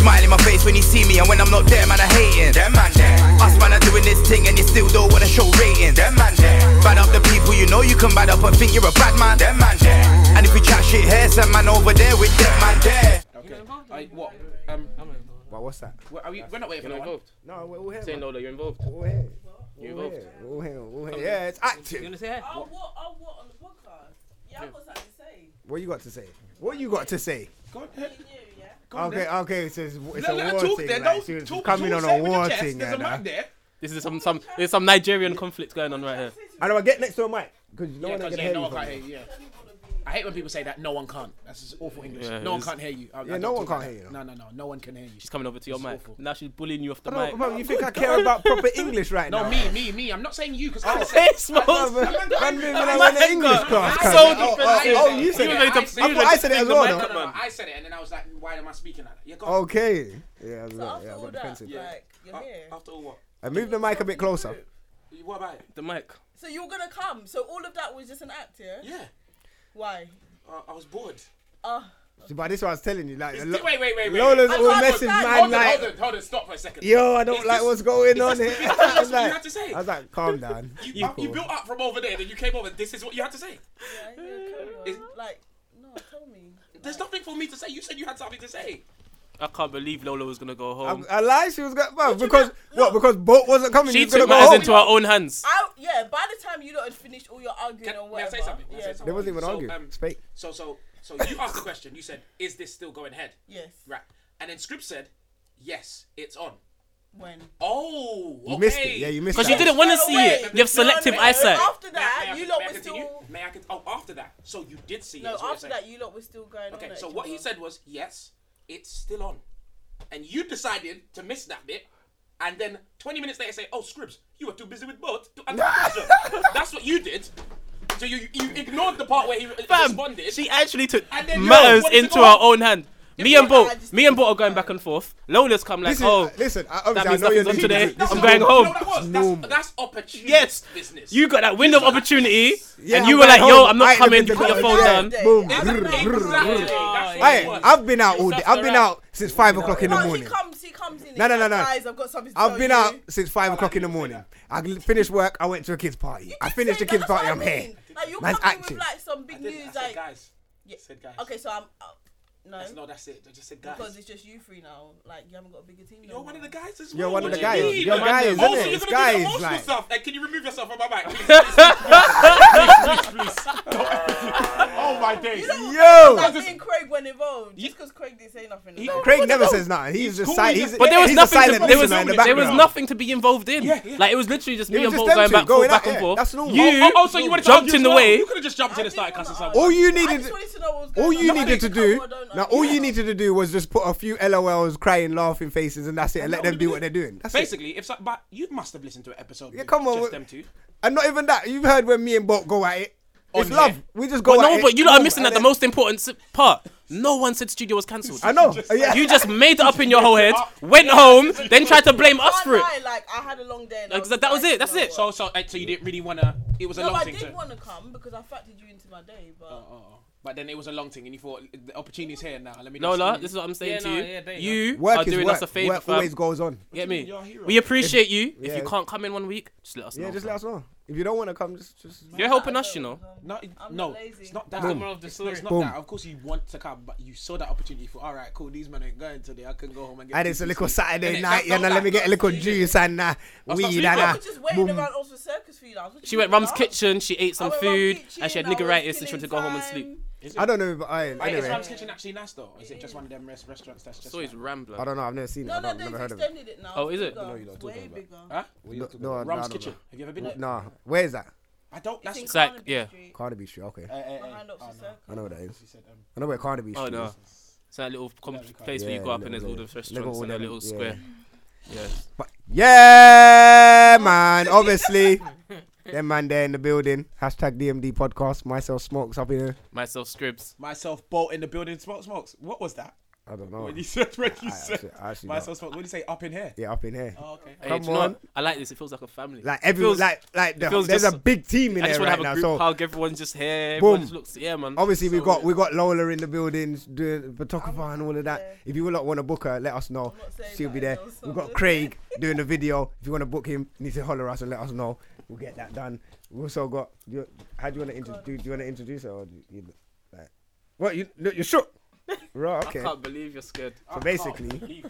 Smile in my face when you see me, and when I'm not there, man, I hating. Them man there. Us man are doing this thing, and you still don't wanna show rating. Them man there. Bad up the people you know you can bad up and think you're a bad man. Them man there. And if we chat shit here, some man over there with them man there. Okay. involved or I, you- what? Um, I'm not involved. Well, what's that? wh- are we, we're not waiting for You're no not one. involved. No, we're all here. Say man. no that you're involved. We're all here. You're We're all involved. here. We're all here. We're all here. Yeah, it's You wanna active. say hey? Oh, what? Oh, what on the podcast? Yeah, I've got something to say. What you got to say? What you got to say? Go on, Me then. and you, yeah. Go on, Okay, then. okay. So it's, it's Let- a let her war talk thing. there. like, Don't she was talk- coming talk on say a with war your chest. thing. There's yeah, a man nah. there. This is some some there's some Nigerian conflict going on right here. And I get next to a mic because no Yeah, one ain't 'cause, gonna yeah, hear no you. one from can't here. hear you. Yeah. I hate when people say that no one can't. That's just awful English. Yeah, no one it's- can't hear you. I- I Yeah, no don't one talk can't like hear that. you. No, no, no. No one can hear you. She's coming over to your It's mic. awful. Now she's bullying you off the I mic. don't- bro, you think I care about proper English right No, now? me, me, me. I'm not saying you because I Hey, said. Smokes. Man, man, man, man, man, I my went to English God. class. I cunt. so said it. defensive. Oh, you said You it. were ready to- I said you it. were I ready said to it as fling the well, mic No, though. at no, no, man. I said it, and then I was like, why am I speaking like that? Yeah, go on. Okay. Yeah, So yeah, after yeah, all but that, defensive. like you're Uh, here. After all, what? And move the mic a bit closer. What about it? The mic. So you're gonna come. So all of that was just an act, yeah? Yeah, Why? uh, I was bored. Uh, See, but this is what I was telling you. Like, Is a thi- lot- wait, wait, wait, wait. Lola's I all can't- messing hold Hold on, man on, hold like, on, hold on, stop for a second. yo, I don't Is like this- what's going on this- here. is this I was what you like, had to say? I was like, calm down. You, you built up from over there, then you came over. This is what you had to say. yeah, yeah, carry on. Is- like, no, tell me. There's nothing for me to say. You said you had something to say. I can't believe Lola was gonna go I, home. I lied. She was going, well, because what? Because boat wasn't coming. she she was gonna took go matters home. into her own hands. I, yeah. By the time you lot had finished all your arguing Can- or may I whatever, say something? May I yeah, say something? They wasn't even So, arguing. um, It's fake. So, so, so you asked the question. You said, "Is this still going ahead?" yes. Right. And then Scripps said, "Yes, it's on." When? Oh, okay. You missed it. Yeah, you missed Because you that. didn't want to see Wait, it. You have selective no, no, eyesight. After May I- may that, I- you may lot I were continue? still. May I? con- Oh, after that. So you did see it. No, is what you're after saying. that, you lot were still going. Okay, on at so each what he other. said was, yes, it's still on. And you decided to miss that bit, and then 20 minutes later say, oh, Scribs, you were too busy with both to answer the question. That's what you did. So you, you ignored the part where he re- Fam, responded. she actually took And then, yo, matters what is into going her on? own hand. Me you and know, I Bo, just me and Bo think are it's going fine. back and forth. Lola's come like, Listen, oh, listen. I, obviously, I means know you're nothing's on leaving. today. This That's I'm is not- going you know home. normal. what that was? It's That's, normal. that's opportunity yes, business. you got that window of opportunity, Yeah, and you I'm were like, going yo, home. I'm I not ain't coming. been You to put your bed. phone Yeah. down. Yeah. Boom. Yeah. Brr, Exactly. brr, brr. That's what it Hey, was. I've been out all day. That's I've been alright. out since five o'clock in the No, morning. oh, He comes, he comes in. No, no, no, no. Guys, I've got something to I've tell been you. out since five o'clock in the morning. I gl- finished work. I went to a kids party. I finished the Say, kids that's what party. I I'm here. mean. Like you're Man's coming active. with like some big I didn't- I news, said like guys. Yeah. I said guys. okay, so I'm uh, no That's, no, that's it. I just said guys. because it's just you three now. Like you haven't got a bigger team. no You're one of more. the guys as well. You're one of What the do you guys. mean? You're Like, guys, also, innit? you're It's gonna do the guys, Arsenal like- stuff. Like, can you remove yourself from my mic? Please, please, please, please. Oh my days. Yo, Like me and Craig went involved just because Craig didn't say nothing. about it. Craig never says nothing. He's just cool, silent. he's He's, But there was he's a nothing. silent To, there was listener in the there was background. nothing to be involved in. yeah. Like it was literally just me was and just Bo going them two back, going forth, back at and it. forth. That's normal. You Oh, oh, so you would've jumped jumped in as the well. way. You could have just jumped in I and started didn't cussing wanna someone. All you I needed, just wanted to know what was going all on. you I needed to didn't do, come, I don't now all you understand. needed to do was just put a few LOLs, crying, laughing faces, and that's it, and let them do what they're doing. That's it. Basically, if so, but you must have listened to an episode. Yeah, come on, Just what- them two. And not even that. You've heard when me and Bolt go at it. It's On love. here. We just go. But at no, it. but you lot are Boom, missing and that the then- most important s- part. No one said studio was cancelled. I know. Yeah. You just made it up in your whole head, went home, then tried to blame us Can't for it. lie, Like I had a long day. and I Like, that- that was like, it, that's you know it. what? So, so, uh, so you didn't really wanna. It was a No, long I thing. did To, want to come because I factored you into my day, but oh, but then it was a long thing, and you thought the opportunity's here now. Let me. just- Lola, this is what I'm saying Yeah, to no, you. yeah, there you you Work are is doing work. us a favor. work fam. always goes on. Get mean me? you're a hero? We appreciate you. If yeah. you can't come in one week, just let us know. Yeah, just fam. let us know. If you don't want to come, just just. You're helping us, you know. No, it- I'm e- no, not lazy. it's not that. That's the moral of the It's not- It's not story. that. Of course, you want to come, but you saw that opportunity. For all right, cool. These men ain't going today. I can go home and get. And it's a decent little sleep." Saturday Innit? night, That's yeah, all now let me that- get a little that's juice and uh, weed and I uh, was just waiting boom. around Oxford Circus for you. Like, I was just She went chilling Rum's out. kitchen, she ate some I went food, Rum's and she had kitchen, I was niggeritis, and she wanted to killing go home and time. sleep. I don't know, but I, Wait, Is anyway, Ram's Kitchen actually nice though? Or is it just one of them rest- restaurants that's just? So he's like- I rambling. don't know. I've never seen it. No, I've no, not- they've never heard of it. extended it now. Oh, is It's it? bigger. No, It's way bigger. Huh? No, no, I- Ram's I don't Kitchen. know. Have you ever been there? Nah, where's that? I don't. That's. It's It's like- Carnaby yeah. Street, Carnaby Street. Okay, Uh, uh, uh, behind Oxford Circus. I know what that is. she said, um, I know where Carnaby Street Oh no. is. It's that little com- can't. place where you Yeah, go up little- and there's all the little- restaurants little- and a little- little yeah. square. Yeah. But yeah, man. Obviously, them man there in the building. Hashtag DMD podcast. Myself smokes up in here. Myself scribs. Myself, Bolt in the building, smoke smokes. What was that? I don't know. When you said, when you Oh. I said, actually- I actually my don't. soul's fucked. What do you say? Up in here. Yeah, up in here. Oh, okay. Hey, Come do you know on. what? I like this. It feels like a family. Like everyone, feels- like like the, feels there's just- a big team in I just there want right to now. have a group So hug. Everyone's just here. Everyone Boom. just looks. Yeah, man. obviously we So got good. we got Lola in the buildings doing photographer and all of that. If you lot want to book her, let us know. Oh, not saying She'll be that, there. I know, so- We've got Craig doing the video. If you want to book him, you need to holler us and let us know. We'll get that done. We also got. do You, how do you want to introduce? Do you want to introduce her or do you, like? What you look, you're shook? Right. I Okay. can't believe you're scared. So basically.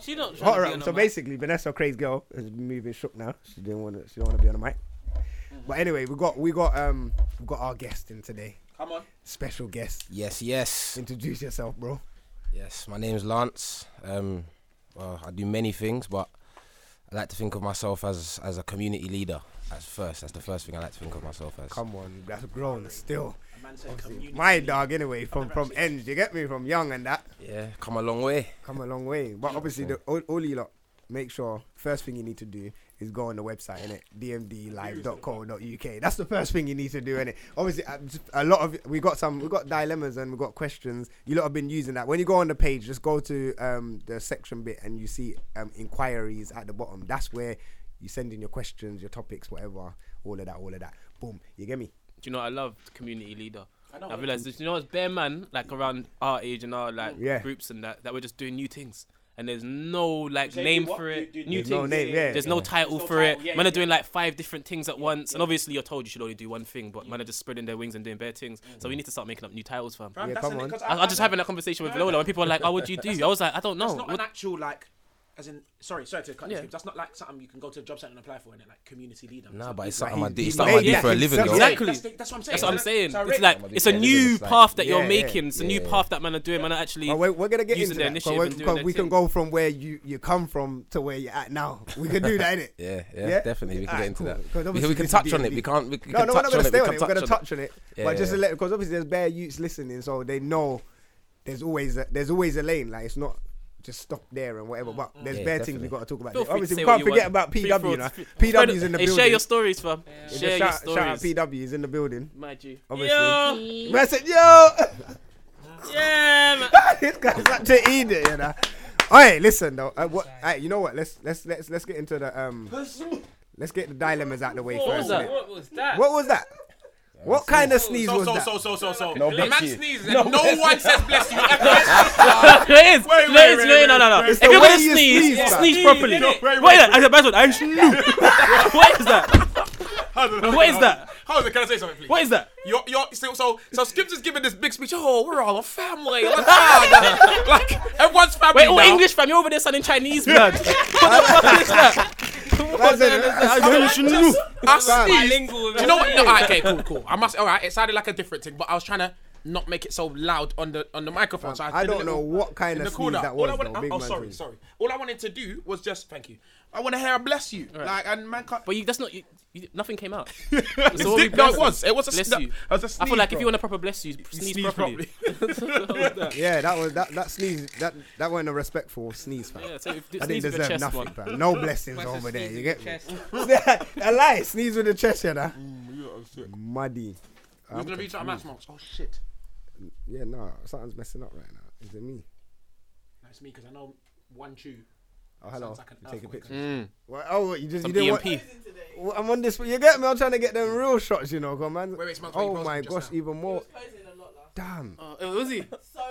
She not. All right. So basically, Vanessa Craig's girl is moving shook now. She didn't want to. She don't want to be on the mic. Mm-hmm. But anyway, we got we got um we got our guest in today. Come on. Special guest. Yes, yes, Introduce yourself, bro. yes. My name's Lance. Um, well, I do many things, but I like to think of myself as as a community leader. As first, that's the first thing I like to think of myself as. Come on, that's grown still. A man said community. My dog, anyway, from from ends. You get me from young and that. Yeah, come a long way. Come a long way. But obviously, the all, all you lot, make sure first thing you need to do is go on the website innit? dmdlive.co.uk. That's the first thing you need to do innit? Obviously, uh, just a lot of we got some we got dilemmas and we got questions. You lot have been using that. When you go on the page, just go to um the section bit and you see um inquiries at the bottom. That's where you send in your questions, your topics, whatever, all of that, all of that. Boom. You get me? Do you know what I love? Community leader. I know. know. I realized this. You know, it's bare man like around our age and our like Yeah. groups and that that we're just doing new things. And there's no like Say name do what? for it. Do- do- new do- things. no name, yeah. There's no title no for title, it. yeah, man yeah. are doing like five different things at once. And obviously you're told you should only do one thing, but man are just spreading their wings and doing bare things. So Mm. we need to start making up new titles, fam. Fam, Yeah, that's come an- on. 'cause I, I just having that conversation with Lola when people are like, "Oh, what do you do?" I was like, "I don't know." That's not Oh, an What- actual like, as in sorry, sorry to cut you Yeah. off. That's not like something you can go to a job centre and apply for, and it like community leader. Nah, but it's Like, something I he- do. he It's something I made do that for a living, himself. girl. Exactly. That's, the- that's what I'm saying. That's what I'm So saying. so It's Rick- like I'm it's a addicted. new It's like- path that Yeah, you're yeah, making. It's a new yeah. path that man are doing. Man are actually. Well, we're, we're gonna get using into their that. initiative but we're- and doing but their we can thing. go from where you, you come from to where you're at now. We can do that, innit? Yeah, yeah, Yeah? definitely. We can Alright, get cool. 'Cause into that. We can, obviously we can this touch is on it. DMV. We can't. We, we No, can no, we're touch not gonna on it. stay We on can it. We're gonna touch on it. touch on it. Yeah, but just yeah, to let, because obviously there's bare youths listening, so they know there's always a, there's always a lane. Like it's not just stop there and whatever. But there's Yeah, bare things we definitely. got to talk about. Mm-hmm. Feel free to obviously, say we what can't you forget want. about Free PW. for- You know? free- PW's in the Hey, building. Share your stories, fam. Share Just your shout, stories. shout out PW's in the building. My G. Obviously. Yo. But I said, yo, Yeah, man. this guy's up to eat it, you know. All right, listen though. Uh, what, alright, you know what? Let's let's let's let's get into the um. Let's get the dilemmas out the way What was first. that? innit? What was that? What was that? What kind of sneeze So was so that? so so so so. a man sneezes, and no bless one says bless you. ever. There is. Wait, There wait, is. wait, No, no, no, no. wait. If It's the you're way gonna you sneeze, sneeze, sneeze man. properly. No, wait, wait, What is that? That's the best one. I'm snoop. What is that? What is that? Hold on, can I say something, please? What is that? You're, you're, so, so, so Skips is giving this big speech. Oh, we're all a family. Like, ah, like everyone's family. Wait, all now. English, fam. You're over there sounding Chinese, blood. What the fuck is that? That's it. Just- I sneezed. Bilingual. Do you know what? No, alright, okay, cool, cool. I must. All right, it sounded like a different thing, but I was trying to not make it so loud on the on the microphone. so I, Um, I did a don't know little- what kind in of the sneeze corner. that All I was. wanted, though, big oh, man sorry, sneeze. sorry. All I wanted to do was just thank you. I want to hear a bless you, like and man can't. But you, that's not. You, you, nothing came out. It's all we deep- no, bless it was. It was a Bless sne- you. It was a sneeze, I feel like if bro. you want a proper bless you, sneeze, sneeze properly. Yeah, that was that that sneeze that that wasn't a respectful sneeze, fam. yeah, so if, sneeze I didn't with the deserve chest nothing, one. fam. No blessings over there. You get me? a lie, sneeze with the chest, you know. Mm, Muddy. You're gonna reach out mass marks. Oh shit. Yeah, no, something's messing up right now. Is it me? That's me because I know one chew. Oh, hello. Sounds like an You take a earthquake. picture. Well, oh, you just you Mm. Some didn't EMP. want. Well, I'm on this. You get me? I'm trying to get them real shots, you know, come man. Wait, wait, Smugs, wait, you oh posted my just gosh, now. even more. Posing a lot last Damn. Oh, was he? so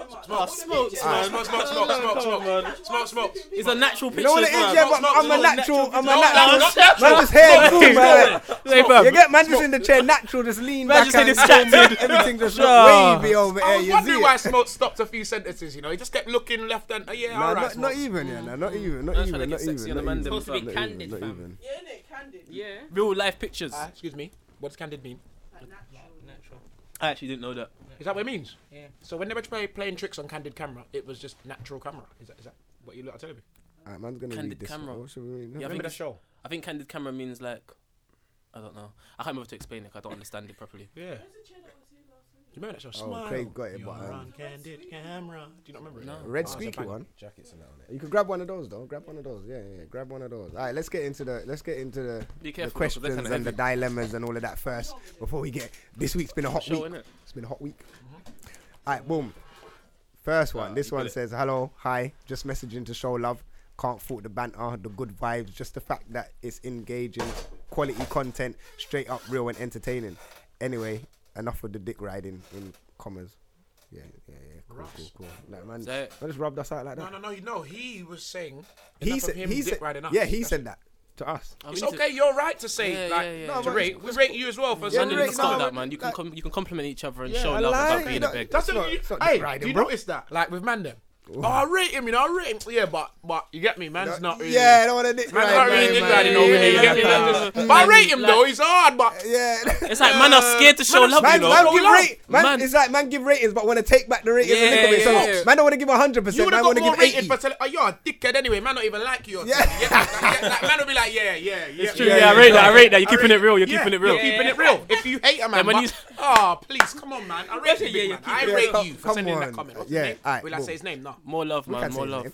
much. Oh, smokes, Smoke, man. smoke, smoke, smoke, smoke, smoke, smoke, smoke. It's a natural picture. You know what it is? fam. Yeah, but smoke, I'm a smoke, natural. I'm a No, natural. no, Man, just hair cool, man. Hey, fam. You get man just in the chair, natural, just lean Man back just in and his chat, dude. everything just Sure. wavy over I there. was You see wondering why it? Smoke stopped a few sentences, you know. He just kept looking left and, oh, yeah, Nah, alright. not, not Smoke. even, yeah, nah, not even, not I'm trying to even, not get sexy on even, the not man, even, them, not Supposed to be fam. candid, even, not fam. even. Yeah, innit? Candid. Yeah. Real life pictures. Ah, I excuse me. What does candid mean? Like natural. Natural. actually didn't know that. Is that what it means? Yeah. So when they were play, playing tricks on candid camera, it was just natural camera. Is that, is that what you look at telling me? Alright, man's gonna Candid read this. camera. one. What should we Yeah, read? I Remember think that it's- show? I think candid camera means like, I don't know. I can't remember to explain it. 'cause I don't understand it properly. Yeah. You remember that show? Smile. Craig got it, but, You're um, on candid camera. Do you not remember it? Oh, No. Red it's a squeaky banger. one. Jackets and that on it. You could grab one of those though. Grab one of those. Yeah, yeah. yeah. Grab one of those. All right, let's get into the let's get into the, Be the careful, 'cause they're questions kinda and the heavy. dilemmas and all of that first before we get. This week's been a hot Show, week. innit? It's been a hot week. All right, boom. First one. this one it. says, "Hello, hi. Just messaging to show love. Can't fault the banter, the good vibes. Just the fact that it's engaging, quality content, straight up real and entertaining. Anyway, enough with the dick riding in commas. Yeah, yeah, yeah. Cool, cool, cool. Like man, Say it. I just rubbed us out like that. No, no, no, you know, he was saying. he enough said, of him he dick said, riding us. yeah, he said that to us. I It's mean, okay, you're right to say, Yeah, like, yeah, yeah, to yeah. No, but rate. We rate you as well for I something. don't Rick, even stop no, that, man. You can like- com- you can compliment each other and show I love like without being that. a beg. That's It's what not- you, it's not hey, dick riding, do you bro. notice that? Like with man them. Oh, I rate him, you know, I rate him. Yeah, but but you get me, man's not really. Yeah, I don't want to dick man's ride. not man, really dick man. riding over there. You get me? yeah, Man's yeah. just- But I rate him though. He's hard, but Yeah. It's like man are scared to show love, you Man, know. man, give love. rate, man, Man. It's like man give ratings, but want to take back the ratings. and Yeah, lick 'em. yeah, so yeah. man don't want to give hundred you percent. would have Man got want to more give rated eighty. for telling. Oh, you're a dickhead anyway. Man, not even like you. or Yeah. something. You get me? Like, yeah, like, man will be like, yeah, yeah, yeah. True, yeah, I rate that. I rate that. You're rate- keeping it real. You're Yeah, keeping it real. You're keeping it real. If you hate a man, when but, you- oh please, come on, man. I rate you, big man. I it- rate yeah, you for come sending on. that comment. What's his Yeah, name? alright, Will I cool. say his name? No. More love, Can't man. say More his love. name.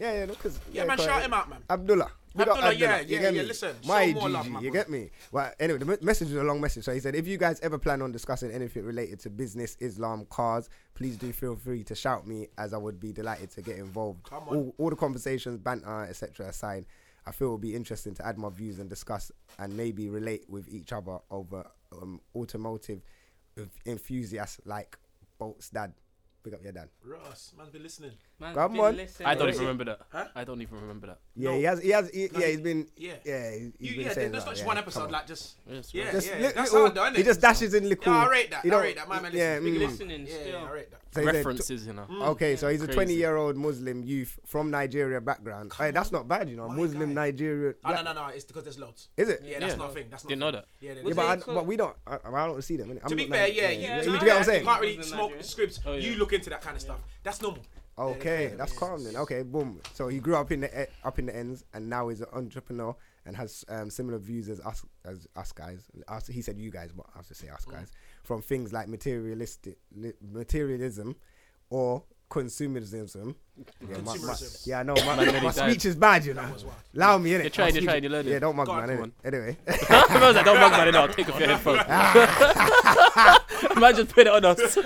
Yeah, yeah, because Yeah, man, shout him out, man. Abdullah. Big up Abdullah, yeah, yeah, you get yeah, me? listen, My show more love, GG, my you brother. get me? Well, anyway, the me- message is a long message. So he said, if you guys ever plan on discussing anything related to business, Islam, cars, please do feel free to shout me, as I would be delighted to get involved. All, all the conversations, banter, etc. aside, I feel it would be interesting to add my views and discuss, and maybe relate with each other over um, automotive enthusiasts like Bolt's dad. Pick up your dad. Ross, man's been listening. Come on. I don't even remember that. I don't even remember that. Yeah, he has. He has. He, yeah, he's been. Yeah, yeah. he's You, been yeah, saying there's not that, just yeah, one come episode. on. Like just Yes, yeah, Just yeah. li- That's little- hard, though, innit? He just dashes in liquor. Yeah, I rate that. I rate that. My man Yeah, listens. Big mm. listening. Yeah, I rate that. So he said- Mm. References, you know. Okay, so he's a Crazy. 20 year old Muslim youth from Nigeria background. Hey, that's not bad, you know. Muslim Nigeria. Oh, no, no, no. It's because there's loads. Is it? Yeah, that's Yeah. not a thing. That's not. Didn't a know thing. that. Yeah, Yeah, there's- but I, but we don't. I, I don't see them. innit? I'm To be not fair, Nigerian. yeah, you, you, to you be get what I'm fair, saying? You can't really Wasn't smoke Nigerian. scripts. You look into that kind of stuff. That's normal. Okay, that's calm then. Okay, boom. So he grew up in the e- up in the ends, and now is an entrepreneur and has um, similar views as us as us guys. Us, he said you guys, but I have to say us guys. Mm. From things like materialistic li- materialism, or consumerism. Yeah, my, my, Consumerism. yeah, I know. My, my, nearly died. speech is bad, you know. Allow me, innit? You're trying, My you're speech- trying, you're learning. Yeah, don't mug Go on, man, come innit? Anyway. I was like, don't bug man, no, I'll take off your headphones. man just put it on us. No,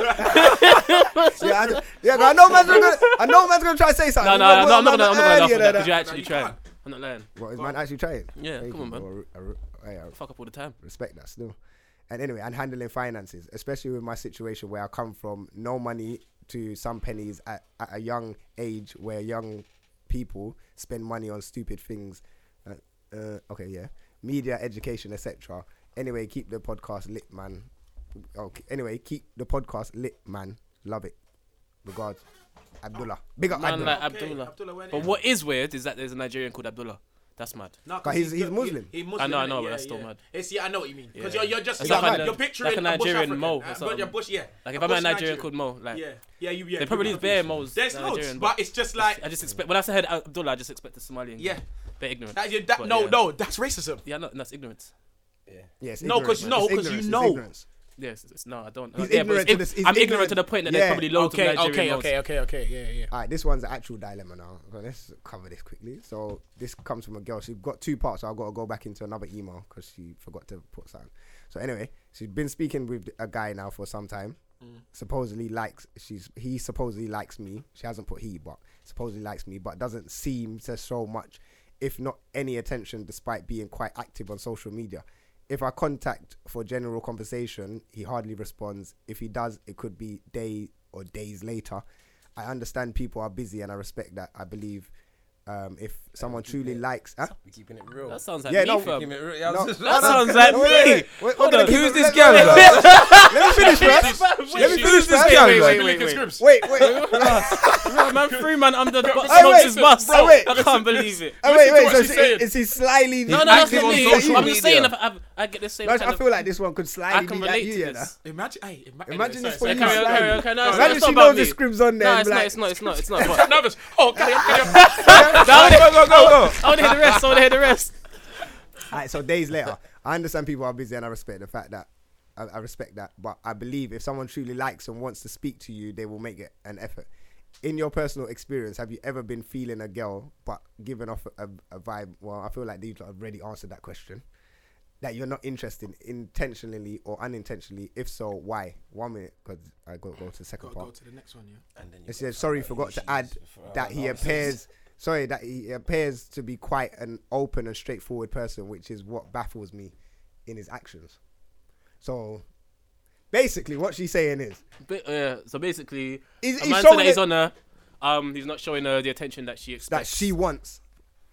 yeah, I, yeah, I know man's gonna, I know man's gonna try to say no, something. no, I'm not, I'm not gonna, I'm not gonna laugh Earlier at that than because you're that. actually trying. I'm not lying. What, is man actually trying? Yeah, Thank come on, you, man. bro. I re- I re- I- Fuck up all the time. respect that still. And anyway, and handling finances, especially with my situation where I come from, no money to some pennies at, at a young age where young people spend money on stupid things. Uh, uh, okay, yeah, media, education, etc. Anyway, keep the podcast lit, man. Okay. Anyway, keep the podcast lit, man. Love it. Regards, Abdullah. Big up, Man Abdullah. like Abdullah. Abdullah went But in. what is weird is that there's a Nigerian called Abdullah. That's mad. No, 'cause But he's- he's he- Muslim. He, Muslim. I know, I innit? know, but yeah, that's still yeah. mad. It's, yeah, I know what you mean. Because Yeah. you're, you're just That's you're, like a- you're like a picturing Nigerian Bush Mo or African, uh, something. You're Bush, yeah. Like A if I'm Bush a Nigerian called Mo, like Yeah, yeah, you. Yeah, they you probably know. bare Mo's There's loads, Nigerian, but it's just like I just expect when I heard Abdullah, I just expected Somalian. Yeah. bit ignorant. that. you- that- But No, yeah. no, that's racism. Yeah, no, that's ignorance. Yes. No, 'cause you know, 'cause you know. Yes, it's, no, I don't. He's yeah, but ignorant it's to ig- this- he's I'm ignorant, ignorant. to the point that Yeah. there's probably loads of Nigerian Mo's. okay, okay. Yeah, yeah. All right, this one's an actual dilemma now. So let's cover this quickly. So this comes from a girl. She's got two parts. So I've got to go back into another email because she forgot to put something. So anyway, she's been speaking with a guy now for some time. Supposedly likes she's he supposedly likes me. She hasn't put he, but supposedly likes me, but doesn't seem to show much, if not any attention, despite being quite active on social media. If I contact for general conversation, he hardly responds. If he does, it could be day or days later. I understand people are busy and I respect that. I believe um, if someone truly likes. Huh? We're keeping it real. That sounds like Yeah, me, no, fam. Keeping it real. Yeah, I was No. just- That sounds No, like wait, wait, me. wait. We're- we're Hold gonna on. keep Who's it- this let- girl, let- though? Let let me finish first. Let me finish first. wait, Wait, wait, wait, wait, wait. wait, man, three man under the bu- Hey, smokes wait, his bus. bro, wait. I can't believe it. Oh, wait, wait. what So she's saying. is, is he slyly? No, no, that's active not on me. social I'm media? just saying, if I, I've- I get the same. Raj, kind I of- feel like this one could I slyly can be at relate you, to yeah. this. Imagine, hey, ima- anyway, Imagine sorry, this sorry. one. Carry on, carry on, carry on. No, it's- Imagine it's not she about knows the me. scripts on there. No, and it's be not. like, It's not. It's not. It's not. But Nervous. Oh, carry on, carry on. I want to hear the rest. I want to hear the rest. Alright, so days later, I understand people are busy and I respect the fact that I, I respect that, but I believe if someone truly likes and wants to speak to you, they will make it an effort. In your personal experience, have you ever been feeling a girl but giving off a, a vibe? Well, I feel like these lot have already answered that question. that you're not interested intentionally or unintentionally? If so, why? One minute, because I got to go to the second Gotta go part. to the next one, yeah. And then you It says, sorry, forgot to add that he appears. Sorry, that he appears to be quite an open and straightforward person, which is what baffles me in his actions. So, basically, what she's saying is, But, uh, so basically, He's- a he's man said showing that he's it- on her. Um, he's not showing her the attention that she that expects. she wants,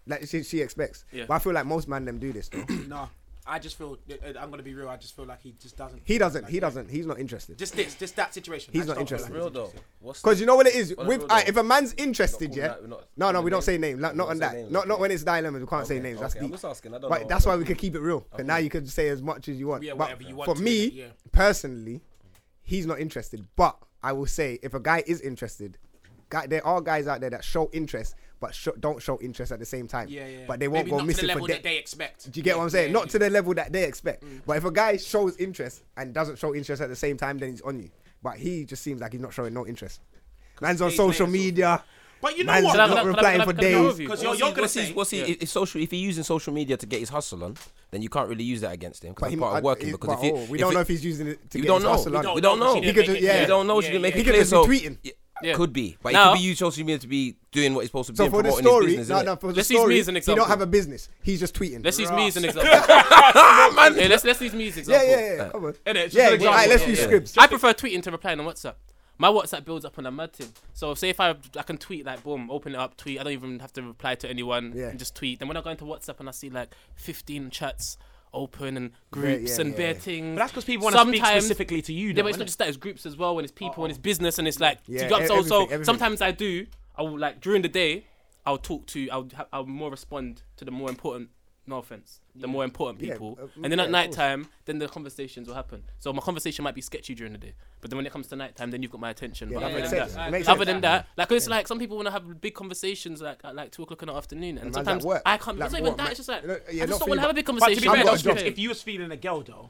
like she, she expects. Yeah. But I feel like most men them do this. Though. Nah, I just feel. uh, I'm gonna be real. I just feel like he just doesn't. he doesn't. like, He yeah. doesn't. He's not interested. Just this, just that situation. He's I not just don't feel interested. like Real though. What's Because you know what it is. On a With real aye, note, if a man's not interested, calling yeah. out- we're not No, no, calling we don't names. say names. Not, We not don't on say that. names, Not okay. not when it's dilemmas. We can't say Okay, names. That's okay, I'm deep. just asking, I don't but know, that's why okay. we can keep it real. And now you can say as much as you want. Yeah, but whatever you want for to, me innit? Yeah. personally, he's not interested. But I will say, if a guy is interested, guy, there are guys out there that show interest, but sh- don't show interest at the same time. Yeah, yeah. But they won't Maybe go not to the missing level for that days. they expect. Do you get what I'm saying? Yeah, Not yeah. to the level that they expect. Mm. But if a guy shows interest and doesn't show interest at the same time, then he's on you. But he just seems like he's not showing no interest. Man's on they play social it so- media. But you know Man's what? Can I- not can I- replying can I- for can I go days. with you? Because you're, you're gonna what's say. he, what's he, Yeah. if, if social, if he's using social media to get his hustle on, then you can't really use that against him But because he it's part might- of working. it- Because but, if you, oh, we don't know if he's using it to you get don't his know. hustle on. We don't know. She He didn't could make just- it yeah. clear. You don't know. She Yeah, didn't make yeah. it He could clear. just be So tweeting. Yeah, Yeah. could be, but Now- he could be using social media to be doing what he's supposed to be So doing, for the promoting his story, business. no, innit? no, for the Let's use me story, as an he example. don't have a business. He's just tweeting. Let's use me as an example. yeah, let's let's use me as an yeah, example. yeah, yeah. Come on. Innit? Just Yeah, an well, alright, let's example. use Yeah, yeah. scripts. I prefer tweeting to replying on WhatsApp. My WhatsApp builds up on a mad thing. So say if I I can tweet like boom, open it up, tweet. I don't even have to reply to anyone. Yeah. And just tweet. Then when I go into WhatsApp and I see like 15 chats open and groups yeah, and yeah, bare yeah. things. But that's because people want to speak specifically to you. Yeah, though, but it's not innit? just that. It's groups as well, and it's people and it's business, and it's like. do you Yeah, get what I'm e- saying? so everything, everything. sometimes I do. I will like during the day. I'll talk to. I'll ha- I'll more respond to the more important. No offense. The more important Yeah, people, uh, and then yeah, at of night course. time, then the conversations will happen. So my conversation might be sketchy during the day, but then when it comes to night time, then you've got my attention. Yeah, But that other makes than sense. that, It makes other sense. than that, like 'cause it's like some people want to have big conversations like at like two o'clock in the afternoon, and man's at sometimes work. I can't. Like, it's not even what, that. man- It's just like No, I yeah, not just for don't want you, to have a big But to conversation. be I've fair, got though, a if, job. if you was feeling a girl though,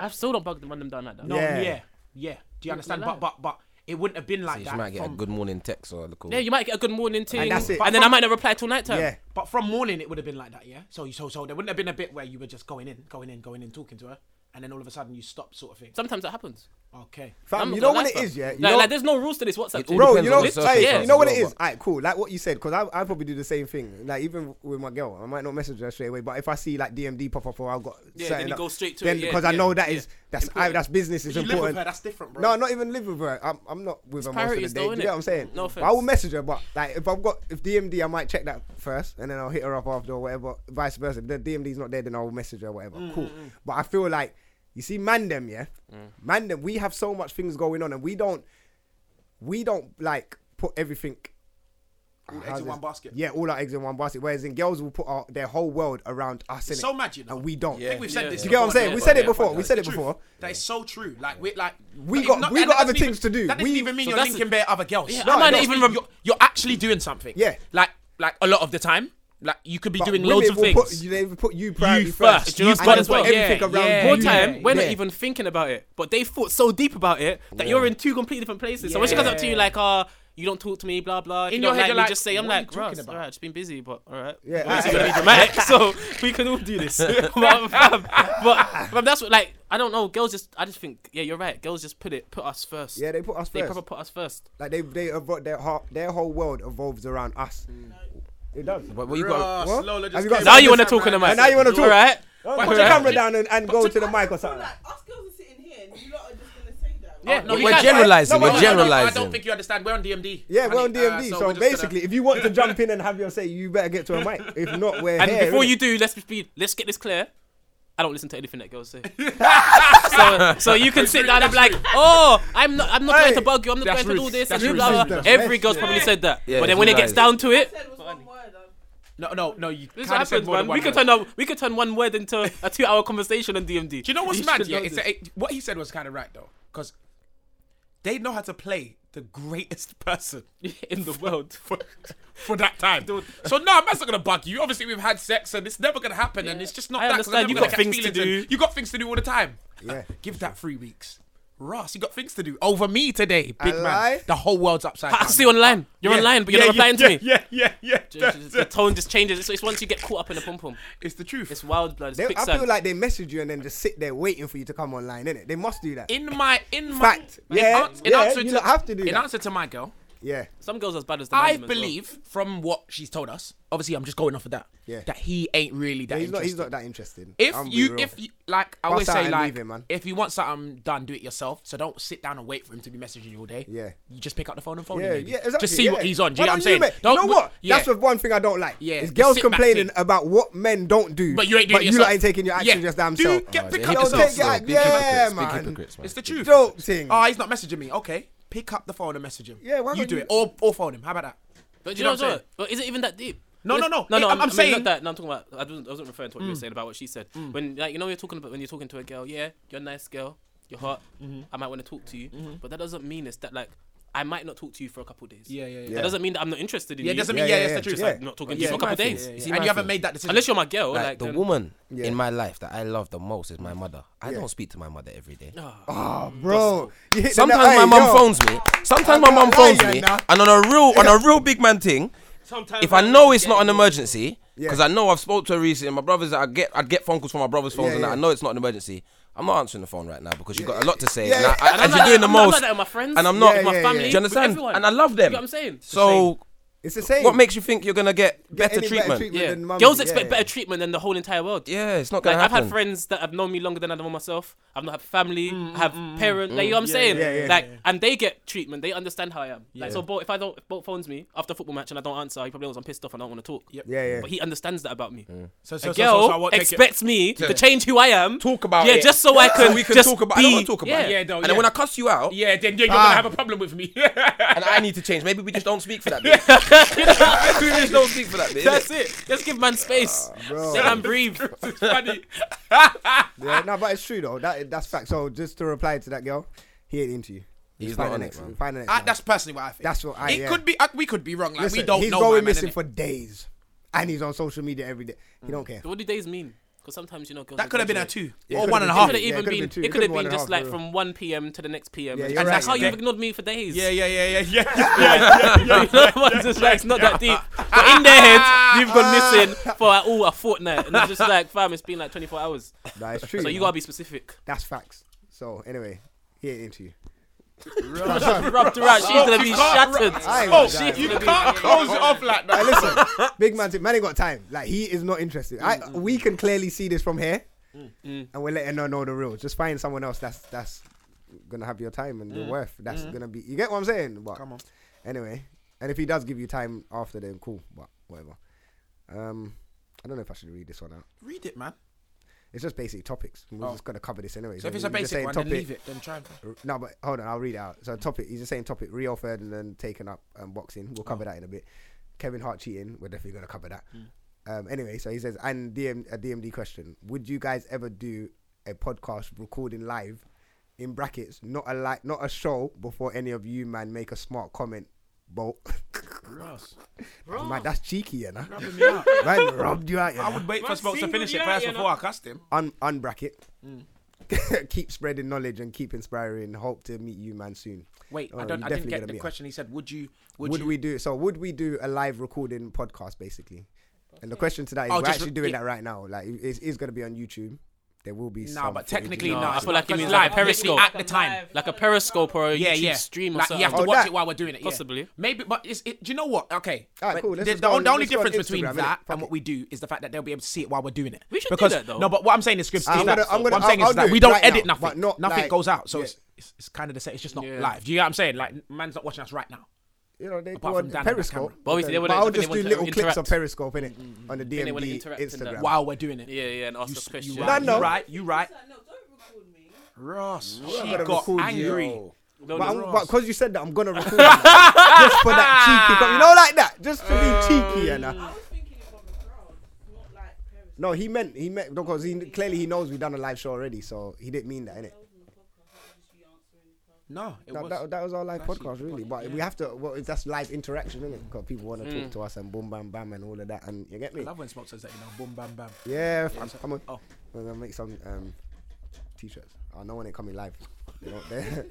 I still don't bug them run them down like that. no, Yeah. yeah, yeah. Do you understand? gonna But but but it wouldn't have been like You that. just might get a from- good morning text or a little. Yeah, you might get a good morning thing, and, that's it. then I might not reply till night time. Yeah. But from morning, it would have been like that, yeah. So so so there wouldn't have been a bit where you were just going in, going in, going in, talking to her, and then all of a sudden you stop, sort of thing. Sometimes that happens. Okay. I'm Fam, not you know gonna what lie, it fam. is, yeah? You Like, know- like, there's no rules to this WhatsApp. thing. all Bro, depends you know, on the like, circumstances you know what it as well, is. Alright, cool. Like what you said, because I, I probably do the same thing. Like even with my girl, I might not message her straight away, but if I see like DMD pop up or I've got Yeah, certain then you up- go straight to then it, yeah, because I yeah, know that yeah. is that's I, Important. that's business is You live important. with her. That's different, bro. No, not even live with her. I'm, I'm not with her most of the priorities day. though, Do you innit? get what I'm saying? No But I will offense. message her, but like if I've got if DMD, I might check that first, and then I'll hit her up after or whatever. Vice versa. If the DMD's not there, then I'll message her, whatever. Mm, Cool. But I feel like you see, man, them, yeah, man, them. We have so much things going on, and we don't, we don't like put everything. All eggs how's in this- one basket. Yeah, all our eggs in one basket. Whereas in girls, will put our, their whole world around us. It's innit? so mad, you know. and we don't. I think we've said Yeah. this. Do you get what I'm before, saying? yeah, we but said it yeah, before. but We it's said the it truth. before. That is so true. Like we like We like, got- not- we and got that other doesn't even- things to do. That doesn't We- even mean So you're that's- linking bare other girls. Yeah, I might not that's- even You're, rem- you're- you're actually doing something. Yeah. Like like a lot of the time. Like you could be But doing women loads of will things. Put, you- they will put you priority first. first. Do you know and what's bad they'll as put well? Everything Yeah, around yeah, you. More time, we're Yeah. not even thinking about it, but they thought so deep about it that you're in two completely different places. So when she comes up to you like, "Ah, you don't talk to me," blah blah. If In you your don't head, like you're me, like, just say, "I'm what are you like, bro, talking about?" alright, just been busy, but alright." Yeah, Obviously, I- you're gonna be dramatic, so we can all do this. but, fam, but, but that's what like I don't know. Girls just, I just think, yeah, you're right. Girls just put it, put us first. Yeah, they put us they first. proper put us first. Like they, they evo- their whole, their whole world evolves around us. It does. But what you Uh, got? What? Lola just Have you got came some- Now you on want to this talk side, on the mic. man. And now you wanna talk. All right. Put your camera down and, and go to the mic or So, something. like, us girls are sitting here and you lot are just gonna say that. Yeah, no, we We're can't. generalizing. No, but We're I don't- I I generalizing. don't think you understand. We're on DMD. Yeah, honey. we're on Uh, DMD. we're so just gonna- basically, if you want to jump in and have your say, you better get to a mic. If not, we're And here. before innit? you do, let's just be let's get this clear. I don't listen to anything that girls say. so, so you can sit down and be like, oh, I'm not, I'm not Hey, trying to bug you. I'm not trying to do this. and That's blah, blah, rude. blah. That's Every rude. girl's probably said that. Yeah, but then it's when it gets rude. down to I it, said was one word. um, no, no, no. You this kinda said happens, more than man. We one could word. turn a, we could turn one word into a two-hour conversation on DMD. Do you know what's mad? Yeah, it's a, it- what he said was kind of right though, because they know how to play the greatest person in the world? for, for that time. So no, man's not gonna bug you. Obviously, we've had sex, and it's never gonna happen, and it's just not I that. 'cause I'm understand never you gonna got catch things to feelings and do. You got things to do all the time. Yeah. Give that three weeks. Ross, you got things to do over me today, big man. lie? The whole world's upside down. I see you online. You're Yeah, online, but you're yeah, not replying yeah, to me. Yeah, yeah, yeah. Just- just- The tone just changes. It's, it's once you get caught up in the pom pom. It's the truth. It's wild blood. It's They, I quicksand. feel like they message you and then just sit there waiting for you to come online, innit? They must do that. in my in my Fact. In, Yeah, ans- yeah, you lot have to do in that. answer to my girl, yeah. Some girls are as bad as the I man as well. believe from what she's told us. Obviously, I'm just going off of that. Yeah. That he ain't really that. He's not, he's interested. not that interested. If I'll be you, real. if you, like, I Bust always out say, and like, leave it, man. if you want something done, do it yourself. So don't sit down and wait for him to be messaging you all day. Yeah. You just pick up the phone and phone Yeah, him. yeah, maybe. exactly. Just see yeah. what he's on. Do Why you know what I'm don't saying? make- Don't you know what? Yeah. That's the one thing I don't like. Yeah, Is the girls sit back complaining thing. about what men don't do. But you ain't doing it But you lot yourself. ain't taking your actions Yeah. just damn Dude, self. get- pick Big up Yo, yourself. take your act- Big Yeah, hypocrites, big man. hypocrites, man. It's the truth. Dope thing. Oh, he's not messaging me. Okay. Pick up the phone and message him. Yeah, why You would do you- it. Or, or phone him. How about that? But Do you you know know what what I'm I'm saying? But is it even that deep? No, no, Well, no. No, no. I'm- I'm, I'm saying saying- Mm. that. No, I'm talking about. I wasn't, I wasn't referring to what you were saying about what she said. When like you know you're talking about when you're talking to a girl. Yeah, you're a nice girl. You're hot. Mm-hmm. I might want to talk to you, but that doesn't mean it's that like I might not talk to you for a couple days. Yeah, yeah, yeah. Yeah. That doesn't mean that I'm not interested in Yeah, you. it doesn't Yeah, mean, yeah, yeah, yeah, yeah. it's the truth. Yeah. Like, I'm not talking Yeah, to you my for a couple thing, days. yeah, yeah. and you haven't made that decision. Unless you're my girl, Like, like, um, the then- woman Yeah. in my life that I love the most is my mother. I Yeah. don't speak to my mother every day. Oh, bro. You hit the Sometimes nut- my Hey, mum yo. phones me. Sometimes my I'm mum not phones lying me, now. and on a real on a real big man thing. Sometimes If I know it's not an emergency, Yeah. because I know I've spoke to her recently, my brothers, I get I get phone calls from my brothers' phones, Yeah, and that yeah. I know it's not an emergency. I'm not answering the phone right now because you've got a lot to say, Yeah, and, I- yeah. I, And and I'm you're like doing the that- I'm like most. that with my friends, and I'm not. yeah, with my yeah, family, yeah. Do with you understand? everyone. And I love them. You know what I'm saying? So, It's the same. what makes you think you're gonna get, better any treatment? treatment yeah. than mum Girls did, expect yeah. better treatment than the whole entire world. Yeah, it's not Like gonna I've happen. had friends that have known me longer than I've known myself. I've not had family. I have parents. like you know what I'm saying? yeah, yeah, like and they get treatment. They understand how I am. Like so, Bolt, if I don't, if Bolt phones me after a football match and I don't answer, he probably knows I'm pissed off and I don't want to talk. Yeah, yeah. But he understands that about me. Mm. So, A so, so, girl so, so I won't take it. expects me to change who I am. Talk about yeah, it. just so I can. we can just talk about. Be, I don't want to talk about. yeah. it. Yeah, though, and yeah. then when I cuss you out, Yeah, then yeah, you're Ah. gonna have a problem with me. and I need to change, maybe we just don't speak for that bit. we just don't speak for that bit. That's innit? it. Just give man space. Ah, bro. Let man breathe. Yeah, no, but it's true though. That that's fact. So just to reply to that girl, he ain't into you. He's Find not the on next it, one. man. Find the next I, one. Ah, that's personally what I think. That's what I- It yeah. could be. I, we could be wrong. Like we Listen, don't he's know. going my man, missing innit? for days, and he's on social media every day. He don't care. what do days mean? Because sometimes you know girls. That could have been a two Yeah, or could've one and been a two. half. Could have Yeah, it even could've been. been two. It It could have could've been been just one like and a half, from 1 p.m. to the next p.m. Yeah, and you're right. that's how Yeah. "Oh, you've ignored me for days. Yeah, yeah, yeah, yeah, yeah. You know what I'm just like, it's not that deep. But in their heads, you've gone missing for like, oh, a fortnight. And it's just like, fam, it's been like 24 hours. That is true. So you gotta be specific. That's facts. So anyway, he ain't into you. Rubbed her out, she's gonna be shattered. I Oh, ain't gonna die, she's man. gonna be. Close it off like that. Hey, listen, big man, man ain't got time. Like he is not interested. I Mm. we can clearly see this from here, and we're letting her know the real. Just find someone else that's that's gonna have your time and Mm. your worth. That's gonna be. You get what I'm saying? But Come on. Anyway, and if he does give you time after, then cool. But whatever. Um, I don't know if I should read this one out. Read it, man. It's just basic topics. We're just gonna cover this anyway. Oh. So if it's a we're just basic saying one, then leave it. Then try. And... No, but hold on, I'll read it out. So topic, he's just saying topic, Rio Ferdinand taken up um, boxing. We'll Oh. cover that in a bit. Kevin Hart cheating, we're definitely gonna cover that. Mm. Um, anyway, so he says, and DM, a DMD question: Would you guys ever do a podcast recording live? In brackets, not a like, not a show before any of you man make a smart comment. Bolt, man, that's cheeky, you know. Man, rubbed you out, you know. I would wait for Spokes to see finish who it you first are, you before I cussed him. un- unbracket. Mm. keep spreading knowledge and keep inspiring. Hope to meet you, man, soon. Wait, Oh, I don't. you're I didn't definitely get gonna the be- question. He said, "Would you? Would, Would, you, we do so? Would we do a live recording podcast, basically? And the question to that is, Oh, we're just actually re- doing yeah. that right now. Like, it is, going to be on YouTube. There will be. No, some but footage. technically, No, no. I it's feel not, like it 'cause means it's live, like literally periscope. at the time. Like a periscope or a YouTube Yeah, yeah. stream or like, something. you have to Oh, watch that- it while we're doing it. yeah. Possibly. Maybe, but it's, it, do you know what? Okay. Alright, but cool, let's The, just the, go on- on- the only let's go on difference between Instagram, innit? that Fuck and what it. we do is the fact that they'll be able to see it while we're doing it. We should do because, that, though. No, but what I'm saying is scripts. I'm is gonna- that, I'm gonna- what I'm saying I'll- is that I'll do we it don't right edit now, but nothing. not nothing like- goes out, so yeah. it's, it's it's kind of the same. It's just not Yeah. live. Do you get what I'm saying? Like, man's not watching us right now. You know, they Apart go from on Dan and that Periscope. camera. But obviously they but wouldn't- I'll they just do wouldn't little want to clips of interact. Periscope in Mm, it on the they wouldn't DMD interact in that. Instagram. While we're doing it. Yeah, yeah, and ask Oh, You, us s- questions. you No, right, no. you right, you right. No, don't record me. Ross, gonna she got record you. angry. No, no, But because you said that, I'm gonna record it now. just for that cheeky, co- you know, like that, just to Uh, be cheeky, you know. I was thinking it from the crowd, not like parents. No, he meant he meant because he clearly he knows we've done a live show already, so he didn't mean that, innit? No, it That, was. that, that was our live podcast, really. But we have to. Well, that's live interaction, innit? Because people want to talk to us and boom, bam, bam, and all of that. And you get I me? love when Smoke says that, you know, boom, bam, bam. Yeah, fam, come on. Oh. We're gonna make some um, t-shirts. I know when it coming live. No, they-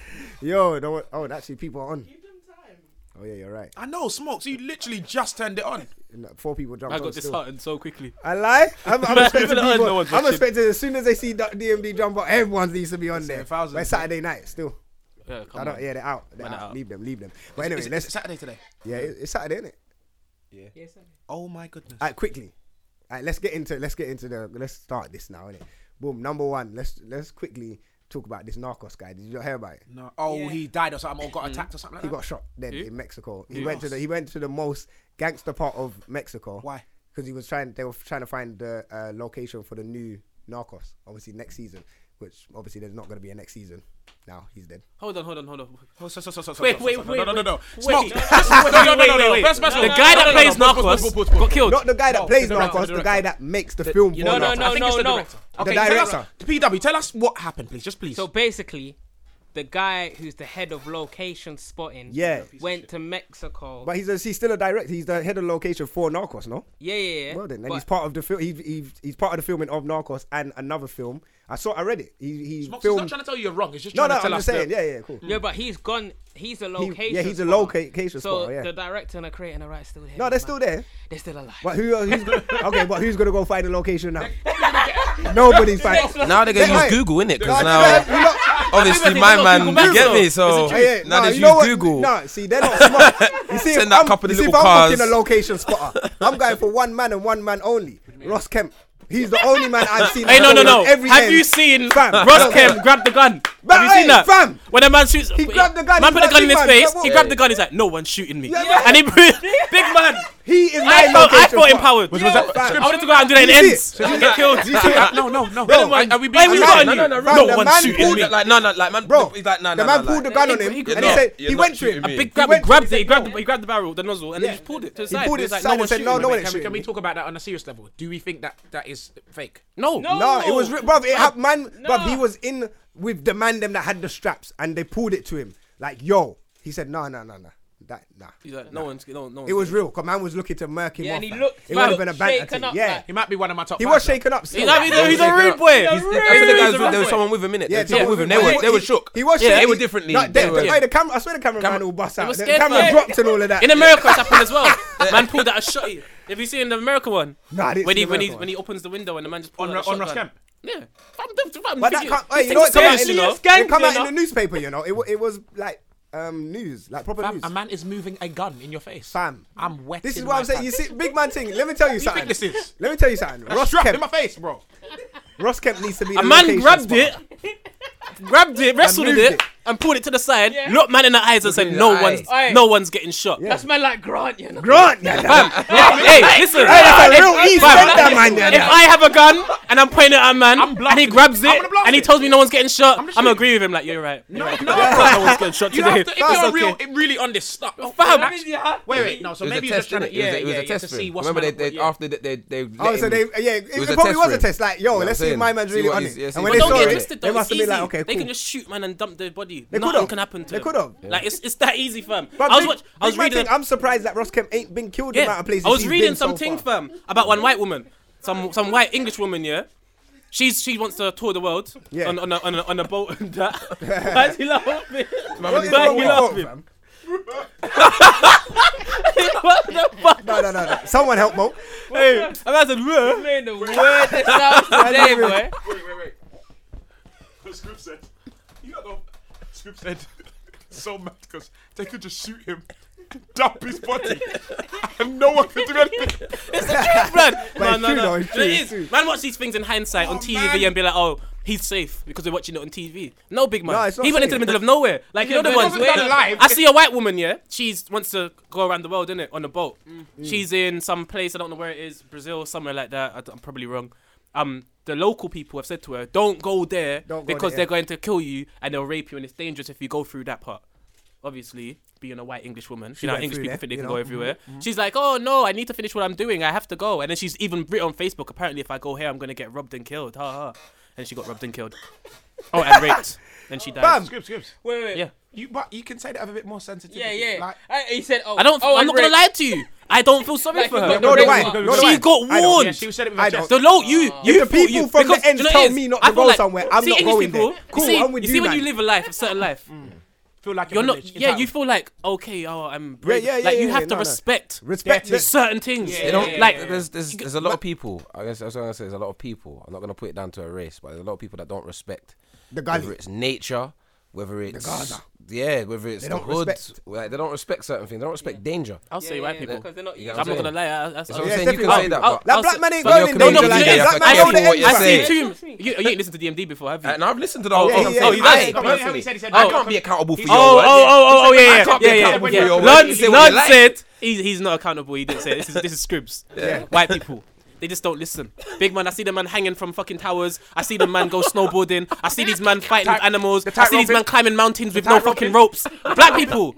Yo, don't. wa- Oh, actually, people are on. Give them time. Oh yeah, you're right. I know, smokes. You literally just turned it on. No, Four people jumped I on got still. disheartened so quickly. I lie. I'm, I'm expecting People are on, people. no one's I'm watching. expecting as soon as they see that DMD jump up, everyone needs to be on there. if I was- But it's Saturday night still. Yeah, come I don't. on. Yeah, they're out. They're Man, out. they're out. Leave them. Leave them. But anyway, Is it- let's. is it Saturday today? yeah, it- it's Saturday, isn't it? Oh my goodness. All right, quickly. All right, let's get into let's get into the let's start this now, innit? Boom. Number one. Let's let's quickly talk about this Narcos guy. Did you hear about it? No. Oh, he died or something, or got attacked or something like He that. got shot dead in Mexico. He went to the he went to the most gangster part of Mexico. Why? Because he was trying. They were trying to find the uh, location for the new Narcos. Obviously next season, which obviously there's not going to be a next season. Now he's dead. Hold on, hold on, hold on. Oh, so, so, so, so, so, Wait, so, wait, so, wait, No, no, no, no. wait. Smoke. Wait. No, no, no, no, no. Wait, First, first, The guy that plays Put, Narcos got killed. Not the guy that No, plays the director, Narcos. the The guy director. that makes the film. for No, no, Narcos. no, no, the no. director. The Okay, director. The PW, tell us what happened, please. Just please. So basically, the guy who's the head of location spotting Yeah. went to Mexico. But he's a, he's still a director. He's the head of location for Narcos. No. yeah, yeah, yeah. Well then, and But- he's part of the film. He, he, he's part of the filming of Narcos and another film. I saw. I read it. He he Smokes is not filmed. trying to tell you you're wrong. It's just No, trying no, to tell I'm us. just saying. Yeah, yeah, cool. yeah, but he's gone. He's a location. yeah, he's a spotter. location So spotter, yeah. the director and the creator and the writer still here. No, they're still there. They're still alive. But who? uh, Who's gonna, okay, but who's gonna go find the location now? Nobody's finding. Now they're gonna Right. use Google, No, innit? Because now, you know- obviously, my man, you get me? So Hey, hey, now no, they you know use what? Google. No, see, they're not smart. You see, if Send that I'm, couple of you see, if little I'm booking cars. a location spotter, I'm going for one man and one man only. Ross Kemp. He's the only man I've seen. Hey, no, that no, goes no. on Every Have end. you seen Fam, Ross no, Kemp grab the gun? But Have you hey, seen that? fam. When a man shoots, He grabbed the gun, Man he put the gun in grabbed his face. it, fam. Yeah, He what- grabbed the gun. He's like, no one's shooting me. yeah. And he, big man. He is my I felt, I location felt spotter. empowered. I wanted to go out and do that in You see ends. it? and Get killed. You see it? No, no, no. Bro, are- are we being- we No, got no, on no, you? no, Bro, no the one's man shooting pulled me. it Like, no, no, like, man, Bro, he's like, no, the no, man no, pulled like, the gun on him You're and he not- said you're he not went to shooting him. me. Big He grab, he went- grabbed he it, he said grabbed, no. he grabbed the barrel, the nozzle, and then he just pulled it to the He side. pulled He it was like, side no and one's said, shooting no, me. no one Can is we, can we shooting. talk about that on a serious level? Do we think that that is fake? No, No, it was, bro. It had man, bruv, He No. was in with the man them that had the straps, and they pulled it to him. Like, yo, he said, no, no, no, no, that, nah. He's like, no one's, no, no one's. It was real. Cause man was looking to murk him Yeah, off. and he man. looked- it man would have been a looked banter shaken thing. up, Yeah, like- He might be one of my top. he five was now. shaken up. Still. He's like, he's a- he's a rude boy. He's- I said the guys, there was someone with him, innit? Yeah, Yeah, someone with him. They he- were, they he- were shook. He was. Yeah, shook. they were He- different. No, they- They were- the- hey, the camera. I swear, the cameraman will bust out. was The scared, camera man. dropped and all of that. In America, it's happened as well. Man pulled out a shot. Have you seen the America one? Nah, I didn't when see he the when America he one. when he opens the window and the man just On pulls out Ra- a on Ross shotgun. Kemp? Yeah, fam, them- fam, But think that it- can't, they hey, you think know, it's it come out, serious, in, you know? the- it come out in You know? the newspaper, you know. It, wa- it was like um, news, like proper Fam, news. a man is moving a gun in your face. Fam, I'm wet. This is in what my I'm saying. You pants. see, big man thing. Let me tell you What do you something. think this is? Let me tell you something. A Ross strap in Kemp. my face, bro. Ross Kemp needs to be. A the man location grabbed spot. it, grabbed it, wrestled moved it, it. and pulled it to the side. Yeah. Looked man in the eyes and said, in "No the one's, eyes. no one's getting shot." That's man like Grant, you know. Grant. Yeah, that- Hey, hey, listen. Hey, that's a if- real if- East fam, Ender if- man, yeah, If that. I have a gun and I'm pointing it at a man, and he grabs it, blast and he it. tells me no one's getting shot, I'm, shooting. agreeing with him. Like, you're right. No, no, no one's getting shot You have today. to, if It's you're okay. real, it really on this stuff. Oh, Fam. Max, Wait, wait, no. So It was maybe a you're just test, trying innit? to, yeah, It was a- it was yeah, a yeah, test to for see him. what's Remember, they, man- they, yeah. after that, they, they. let Oh, so him- they, yeah, it, It was it a probably test was for a him. test. Like, yo, You know what let's I'm see if saying? my man's See really what on he's- it. yeah, see and what when they he's saw Don't doing. get it. it, twisted though. they must it's have been easy. like, okay, They cool. can just shoot man and dump their body. They Nothing could've. can happen to They them. could've. Like it's it's that easy, fam. But I was big- watch, I was big man reading. thing, I'm surprised that Ross Kemp ain't been killed in Yeah. amount of places. I was he's reading been so something, far. fam, about one white woman, some some white English woman, yeah. She's she wants to tour the world Yeah. on on a, on, a, on a boat and that. Why is he laughing? What is Why you wrong with laughing? Mo, fam? what the fuck? No, no, no, no. Someone help Mo. Hey, I'm about to "Whoa." Man, the word that sounds today, boy. Wait, wait, wait. Scoop said, you got no. Scoop said, so mad because they could just shoot him, dump his body, and no one could do anything. blood. But No, it's no, true, no. though, It it's true, it's is. Man, watch these things in hindsight on TV and be like, oh, he's safe because we're watching it on TV. No, big man. No, it's not he went into safe. the middle of nowhere. Like, you know the ones. wasn't done alive. I see a white woman, yeah? She wants to go around the world, innit? On a boat. Mm. She's in some place, I don't know where it is, Brazil, somewhere like that. I, am probably wrong. Um, the local people have said to her, don't go there Don't go because there. they're going to kill you and they'll rape you and it's dangerous if you go through that part obviously being a white English woman, you know, went English through people there, think they you can know. Mm-hmm. go everywhere. She's like, oh no, I need to finish what I'm doing. I have to go. And then she's even written on Facebook, apparently, if I go here, I'm going to get robbed and killed. Ha ha. And she got robbed and killed. Oh, and raped. And she died. Bam. Scoop, Scoop. Wait, wait. Yeah. You, but you can say that with a bit more sensitivity. Yeah, yeah. Like, I, he said, oh, I don't, Oh, I'm not going to Rick. lie to you. I don't feel sorry Like, for no, her. no, no, why? No, no, she why? got I don't. warned. Yeah, she said it with her chest. The low you, If you the thought people you- from the because, ends you know tell it is? me not I to feel go somewhere, I'm see, not and you going people- there. you Cool, see, I'm with you you, see when man. Mm. you live a life, a certain life. Feel like you're you're not. privileged, Yeah, entitled. you feel like okay, oh, I'm Yeah, brave. yeah, yeah, Like you yeah, have yeah, to no, no. respect Respect the it. certain things. They don't- Like there's there's, there's a lot of people. I guess that's what I'm gonna say. There's a lot of people. I'm not gonna put it down to a race, but there's a lot of people that don't respect the Gaza. whether it's nature, whether it's Gaza. yeah, whether it's They the don't hood. respect. Like, they don't respect certain things. They don't respect danger. I'll say white people. Because they're not. I'm not gonna lie. I, I, That's I, what I'm Yeah, saying. You can definitely. say that. I'll- but- I'll- but I'll say- you're No, no, committed no, to no, that. no, You Uh, I have to see- care what you're I see saying. too. You, you ain't listened to DMD before, have you? And I've listened to the whole Oh, thing. oh, you guys- I- no, oh, he said- he said, oh, I can't be accountable for oh, your oh, words. Oh, oh, oh, I yeah, yeah, can't be yeah, yeah. accountable for yeah. your words. Lon, You say what Lon you like. said he's, he's not accountable. He didn't say it. this is this is Scribs. Yeah. White people. They just don't listen. Big man, I see the man hanging from fucking towers. I see the man go snowboarding. I see these man fighting with animals. I see these roping. man climbing mountains with tight no fucking ropes. Black people.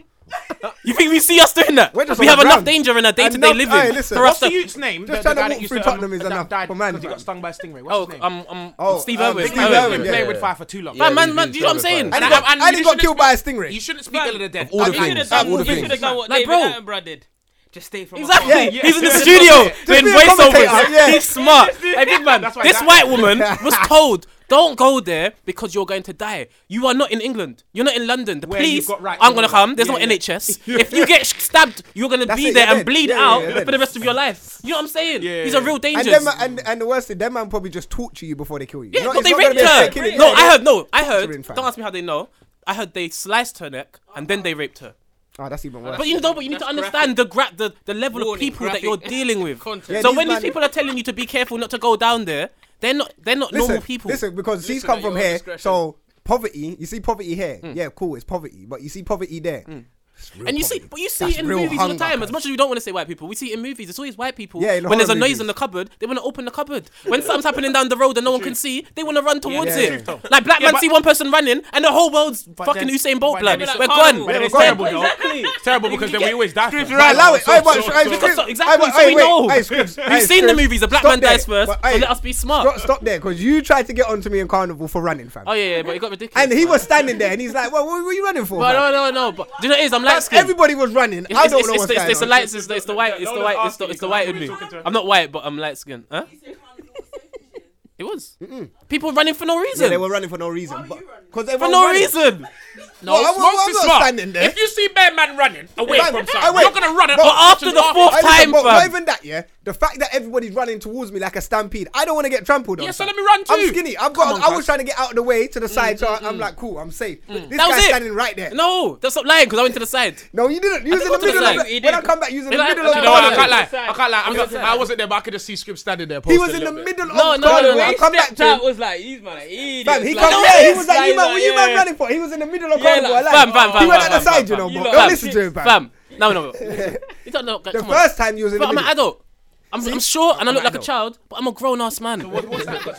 You think we see us doing that? just We on have enough the ground. danger in our day to day Enough- living Aye, listen. for us What's to. the youth's name? Just trying to walk through Tottenham is enough for man. He got stung by a stingray. What's Oh, his name? um, um, Oh, Steve um, Irwin. Steve Irwin. Been playing with fire for too long. Man, Yeah, man, he's man, been do you know what I'm playing saying? with fire. And he got- I- I- and you he got shouldn't killed speak- by a stingray. You shouldn't speak ill of the dead. All the You should've things. done- All the you should've things. done what Like, David bro. Attenborough did. Just stay from Exactly. afar. He's in the Yeah. studio doing be a voiceovers. commentator, yeah. He's smart. Hey, big man, That's why this that- white woman was told, "Don't go there because you're going to die. You are not in England. You're not in London. The Where police you've got rights, aren't going to yeah. come. There's Yeah, no yeah. NHS. If you get sh- stabbed, you're going to That's be it, there you're and dead. bleed Yeah, yeah, out you're for the dead. rest of your life. You know what I'm saying? These are real dangers. And, them, and, and the worst thing, them man probably just torture you before they kill you. Yeah, You know, no, it's they not gonna raped be a her. straight killing. No, Yeah, I yeah. heard. No, I Torturing, heard. fam. Don't ask me how they know. I heard they sliced her neck and then they raped her. Oh, that's even worse. But you know, but you need to understand the gra- the, the level of Warning, people that you're graphic. dealing with. Content. Yeah, so these when these man- people are telling you to be careful not to go down there, they're not they're not listen, normal people. Listen, because these come from here. So poverty, you see poverty here. Yeah, cool, it's poverty. But you see poverty there. It's real Hmm. and you poverty. see, but you see That's it in real movies all the hunger, time. As fam. much as we don't want to say white people, we see it in movies. It's always white people. Yeah, in when there's a horror noise in the cupboard, they want to open the cupboard. When something's happening down the road and no one can see, they want to run towards yeah, it. yeah. Like black Yeah, man but- see one person running, and the whole world's fucking then- Usain Bolt but blood. then it's We're like gone. horrible. But then it's We're terrible, gone. though. It's terrible because then we always die Scribs, first. right, allow it. So- Hey, but- so- so- hey, Scribs, so- hey, exactly, but- so hey, we wait, know. hey, Scribs, We've hey, seen the Scribs, movies, a black stop man there, dies first, but, so hey, let us be smart. Stop, stop there, because you tried to get onto me in Carnival for running, fam. Oh yeah, yeah, but it got ridiculous. And he was standing there, and he's like, "Well, what were you running for?" But fam?" no, no, no. But do you know what it is? I'm light That's- skinned. Everybody was running. It's, I it's- don't it's- know it's what's the, going it's the on. light. It's the, it's the white. It's the white. It's the, it's the white in me. I'm not white, but I'm light skinned. Huh? It was. People running for no reason. Yeah, they were running for no reason. Because for no reason. No, Well, I- well, Smokes I'm is not smart. standing there. If you see bare man running away Fam, from I something, wait. you're gonna run. at No, all options listen, after. I listen, but Not even that, yeah. The fact that everybody's running towards me like a stampede, I don't want to get trampled on. Yeah, so fam. let me run I'm too. skinny. I've Come got. on, I was guys. trying to get out of the way to the side, so mm, I'm mm. like, cool, I'm safe. This That was guy's it. standing right there. No, that's not lying because I went to the side. No, you didn't. You I was in didn't the go to middle of side. the. When I come back, you was in the Did I- middle did I- of the. did No, I corner. can't lie. I can't lie. I'm I'm not- just- I wasn't there, but I could just see Scripps standing there. He was posting in a the little bit. middle of No, the no, no, corner. no. I He come back Stepped to. out was like, he's man, like, idiot. Fam, he like, come no, yeah, yes, he was like, you man, what you yeah. man running for? He was in the middle of Yeah, Carnival. like, like, Fam, fam, fam. he went fam, at the fam, side, you fam, know, fam. bro. Don't listen to him, fam. Fam, no, no. no. You don't know. The come on. first time you was in the But I'm an middle. adult. I'm, I'm short and I look like a child, but I'm a grown ass man.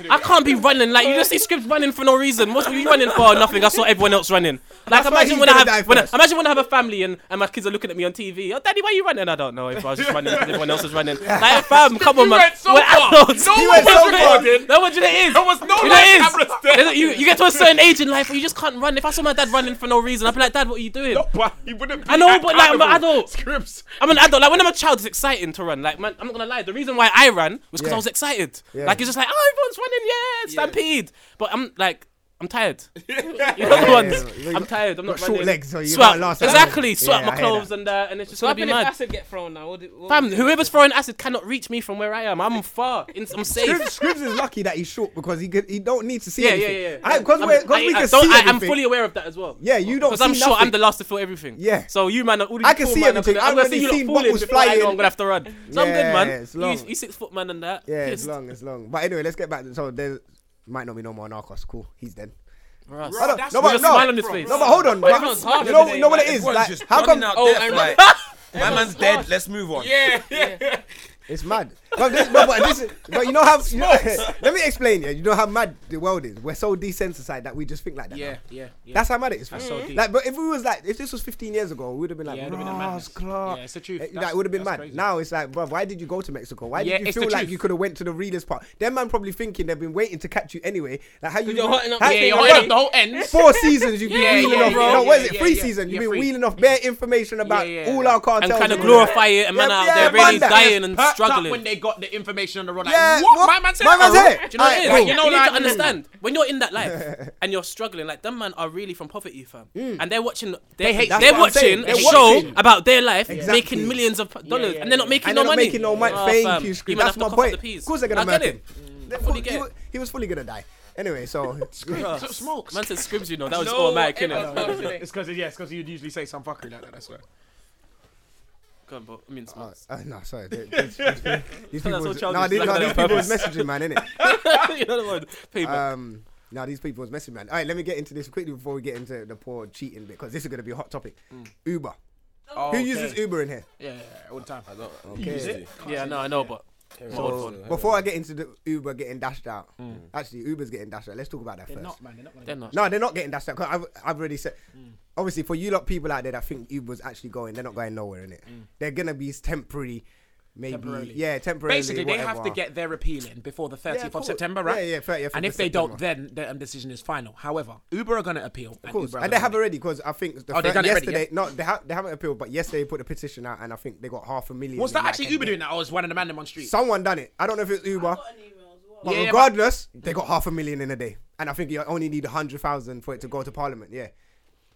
I can't be running like you just see scripts running for no reason. What were you running for? Nothing. I saw everyone else running. Like That's why imagine he's when I gonna die have when I, first. imagine when I have a family and, and my kids are looking at me on TV. Oh, daddy, why you running? I don't know if I was just running because everyone else was running. Like fam, come on, You man. went so we're far. adults. No You one went so was far. recording. No one, do you know what it is? There was no You know live what it cameras is? there. There's a- You, you get to a certain age in life where you just can't run. If I saw my dad running for no reason, I'd be like, Dad, what are you doing? You wouldn't be I know, at but like I'm an Carnival. adult. Scripts. I'm an adult. Like when I'm a child, it's exciting to run. Like man, I'm not gonna lie. The reason why I ran was because Yeah. I was excited. Yeah. Like it's just like oh, everyone's running, yeah, stampede. But I'm like. I'm tired. You know Yeah, the ones. yeah, yeah. I'm tired. I'm Got not short running. legs, so you Sweat- might last that exactly. long. Sweat Yeah, my I hear that. clothes and uh, and it's just So gonna what be happens if mad. acid get thrown now? What do- what Fam, would you whoever's throwing acid cannot reach me from where I am. I'm far. In, I'm safe. Scribs, Scribs is lucky that he's short because he could, he don't need to see yeah, yeah, anything. yeah, yeah. I- 'cause I'm- we're- 'cause I- we I can don't- see I- I'm everything. fully aware of that as well. Yeah, you don't Because I'm see sure I'm nothing. the last to feel everything. Yeah. So you man, are all these I can tall see man, I'm everything. gonna- I'm I've gonna already see you lot seen what falling was before I know flying. I'm gonna have to run. So I'm Yeah, good, man. it's You- long. You six foot man and that. Yeah, it's Pissed. long, it's long. But anyway, let's get back to so there might not be no more narcos. Cool, he's dead. Russ. I don't- That's- no, with but a no, smile on his face. no, but hold on. Bro, but everyone's you harder know, today, you know what man. it is? Everyone's Like, just how come? running out Oh, there, and- man. My man's dead. Let's move on. Yeah, yeah. It's mad. But, this, no, but, this is, but you know how. You know, let me explain. Yeah, you know how mad the world is. We're so desensitized that we just think like that. Yeah, now. yeah, yeah. That's how mad it is. For That's so us. deep. Like, but if we was like, if this was 15 years ago, we would have been like, Yeah, yeah, it'd have been a madness. Clark. Yeah, it's the truth. It, That's- like, would have Eh, been that's mad. crazy. Now it's like, bro, why did you go to Mexico? Why Yeah, did you it's feel the like truth. you could have went to the realest part? Them man probably thinking they've been waiting to catch you anyway. Like how you? You're hotting up- how- yeah, you're bro, hotting up the whole ends. Four seasons you've been Yeah, wheeling yeah, off. bro. no, what is Yeah, it? yeah, Free yeah. season. You've Yeah, been free. wheeling off bare information about Yeah, yeah. all our cartels And kinda all glorify that. it, and man Yeah, out yeah, there really man, that- dying and perked up struggling. when they got the information on the road. Like, Yeah, what? what? My man's here. My man's Oh, here. Do you know what it Alright, is? bro. Like, you know, you need like, to understand when you're in that life and you're struggling. Like them man are really from poverty, fam, Mm. and they're watching. They're, they They hate- that's They're what I'm saying. watching a They're show watching. about their life, Exactly. making millions of dollars, yeah, and they're not making And no they're not money. making no money. Oh, fam, Thank you, you Scrooge. man have That's to my cough up point. the Of peas. course they're I get gonna murder him. it. They're- fully he get wa- it. He was fully gonna die. Anyway, so So smokes. Man said scribs, you know that was No, automatic, everyone's innit? mad. Today. It's because yeah, it's because you'd usually say some fuckery like that. That's why. Go on, bro. I mean, Uh, smokes. uh, no, sorry. They- These these- these That's people, so was, childish. nah, these, It's nah, like these on people was purpose. messaging, man, innit? you know the word. Payback. Um, now these people was messaging, man. All right, let me get into this quickly before we get into the poor cheating bit, because this is going to be a hot topic. Mm. Uber. Oh, Who uses Uber in here? Yeah, yeah, yeah, all the time. yeah, no, I know, but So before I get into the Uber getting dashed out, Mm. actually Uber's getting dashed out. Let's talk about that They're first. not, man. They're not. Gonna they're not. No, they're not getting dashed out. 'cause I've, I've already said. Mm. Obviously, for you lot people out there that think Uber's actually going, they're not going nowhere in it. Mm. They're gonna be temporary, maybe. Temporarily. Yeah, temporarily. Basically, they have to whatever. get their appealing before the 30th Yeah, of cool. September, right? Yeah, yeah, 30th of And if they September. don't, then their um, decision is final. However, Uber are going to appeal. Of course, Uber are and they gonna have win. already because I think the Oh, they've fir- done it already, yesterday. No, they, ha- they haven't appealed, but yesterday they put a petition out, and I think they got half a million. Was in, that like, actually a Uber day. doing that? Or was one of the man them on street? Someone done it. I don't know if it's Uber, got an email as well. but Yeah, yeah, but- regardless, they got half a million in a day, and I think you only need a hundred thousand for it to go to Parliament. Yeah,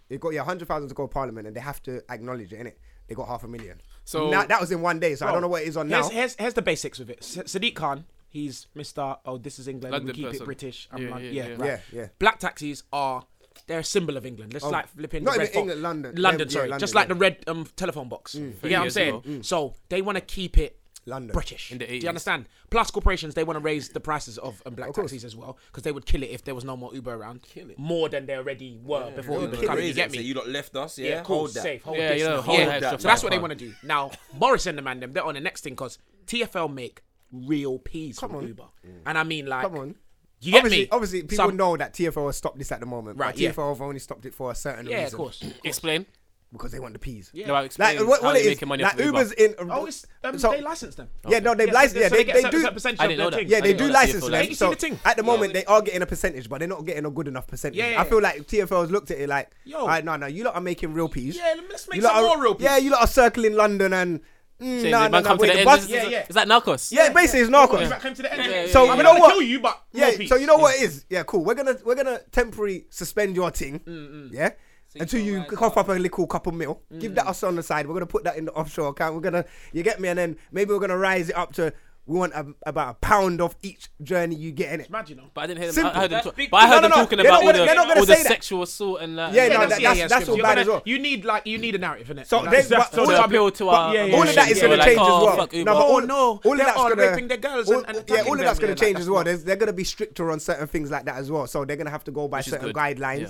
you got yeah hundred thousand to go to Parliament, and they have to acknowledge it. innit? they got half a million. So- now, that was in one day, so I don't know what it is on here's, now. Here's, here's the basics of it. S- Sadiq Khan, he's Mr. Oh, this is England. London we keep person. it British. I'm Yeah, like, yeah, yeah, yeah. right. Yeah, yeah. Black taxis are. They're a symbol of England. Let's like flip in not the even red fo- England, London. London, Yeah, sorry. yeah, just like London, the red um, telephone box. You Thirty know what I'm years saying? ago. So they want to keep it London. British. In the Do 80s. you understand? Plus corporations, they want to raise the prices of um, black course. taxis as well because they would kill it if there was no more Uber around. Kill it. More than they already were before Uber came. You get me? you lot left us, yeah? Yeah, cool, Hold that. safe, hold Yeah, this yeah, now. hold yeah. that extra So that's five what they pound. want to do. Now, Boris and the man, them, they're on the next thing because TFL make real peas Come on. Uber. And I mean, like, Come on. You get obviously, me? obviously, people Some- know that TFL has stopped this at the moment, Right, right? yeah. TFL have only stopped it for a certain Yeah, of reason Mm. course. Explain. because they want the peas. Yeah. No, I'll Like explain. what, how what it they're is? making money like off Uber. Uber's in. Oh, it's, um, so- they license them. Yeah, no, they've licensed. so Yeah, they they, get they a certain do. percentage I of didn't their know that. thing. Yeah, they didn't do know that license TFL them. licensed. You see So the thing? at the moment, they are getting a percentage, but they're not getting a good enough percentage. Yeah, yeah, I feel like TFL's looked at it like, Yo. all right, no, no, you lot are making real peas. Yeah, let's make You lot some are- more real peas. Yeah, you lot are circling London and. Mm, Saying, no, man, no, no, come to wait, the the end. bus. Is- is- yeah. Is that Narcos? Yeah, basically it's narcos. Back him to the end. Yeah, yeah, So yeah. you I'm know gonna what? kill you, but yeah. no peace. So you know what it is? Yeah, cool. We're gonna we're gonna temporary suspend your thing. Yeah. Until you cough up a little couple mil, give that us on the side. We're gonna put that in the offshore account. We're gonna, you get me, and then maybe we're gonna rise it up to we want a, about a pound off each journey you get in it. Imagine, though. But I didn't hear them. Simple. I heard them, That's talk, big- but I heard No, no, them no, talking they're not about gonna- all they're not the, gonna all the say that. sexual assault and that. Yeah, no, that's- that- yeah, that's- yeah, that's scripts. all You're bad gonna- as well. You need like you need a narrative, innit? So Like, they- that's- that's but all all that- the appeal to but our- yeah, yeah, all yeah, of that yeah, is yeah, going to like, change oh, as well. fuck Uber. No, but all, Oh, no. all of They're that's all going raping their girls all, and- and yeah, all attacking of that's them, going yeah, to change that's as well. not- There's, they're going to be stricter on certain things like that as well. So they're going to have to go by Which is certain good. guidelines Yeah.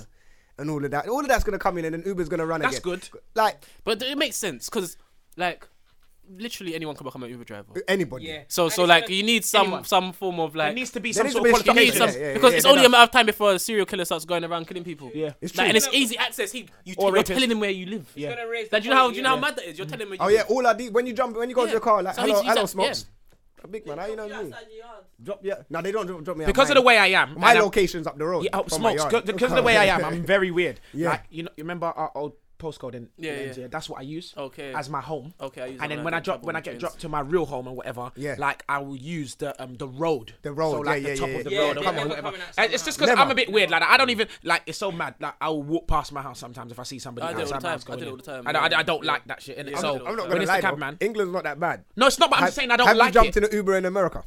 and all of that. All of that's going to come in, and then Uber's going to run That's again. good. Like But it makes sense because, like, literally anyone can become an Uber driver. anybody. So, so like, you need some some form of like. There needs to be There some needs to sort be of a You need qualification. qualification. some, Yeah, yeah, yeah, because yeah, it's yeah, only yeah. a matter of time before a serial killer starts going around killing people. Yeah. Like, It's true. and it's easy access. He, you, Or you're rapist. telling him where you live. Yeah. Gonna raise Like, do the you know how, quality, do you know how yeah. mad that is? You're telling him. Where Oh you yeah, all I do when you jump when you go Yeah. to the car, like So hello, he's- he's hello, at- smokes. yeah. A Big man, how you know You me? outside your yard. Drop yeah. No, they don't drop, drop me. Because of the way I am, my and I'm- location's up the road. Yeah, oh, from my smokes. yard. go- Because of the way I am, I'm very weird. Yeah. Like, you know, you remember our old postcode in Yeah, in yeah. India? That's what I use. Okay. As my home. Okay, I And use that when I then when get I in drop, trouble when I with get trains. dropped to my real home or whatever, Yeah. like I will use the um the road. The road, So like yeah, the yeah, top yeah, of the yeah. road. Come Yeah, yeah, on, yeah. whatever. Coming outside And It's my just because Never. I'm a bit weird. Like I don't even like. It's so mad. Like I'll walk past my house sometimes if I see somebody I do it all the outside my time. house I do going it all in. the time, I don't- I yeah. don't- I don't like that shit. innit? I'm So not- I'm not when gonna it's the lie, cab though, man. England's not that bad. No, it's not. But I'm just saying I don't have like you it. jumped in an Uber in America?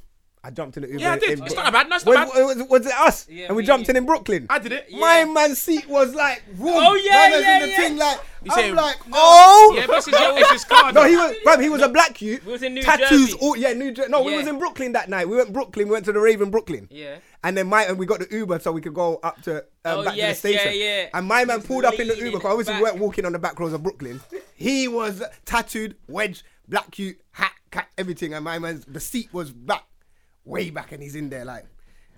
I jumped in an Uber. Yeah, I did. In, It's not bad. No, it's not when, bad. when- was, was it us? Yeah, and we me, jumped yeah. in in Brooklyn. I did it. My man's seat was like, whoom. Oh, yeah, My man's yeah, in the yeah. thing like, I'm saying- like, oh. Yeah, but it's his- it's his car. no, though. he was, bro, he was a black youth. We was in New tattoos Jersey. all, yeah, New Jersey. No, we Yeah. was in Brooklyn that night. We went Brooklyn. We went to the Raven Brooklyn. Yeah. And then my and we got the Uber so we could go up to um, Oh, back yes, to the station. yeah, yeah. And my man Just pulled up in the leaning Uber because obviously we back. weren't walking on the back roads of Brooklyn. He was tattooed, wedge, black cute, hat, cat, everything, and my man's the seat was back, way back, and he's in there like,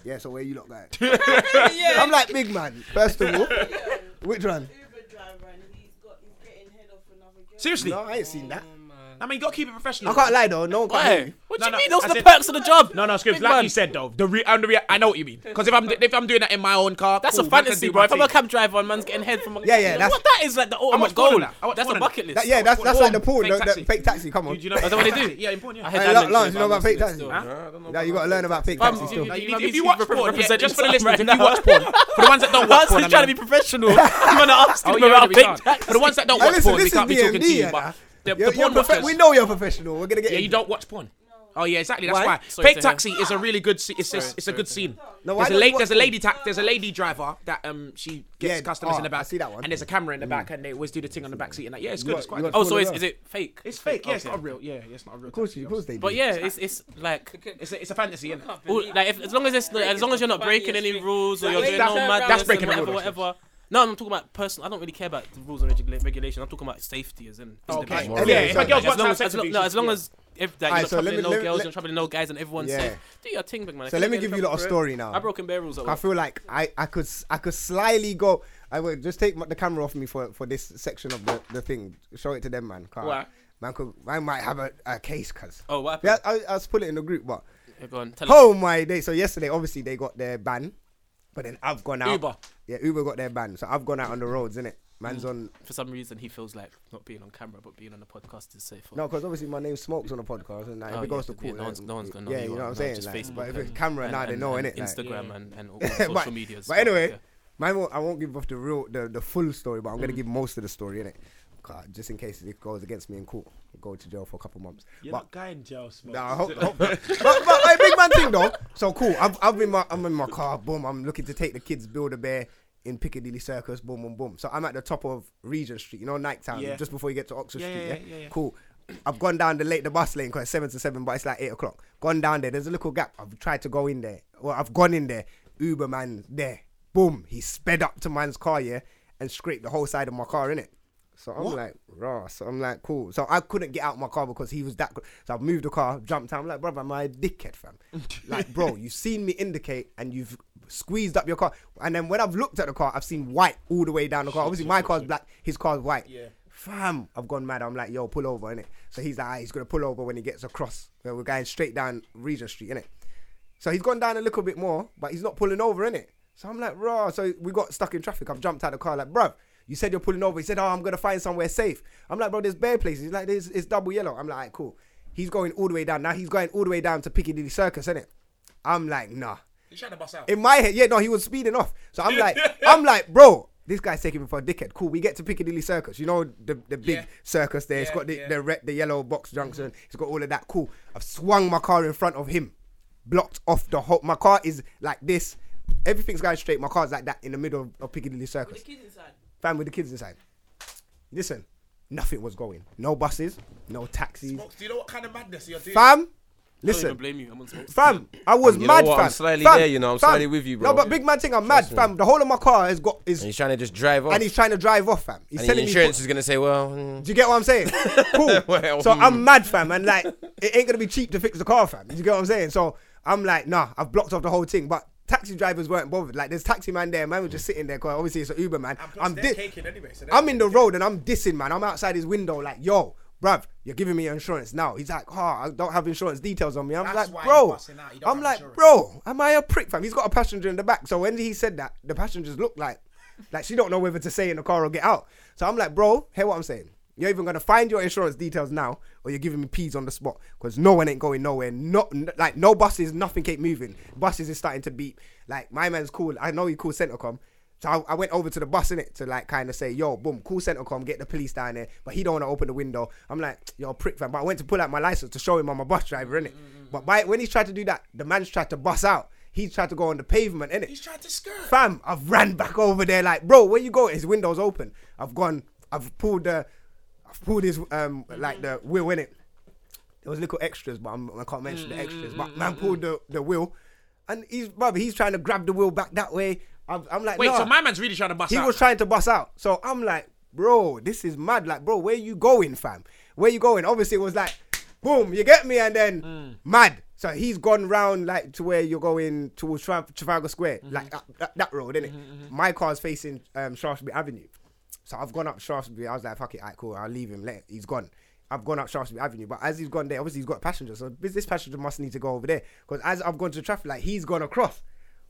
yeah. So where you look like? I'm like big man. First of all, which one? Seriously? No, I ain't seen that. I mean, you gotta keep it Oh, professional. I can't lie though. No one can hear you. What do you mean? Those are the perks of the job. No, no, Scribs, Big like man. you said though, the re- I'm the re- I know what you mean. Because if I'm if I'm doing that in my own car, That's cool, man a can fantasy, do bro. my If I'm a thing. cab driver and man's getting head from a Yeah, yeah, You know that's- what that is like the I watch ultimate porn goal. on that. I watch That's porn on a that. bucket list. That, yeah, that's that's like the porn, Fake the, the taxi. fake taxi. Come on, Do you know- Is that what they do? Yeah, in porn, yeah. I heard Hey, that Lawrence, mentioned Lawrence, by you know about Muslim fake taxi. still. Huh? Now you gotta learn about fake Fam, taxi you- still. you- you- If, you if you see watch people porn, yeah, representing just for the some listeners, right if now. you watch porn, for the ones that don't watch Lawrence porn, is trying to be professional. You're gonna ask him about fake taxi. For the ones that don't Hey, watch listen, porn, we this can't be is talking to BMD, you. yeah, nah. But the, You're- the you're porn profe- watchers, we know you're professional. We're gonna get yeah, into you it. don't watch porn. Oh yeah, exactly. That's Why? why. Sorry Fake to hear. taxi is a really good. Se- it's a, it's a good scene. No, why there's a don't you lady. watch There's a porn? lady. Ta- there's a lady driver that um she gets Yeah, customers oh, in the back. I see that one. Hmm. And there's a camera in the back, and they always do the thing on the back seat and that. Yeah, it's You good. got- It's you quite. got good. Oh, porn so as is well. is it fake? It's fake. Yeah, it's Okay. not real. Yeah, yeah, it's not real. Of course, you- of course they do. But yeah, it's it's like. It's a, it's a fantasy, isn't it? all- like if, as long as it's as long as you're not breaking any rules or you're That's- doing that's- no that's madness, and breaking the whatever, rules. whatever. No, I'm talking about personal. I don't really care about the rules and regula- regulation. I'm talking about safety as in. Oh, okay. individual. Okay, Yeah, if my girls Like, so- want as to long, have sex as long, with no, you, as long yeah. as if that you're Alright, not so let troubling me- no let me- girls, let- you're not troubling no guys, and everyone's Yeah. safe. Do your thing, big man. If So you let get me in give you trouble lot a for it- story now. I broken bear rules. at I work. feel like I, I could s- I could slyly go. I would just take my- the camera off me for, for this section of the, the thing. Show it to them, man. Can't- Why? Man, could, I might have a, a case, cuz. Oh, what Yeah, happened? I, I was put it in the group, but Yeah, go on, tell us. oh my day. So yesterday, obviously they got their ban, but then I've gone out. Uber. Yeah, Uber got their ban, so I've gone out on the roads, innit? Man's on For some reason, he feels like not being on camera but being on the podcast is safe. No, because obviously my name smokes on the podcast, and like, Oh, if it yeah, goes to yeah, court, no one's- then- no one's gonna know yeah, who you you know are what I'm now, saying. just Like, Facebook but if and- it's camera and- now, they and- know, and innit? Like, Instagram and, and all but, social media. But anyway, mine won't, I won't give off the real, the, the full story, but I'm Mm. gonna give most of the story in it, just in case it goes against me in court, go to jail for a couple months. You're but not guy in jail, smoke. Nah, I hope, hope not. but, but like, big man thing though. So cool. I've, I've been my, I'm in my car. Boom. I'm looking to take the kids build a bear in Piccadilly Circus. Boom, boom, boom. So I'm at the top of Regent Street. You know, Nighttown. Yeah. Just before you get to Oxford Yeah, Street. yeah, Yeah, yeah, yeah, yeah. Cool. I've gone down the late the bus lane because it's seven to seven, but it's like eight o'clock. Gone down there. There's a little gap. I've tried to go in there. Well, I've gone in there. Uber man there. Boom. He sped up to man's car. Yeah, and scraped the whole side of my car in it. So I'm like, raw. So I'm like, cool. So I couldn't get out my car because he was that. Good. So I moved the car, jumped out. I'm like, brother, am I a dickhead, fam? like, bro, you've seen me indicate and you've squeezed up your car. And then when I've looked at the car, I've seen white all the way down the car. Obviously, my car's black, his car's white. Yeah. Fam, I've gone mad. I'm like, yo, pull over, innit? So he's like, ah, he's gonna pull over when he gets across. So we're going straight down Regent Street, innit? So he's gone down a little bit more, but he's not pulling over, innit? So I'm like, raw. So we got stuck in traffic. I've jumped out of the car, like, bruv, you said you're pulling over. He said, oh, I'm going to find somewhere safe. I'm like, bro, there's bare places. He's like, there's, it's double yellow. I'm like, "Alright, cool. He's going all the way down. Now he's going all the way down to Piccadilly Circus, innit? I'm like, nah. You trying to bust out? In my head, yeah, no, he was speeding off. So I'm like, I'm like, bro, this guy's taking me for a dickhead. Cool, we get to Piccadilly Circus. You know the the big Yeah. circus there. it's Yeah, got the yeah. the, red, the yellow box junction. It's got all of that. Cool. I've swung my car in front of him, blocked off the whole. My car is like this. Everything's going straight. My car's like that in the middle of, of Piccadilly Circus. Fam with the kids inside. Listen, nothing was going. No buses, no taxis. Do you know what kind of madness you're doing? Fam, I don't even listen. blame you. I'm on smoke. Fam, I was You know mad, what? fam. I'm slightly Fam, there, you know. I'm fam. slightly with you, bro. No, but big man thing, I'm mad, fam. The whole of my car has got is And he's trying to just drive off. and he's trying to drive off, fam. He's and the telling insurance me. is gonna say, well, mm, Do you get what I'm saying? Cool. Well, so hmm. I'm mad, fam, and like it ain't gonna be cheap to fix the car, fam. Do you get what I'm saying? So I'm like, nah, I've blocked off the whole thing, but. Taxi drivers weren't bothered. Like, there's taxi man there. Man was just sitting there. Cause obviously, it's an Uber man. Plus, I'm they're di- caking anyway, so they're- I'm in the road and I'm dissing, man. I'm outside his window, like, yo, bruv, you're giving me your insurance now. He's like, oh, I don't have insurance details on me. I'm That's why like, you're bro. busting out, you don't I'm have like, insurance. bro, am I a prick, fam? He's got a passenger in the back. So when he said that, the passengers looked like, like she don't know whether to stay in the car or get out. So I'm like, bro, hear what I'm saying. You're even gonna find your insurance details now, or you're giving me peas on the spot because no one ain't going nowhere. Not like no buses, nothing keep moving. Buses is starting to beep. Like my man's called. I know he called Centrecom. So I, I went over to the bus in it to like kind of say, yo, boom, call Centrecom, get the police down there. But he don't want to open the window. I'm like, yo, prick fam. But I went to pull out my license to show him I'm a bus driver in it. Mm-hmm. But by when he tried to do that, the man's tried to bust out. He tried to go on the pavement in it. He's trying to skirt. Fam, I've ran back over there like, bro, where you going? His window's open. I've gone. I've pulled the. I've pulled his um like the Mm-hmm. wheel in it. There was little extras, but I'm, I can't mention the extras. But Mm-hmm. man pulled the, the wheel, and he's brother. He's trying to grab the wheel back that way. I'm, I'm like, Wait, nah. so my man's really trying to bust He out. was trying to bust out. So I'm like, bro, this is mad. Like, bro, where you going, fam? Where you going? Obviously, it was like, boom, you get me, and then Mm. mad. So he's gone round like to where you're going towards Tra- Trafalgar Square, Mm-hmm. like that, that, that road, innit? My car's facing um, Shaftesbury Avenue. So I've gone up Shaftesbury. I was like, fuck it, alright, cool. I'll leave him. Let he's gone. I've gone up Shaftesbury Avenue, but as he's gone there, obviously he's got a passenger. So this this passenger must need to go over there because as I've gone to traffic, like he's gone across.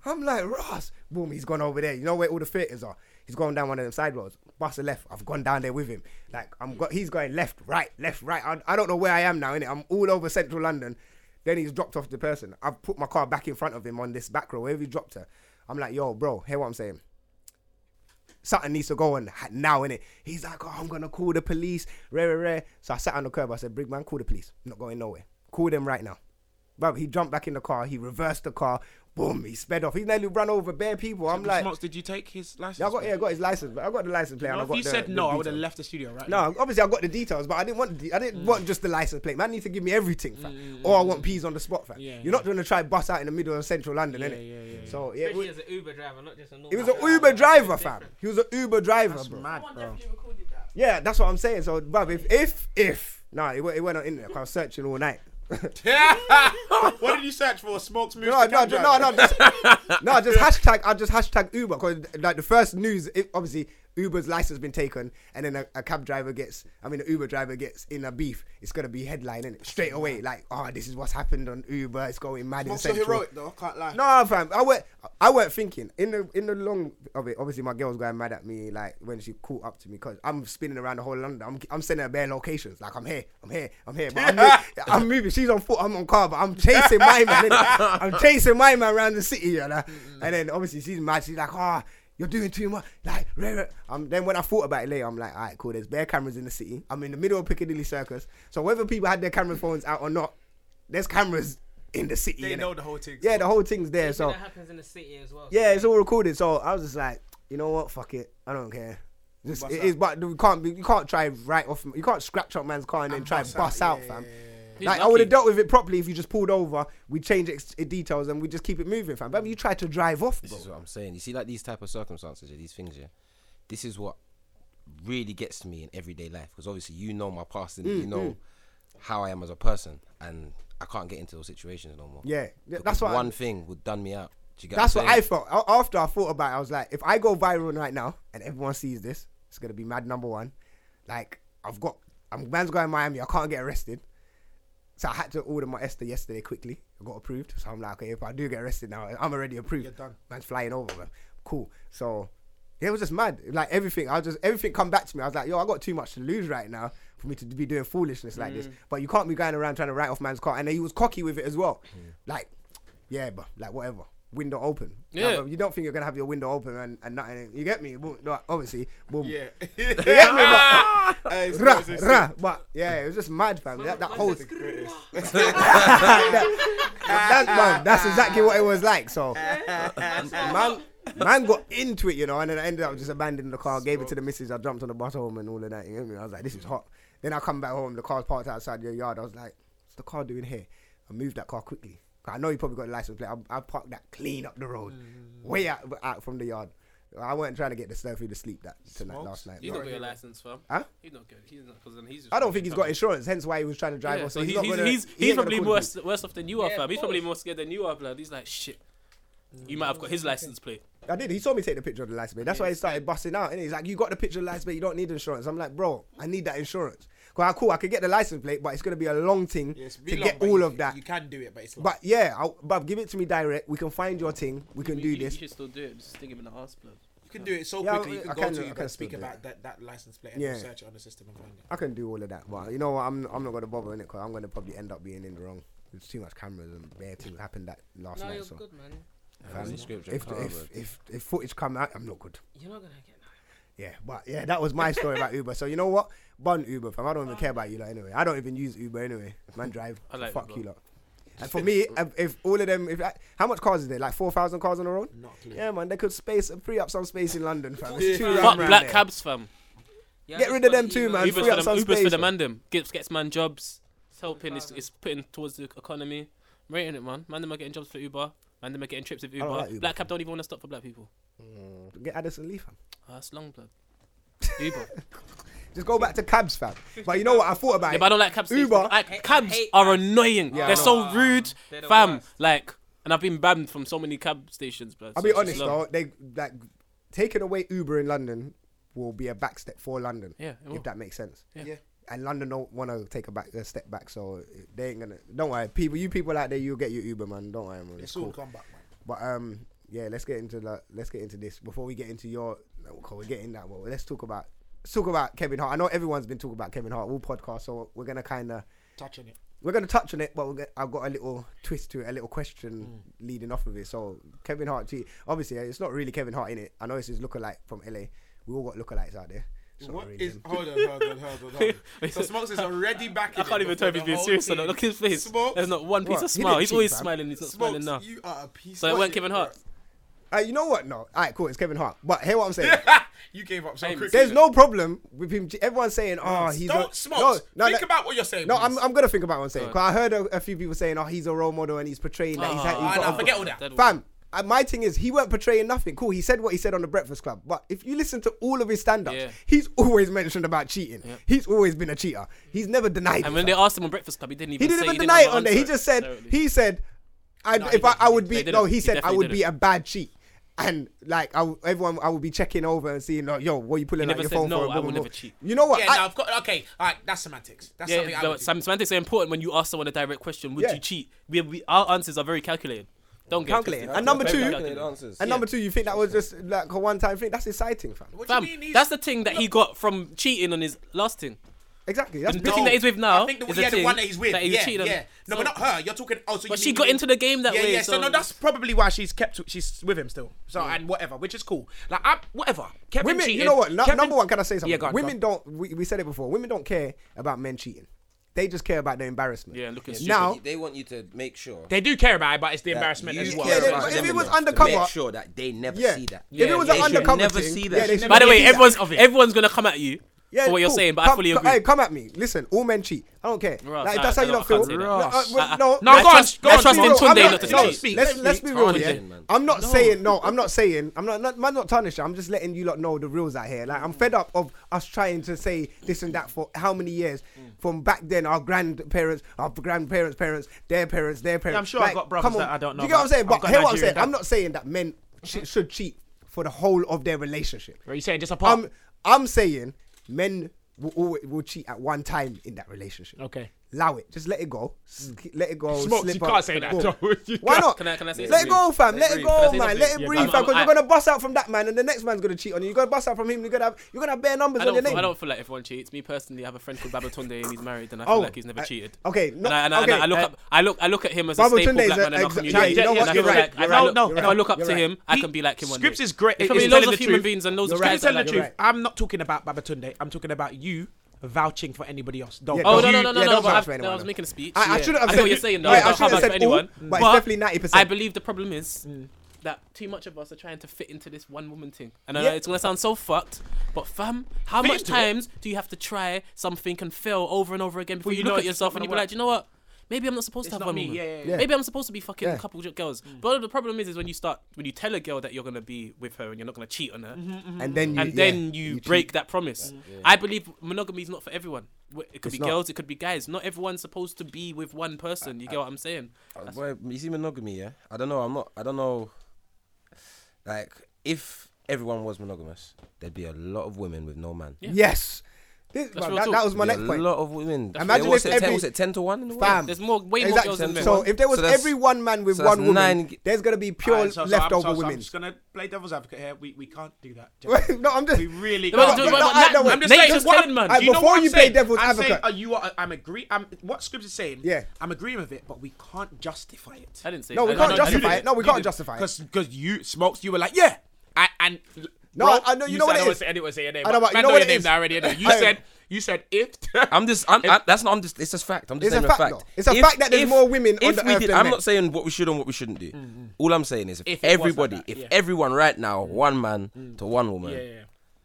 I'm like Ross, boom, he's gone over there. You know where all the theaters are. He's going down one of them side roads. Bust a left. I've gone down there with him. Like I'm got, he's going left, right, left, right. I, I don't know where I am now. Innit? I'm all over central London. Then he's dropped off the person. I've put my car back in front of him on this back road wherever he dropped her. I'm like, yo, bro, hear what I'm saying something needs to go on ha- now, innit? He's like, oh, I'm gonna call the police, rare, rare, rare. So I sat on the curb. I said, Big man, call the police. Not going nowhere. Call them right now. But he jumped back in the car. He reversed the car. Boom! He sped off. He nearly run over bare people. I'm Which like, marks did you take his license? yeah, I got yeah, I got his license. But I got the license plate. No, and I if got you the- said the no, I would have details. left the studio, right? No, obviously I got the details, but I didn't want the, I didn't want just the license plate. Man, need to give me everything, fam. Or I want peas on the spot, fam. You're not gonna try bus out in the middle of central London, innit? So yeah, Especially we- as an Uber driver, not just a normal. he was an driver. Uber driver, fam. He was an Uber driver, bro. recorded that. Yeah, that's what I'm saying. So, bruv, if if if nah, it, went- it went on internet. 'cause I was searching all night. what did you search for? Smokes moves. No, to no, cab ju- no, no, driver? just, no, just hashtag. I just hashtag Uber because like the first news, it, obviously Uber's license been taken, and then a, a cab driver gets, I mean, the Uber driver gets in a beef. It's gonna be headline in it straight away. Like, oh, this is what's happened on Uber. It's going mad in Not so Central. heroic though, I can't lie. No, fam. I weren't. I weren't thinking in the in the long of it. Obviously, my girl's going mad at me like when she caught up to me because I'm spinning around the whole London. I'm I'm sending her bare locations. Like I'm here, I'm here, I'm here. But I'm, moving, I'm moving. She's on foot. I'm on car, but I'm chasing my man. innit? I'm chasing my man around the city, you know. And then obviously she's mad. She's like, ah. You're doing too much. Like, rare, rare. Um, then when I thought about it later, I'm like, all right, cool. There's bare cameras in the city. I'm in the middle of Piccadilly Circus. So whether people had their camera phones out or not, there's cameras in the city. They innit? know the whole thing. Yeah, the whole thing's there. Everything So that happens in the city as well. yeah, it's all recorded. So I was just like, you know what? Fuck it. I don't care. Just, Bust it out. is, but you can't be, you can't try right off. You can't scratch up man's car and then try and bust out, fam. He's Like I lucky. would have dealt with it properly if you just pulled over, we change ex- details and we just keep it moving, fam. But you try to drive off, This bro. is what I'm saying. You see, like these type of circumstances, yeah, these things, yeah. This is what really gets to me in everyday life because obviously you know my past and you Mm, know mm. how I am as a person, and I can't get into those situations no more. Yeah, yeah, Because that's what I- one thing would done me out. Do you get That's what, what I'm I saying? felt. A- After I thought about it, I was like, if I go viral right now and everyone sees this, it's gonna be mad number one. Like I've got, I'm man's going to Miami. I can't get arrested, so I had to order my Esther yesterday quickly. I got approved, so I'm like, okay, if I do get arrested now, I'm already approved. Man's flying over. Man. Cool. So it was just mad. Like everything, I was just everything come back to me. I was like, yo, I got too much to lose right now for me to be doing foolishness like this. Mm. But you can't be going around trying to write off man's car. And then he was cocky with it as well. Like, yeah, but like whatever. Window open. Yeah. Like, bruv, you don't think you're gonna have your window open and, and nothing. You get me? Boom, no, obviously. Boom. Yeah. you get me? But, Ah! Hey, it's ah! Rah, crazy. rah, but yeah, it was just mad, fam. That, that whole thing. greatest. that, that's, man, that's exactly what it was like. So, man, man got into it, you know, and then I ended up just abandoning the car, gave it to the missus. I jumped on the bus home and all of that. You get me? I was like, this is hot. Then I come back home, the car's parked outside your yard. I was like, what's the car doing here? I moved that car quickly. 'Cause I know you probably got a license plate. I, I parked that clean up the road, way out, out from the yard. I wasn't trying to get disturbed through the sleep that tonight, last night. He's bro. not got your license, fam. Huh? He's not good. He's not because then he's. Just I don't think he's got insurance, hence why he was trying to drive Yeah, off. so he's, he's, not he's, gonna- he's, he he's ain't gonna probably call the police. worse worse off than you are, Yeah, fam. He's of probably more scared than you are, blood. He's like, shit. You might have got his license plate. I did. He saw me take the picture of the license plate. That's why he started busting out. And he's like, "You got the picture of the license plate. You don't need insurance." I'm like, "Bro, I need that insurance." Cause I cool, I could get the license plate, but it's gonna be a long thing Yes, to get all of that. You can do it, but it's like. But yeah, I'll, but give it to me direct. We can find your thing. We can You- do you- this. You should still do it. Just stick him in the arse, blood. You can do it so Yeah, quickly. You I- can I go can- to. I You can can speak still do about it. that, that license plate and Yeah. search it on the system and find it. I can do all of that, but you know what? I'm I'm not gonna bother in it because I'm gonna probably end up being in the wrong. There's too much cameras and bare things happened that last No, night. you're so. good, man. Fam, Wasn't if, scripted, if, can't if, work. if if footage come out, I'm not good. You're not gonna get Yeah, but yeah, that was my story about Uber. So you know what? Bun Uber, fam. I don't even care about you lot anyway. I don't even use Uber anyway. Man, drive. I like Fuck Uber. you lot. And for me, if- if all of them, if I, how much cars is there? Like four thousand cars on the road. Not Yeah, man, they could space free up some space in London, fam. It's too Fuck round round black there. cabs, fam. Yeah, Get rid of them too, man. Ubers Free for up them, some Ubers for space. the man them. Gets, gets man jobs. It's helping. It's, it's putting towards the economy. I'm rating it, man. Man them are getting jobs for Uber. Man them are getting trips with Uber. like Uber, Black cab don't even want to stop for black people. Get Addison Lee, fam. Ah, that's long blood. Uber. Just go back to cabs, fam. But you know what? I thought about Yeah, it. but I don't like cabs. Uber. I, cabs are annoying. Yeah, I They're know. so rude, the fam. Like, and I've been banned from so many cab stations. But I'll be honest though, they like taking away Uber in London will be a back step for London. Yeah, it will. if that makes sense. Yeah. Yeah. And London don't want to take a back a step back, so they ain't gonna. Don't worry, people. You people out there, you'll get your Uber, man. Don't worry, man. It's, all cool. come back, man. But um, yeah, let's get into that. Let's get into this before we get into your. no, okay, we're getting that. Well, let's talk about let's talk about Kevin Hart. I know everyone's been talking about Kevin Hart all podcast, so we're gonna kind of Touch on it. we're going to touch on it, but we're gonna, I've got a little twist to it, a little question Mm. leading off of it. So Kevin Hart, gee, obviously, uh, it's not really Kevin Hart in it. I know it's his lookalike from LA. We all got lookalikes out there. It's not What really is? him. Hold on, hold on, hold on, hold on. So Smokes is already back. I in can't it even tell if he's before the being whole serious or team. not. Look at his face. Smokes, There's not one piece What? of He smile. didn't He's always cheat, fam. smiling. He's not Smokes, smiling now. you are a piece. So it of weren't shit, Kevin bro. Hart. Uh, you know what? No, all right, cool. It's Kevin Hart. But hear what I'm saying. You gave up so quickly. There's no problem with him. Everyone's saying, "Oh, he's Don't a, smoke. Think about what you're saying, No, please. I'm, I'm gonna think about what I'm saying. Go 'Cause I heard a, a few people saying, "Oh, he's a role model and he's portraying that." He's, Ah, had- he's I got know, a- forget all that. That Fam, uh, my thing is, he weren't portraying nothing. Cool, he said what he said on the Breakfast Club. But if you listen to all of his stand-ups, Yeah. he's always mentioned about cheating. He's always been a cheater. He's never denied. And it, when fam. they asked him on Breakfast Club, he didn't even. he didn't say even deny it have an on there. He answer just said, directly. he said, I, No, he if I, I would They be didn't. no, he, He said I definitely would be didn't. a bad cheat. And like I, w- everyone, I would be checking over and seeing, like, yo, what are you pulling He out never your said, phone "No, for? I Blah, will blah, never blah." cheat. You know what? Yeah, I- no, I've got, okay, all right, that's semantics. That's yeah, something I but would do. Sam, semantics are important when you ask someone a direct question. Would Yeah. you cheat? We, we, our answers are very calculated. Don't get calculated. twisted. And number two, Calculated. and number two, you think that was just like a one-time thing? That's exciting, fam. Fam, that's the thing that he got from cheating on his last thing. Exactly. That's the thing that he's with now. I think the, is yeah, thing the one that he's with. That he was yeah, cheating on. yeah. No, So- but not her. You're talking. Oh, so But you she mean got you- into the game that yeah, way, Yeah, so, so- no, that's probably why she's kept. She's with him still. So and whatever, which is cool. Like I, whatever. Kevin women, you cheated. know what? No- Kevin- number one, can I say something? Yeah, go on, go women don't. We, we said it before. Women don't care about men cheating. They just care about their embarrassment. Yeah, looking now. they want you to make sure. They do care about it, but it's the that embarrassment you as well. care Yeah, about but if them it was enough to undercover- make sure that they never Yeah. see that. If it was an they should undercover never thing, see yeah, that. they should By the never way, see that. everyone's everyone's gonna come at you Yeah, for what you're cool. saying, but I Come- fully come- agree. Hey, come at me. Listen, all men cheat. I don't care. Russ, like, I- that's I how you don't- lot I feel. can't say that. No, uh, well, Uh, uh, no, no, I go on, trust- go on, let's be Tunde, real. I'm Tunde, Tunde, not- no, Tunde. Let's let's be real. Tunde. Yeah, Tunde, man. I'm not saying no. I'm not saying. I'm not. not- I'm not tarnishing. I'm just letting you lot know the rules out here. Like I'm fed up of us trying to say this and that for how many years from back then. Our grandparents, our grandparents' parents, their parents, their parents. I'm sure I've Like, got brothers come on. that I don't know You get what I'm about. saying? I've But got hear what I'm Nigerian saying. I'm dads. not saying that men sh- should cheat for the whole of their relationship. Are you saying just apart? I'm, I'm saying men will, always, will cheat at one time in that relationship. Okay. Allow it. Just let it go. S- Let it go. Smokes, slip you up. can't say that, Boom. though. You Why can't. not? Can I- can I say let something? it go, fam. Let, Let it it breathe. Can I go, say man. Let something? it Yeah, breathe, I'm- fam. Because I'm- you're gonna bust out from that man, and the next man's gonna cheat on you. You're gonna bust out from him. You're gonna have. You're gonna have bare I numbers on your don't, name. feel, I don't feel like everyone cheats. Me personally, I have a friend called Babatunde and he's married, and I Oh, feel like he's never uh, cheated. okay, And no- I- and I, and I okay, look uh, up. I look. I look at him as a Babatunde staple is black a- man in our exa- community. yeah, you know And what, I you're feel right, like- you're I right, look- you're If I right, look up you're to right. him, I He- can be like him one day. Scripts is great. There's It's probably telling loads of the human truth. beings and loads of Scripts guys is telling that the like- truth. I'm not talking about Babatunde. I'm talking about you vouching for anybody else. Don't. Yeah, Oh no don't- no you- no no yeah, no! don't But vouch I've- for no, anyone I was else. making a speech. I- I Yeah. shouldn't have I said- know what you're saying. though. yeah, I I shouldn't can't have vouch said for all, anyone. but it's definitely 90%. I believe the problem is that too much of us are trying to fit into this one woman thing, and I know Yeah. it's gonna sound so fucked. But fam, how Fit much into it. times do you have to try something and fail over and over again before Well, you you know look at it's yourself not and you be gonna like, do you know what? Maybe I'm not supposed It's to have not one me. woman. Yeah, yeah, yeah. Maybe I'm supposed to be fucking Yeah. a couple of girls. But the problem is, is when you start, when you tell a girl that you're gonna be with her and you're not gonna cheat on her, mhm. And then you- and yeah, then you, you Mm-hmm. break cheat. that promise. Yeah. I believe monogamy is not for everyone. Wh- It could It's be not. girls, it could be guys. Not everyone's supposed to be with one person. You get what I'm saying? Uh, Well, you see monogamy, yeah. I don't know. I'm not. I don't know. Like, if everyone was monogamous, there'd be a lot of women with no man. Yeah. Yes. This, That's man, real that, talk. that was my Yeah, next a point. lot of women. That's Imagine real. What's if it, ten- every was it 10 to 1 in the world? Fam. There's more- way more Exactly. girls than men. So if there was So that's- every one man with so that's one woman, nine- there's gonna be pure Alright, so- so I'm- so- leftover so I'm women. just gonna play devil's advocate here. We we can't do that. no, I'm just. We really. No, can't no, do no, that. I- no, wait. Nature's what telling I'm- man. do Before know what you I'm play saying? devil's I'm saying, advocate. uh, you are. I'm agree. I'm what Scripps is saying. Yeah. I'm agreeing with it, but we can't justify it. I didn't say. No, we can't justify it. No, we can't justify it. Because because you smokes, you were like yeah, I, and No, I know- you know what it is. I don't want to say I know, but you know your what it name is. now already. I know. You Hey. said you said if I'm just. I'm, I, that's not. I'm just. It's just fact. I'm just It's a saying a fact, fact. though. It's a fact that there's more women on if the we earth could- than I'm men. not saying what we should and what we shouldn't do. All I'm saying is, if, Mm-hmm. If it was like everybody, that, if yeah. Mm. everyone right now, one man to one woman, yeah, yeah.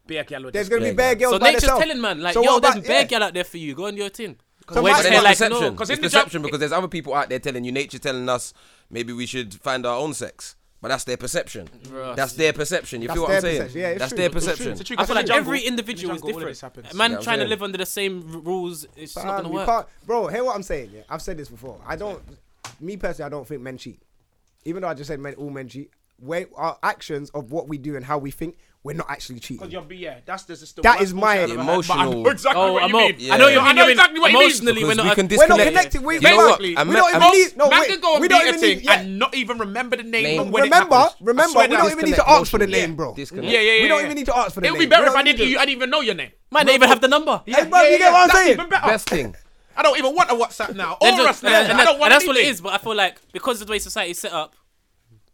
Be a girl. There's gonna be Yeah, bare yeah. girls So by nature's themselves. telling man, like, So yo, what there's about- bare yeah. girl out there for you. Go and do your thing. But We're just then here it's like, perception. no. It's perception because there's other people out there telling you, nature telling us maybe we should find our own sex. But that's their perception. Bruh. That's their perception. You That's feel what their I'm saying? perception. Yeah, it's that's true. their It's true. perception. It's true. I feel like every individual is all of different. this happens. A man Yeah, I'm trying to saying. live under the same r- rules, it's just not Fam, gonna um, you work. can't- bro, hear what I'm saying. Yeah, I've said this before. I don't. Me personally, I don't think men cheat. Even though I just said men, all men cheat. Where our actions of what we do and how we think, we're not actually cheating. Because you're, yeah, that's there's still That is my oh, emo- I know you mean. I mean, Emotionally, we're Because not. we can we're disconnect. not connected. We- you know what? basically- A we man- don't a even man- need- no, man wait, can go and we beat don't a even thing need- yeah. and not even remember the name. Name. of when it remember, happens. I remember, swear we down. don't even need to ask for the name, bro. Yeah, yeah, yeah. We don't yeah. even need to ask for the It name. would be better We if don't I need didn't. to. You, I didn't even know your name. Might not even have the number. Hey, bro, you get what I'm That's saying? even better. Best thing. I don't even want a WhatsApp now or Then a just- and- Snapchat. and I don't that- want and that's what it anything. is. But I feel like because of the way society's set up,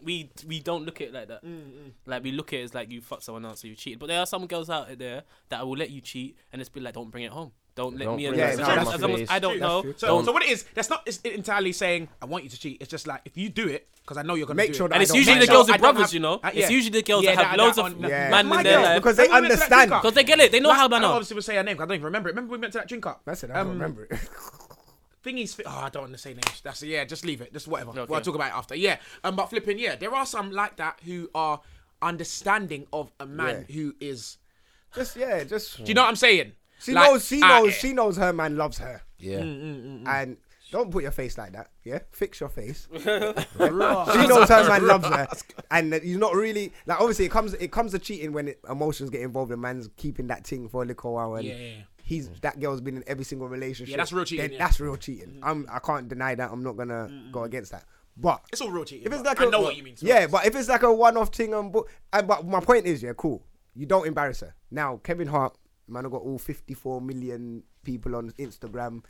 we we don't look at it like that. Mm, Like we look at it as like you fucked someone else, so you cheated. But there are some girls out there that will let you cheat and just be like, don't bring it home. Don't let Don't me in. bring this it situation. home. As long as I don't That's know. true. So, don't- so what it is, that's not it's entirely saying I want you to cheat. It's just like if you do it, because I know you're gonna Make do sure it. that And I it's don't usually mind. the So girls I with don't brothers, have- you know. uh, yeah. It's usually the girls Yeah, that that- have loads that of on- yeah. man My in their girls, life. because they When we went to that understand. drink up- Because they get it. They know Last- how I man don't are. obviously would say her name. 'cause I don't even remember it. Remember we went to that drink up. That's it. I don't remember it. Thingy's fit. Oh, I don't want to say names. That's yeah. Just leave it. Just whatever. We'll talk about it after. Yeah. Um, but flipping, yeah, there are some like that who are understanding of a man Yeah. who is. Just yeah, just. Do you know what I'm saying? She Like, knows. She ah, knows. eh. She knows her man loves her. Yeah. And don't put your face like that. Yeah, fix your face. she knows her man loves her, and that you're not really like. Obviously, it comes it comes to cheating when it, emotions get involved. and man's keeping that thing for a little while, and Yeah, yeah, yeah. he's that girl's been in every single relationship. that's real cheating, Then yeah. That's real cheating. I'm- I can't deny that. I'm not gonna go against that. But It's all real cheating. if it's but like I a- know what you mean. to be Yeah, honest. but if it's like a one-off thing, and but, and but my point is, yeah, cool. You don't embarrass her. Now, Kevin Hart, man, I got all 54 million people on Instagram.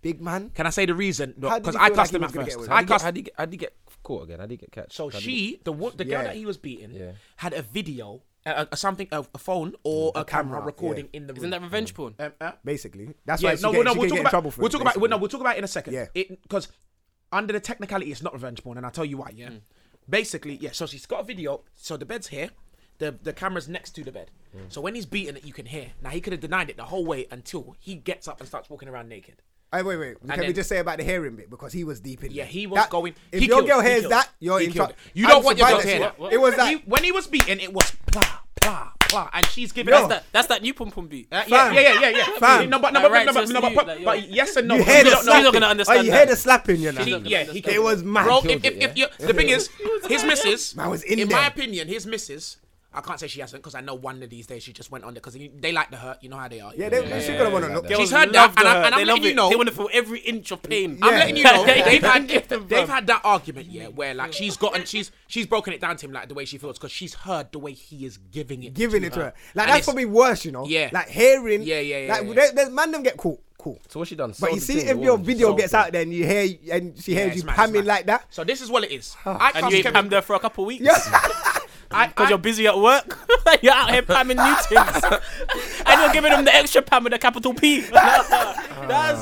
Big man. Can I say the reason? How did Because he I feel like cussed he him was at gonna get first. away with I it? cussed. How did he get, how did he get caught again? How did he get catch? So How did he- she, the wo- the girl Yeah. that he was beating, Yeah. had a video, a, a something, a, a phone or a, camera, Mm, camera, recording in the room. Isn't that revenge porn? Um, uh, Basically, that's yeah, why she no, get, no, she we'll talk can get in about. trouble for We'll it, talk about. Well, no, basically. we'll talk about it in a second. Yeah. Because under the technicality, it's not revenge porn, and I'll tell you why. Mm. Yeah. Basically, yeah. So she's got a video. So the bed's here. The the camera's next to the bed. Mm. So when he's beating it, you can hear. Now he could have denied it the whole way until he gets up and starts walking around naked. Hey, wait, wait. Can we then- just say about the hearing bit because he was deep in. Yeah, there. he was That- going. If he your killed, girl he hears killed, that, you're he in killed. trouble. You I'm don't want your girl surprised to that hear she- that. It was He- that. when he was beaten, it was plah plah plah, and she's giving Yo. us that. That's that new pom pom beat. Uh, yeah, Fam. yeah, yeah, yeah, yeah. Fam. Number, number, Like, right, number, so it's number, you, but, like, yo. but yes and no. You but hear we the don't know. She's not gonna Oh, understand. you hear that. the slapping, you know? She- yeah, he It was mad. Bro, if, killed if, it, yeah. if, you- the thing is, his missus, Man was in in there. my opinion, his missus, I can't say she hasn't because I know one of these days she just went on there because they like the hurt. You know how they are. Yeah, they, she's gonna wanna look. Girls She's heard love that, and I- her. and I'm Oh, They letting love you it. know- They want to feel every inch of pain. I'm letting you know They- they've had Get them, they've bruv. had that argument yeah where like she's gotten she's she's broken it down to him like the way she feels because she's heard the way he is giving it Giving it to her. Like, And that's it's- probably worse, you know? Yeah. Like, hearing. Yeah, yeah, yeah, Like, yeah. there- there's man, them get caught. Cool. So what's she done? But Sold you the see, thing, if the your woman video sold gets it. out there and you hear and she Yeah, hears it's you mad, it's pamming mad. like that, So this is what it is. I And cussed you ain't Kevin. pammed her for a couple of weeks. I, Because I- you're busy at work. you're out here pamming new things. and you're giving them the extra pam with a capital P. That's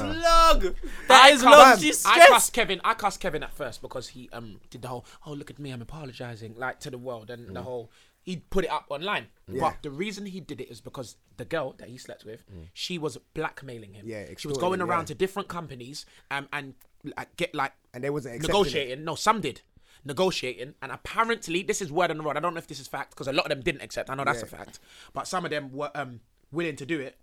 Uh. lug. That I is lug. cussed- She's I cussed stressed. Kevin. I cussed Kevin at first because he um did the whole oh look at me I'm apologizing like to the world and Mm. the whole he put it up online. But the reason he did it is because the girl that he slept with, Mm. she was blackmailing him. Yeah, she was extorting going him, around yeah. to different companies um and like, get like and they wasn't accepting it. negotiating. No, some did. Negotiating, and apparently this is word on the road. I don't know if this is fact because a lot of them didn't accept. I know that's a fact, but some of them were um, willing to do it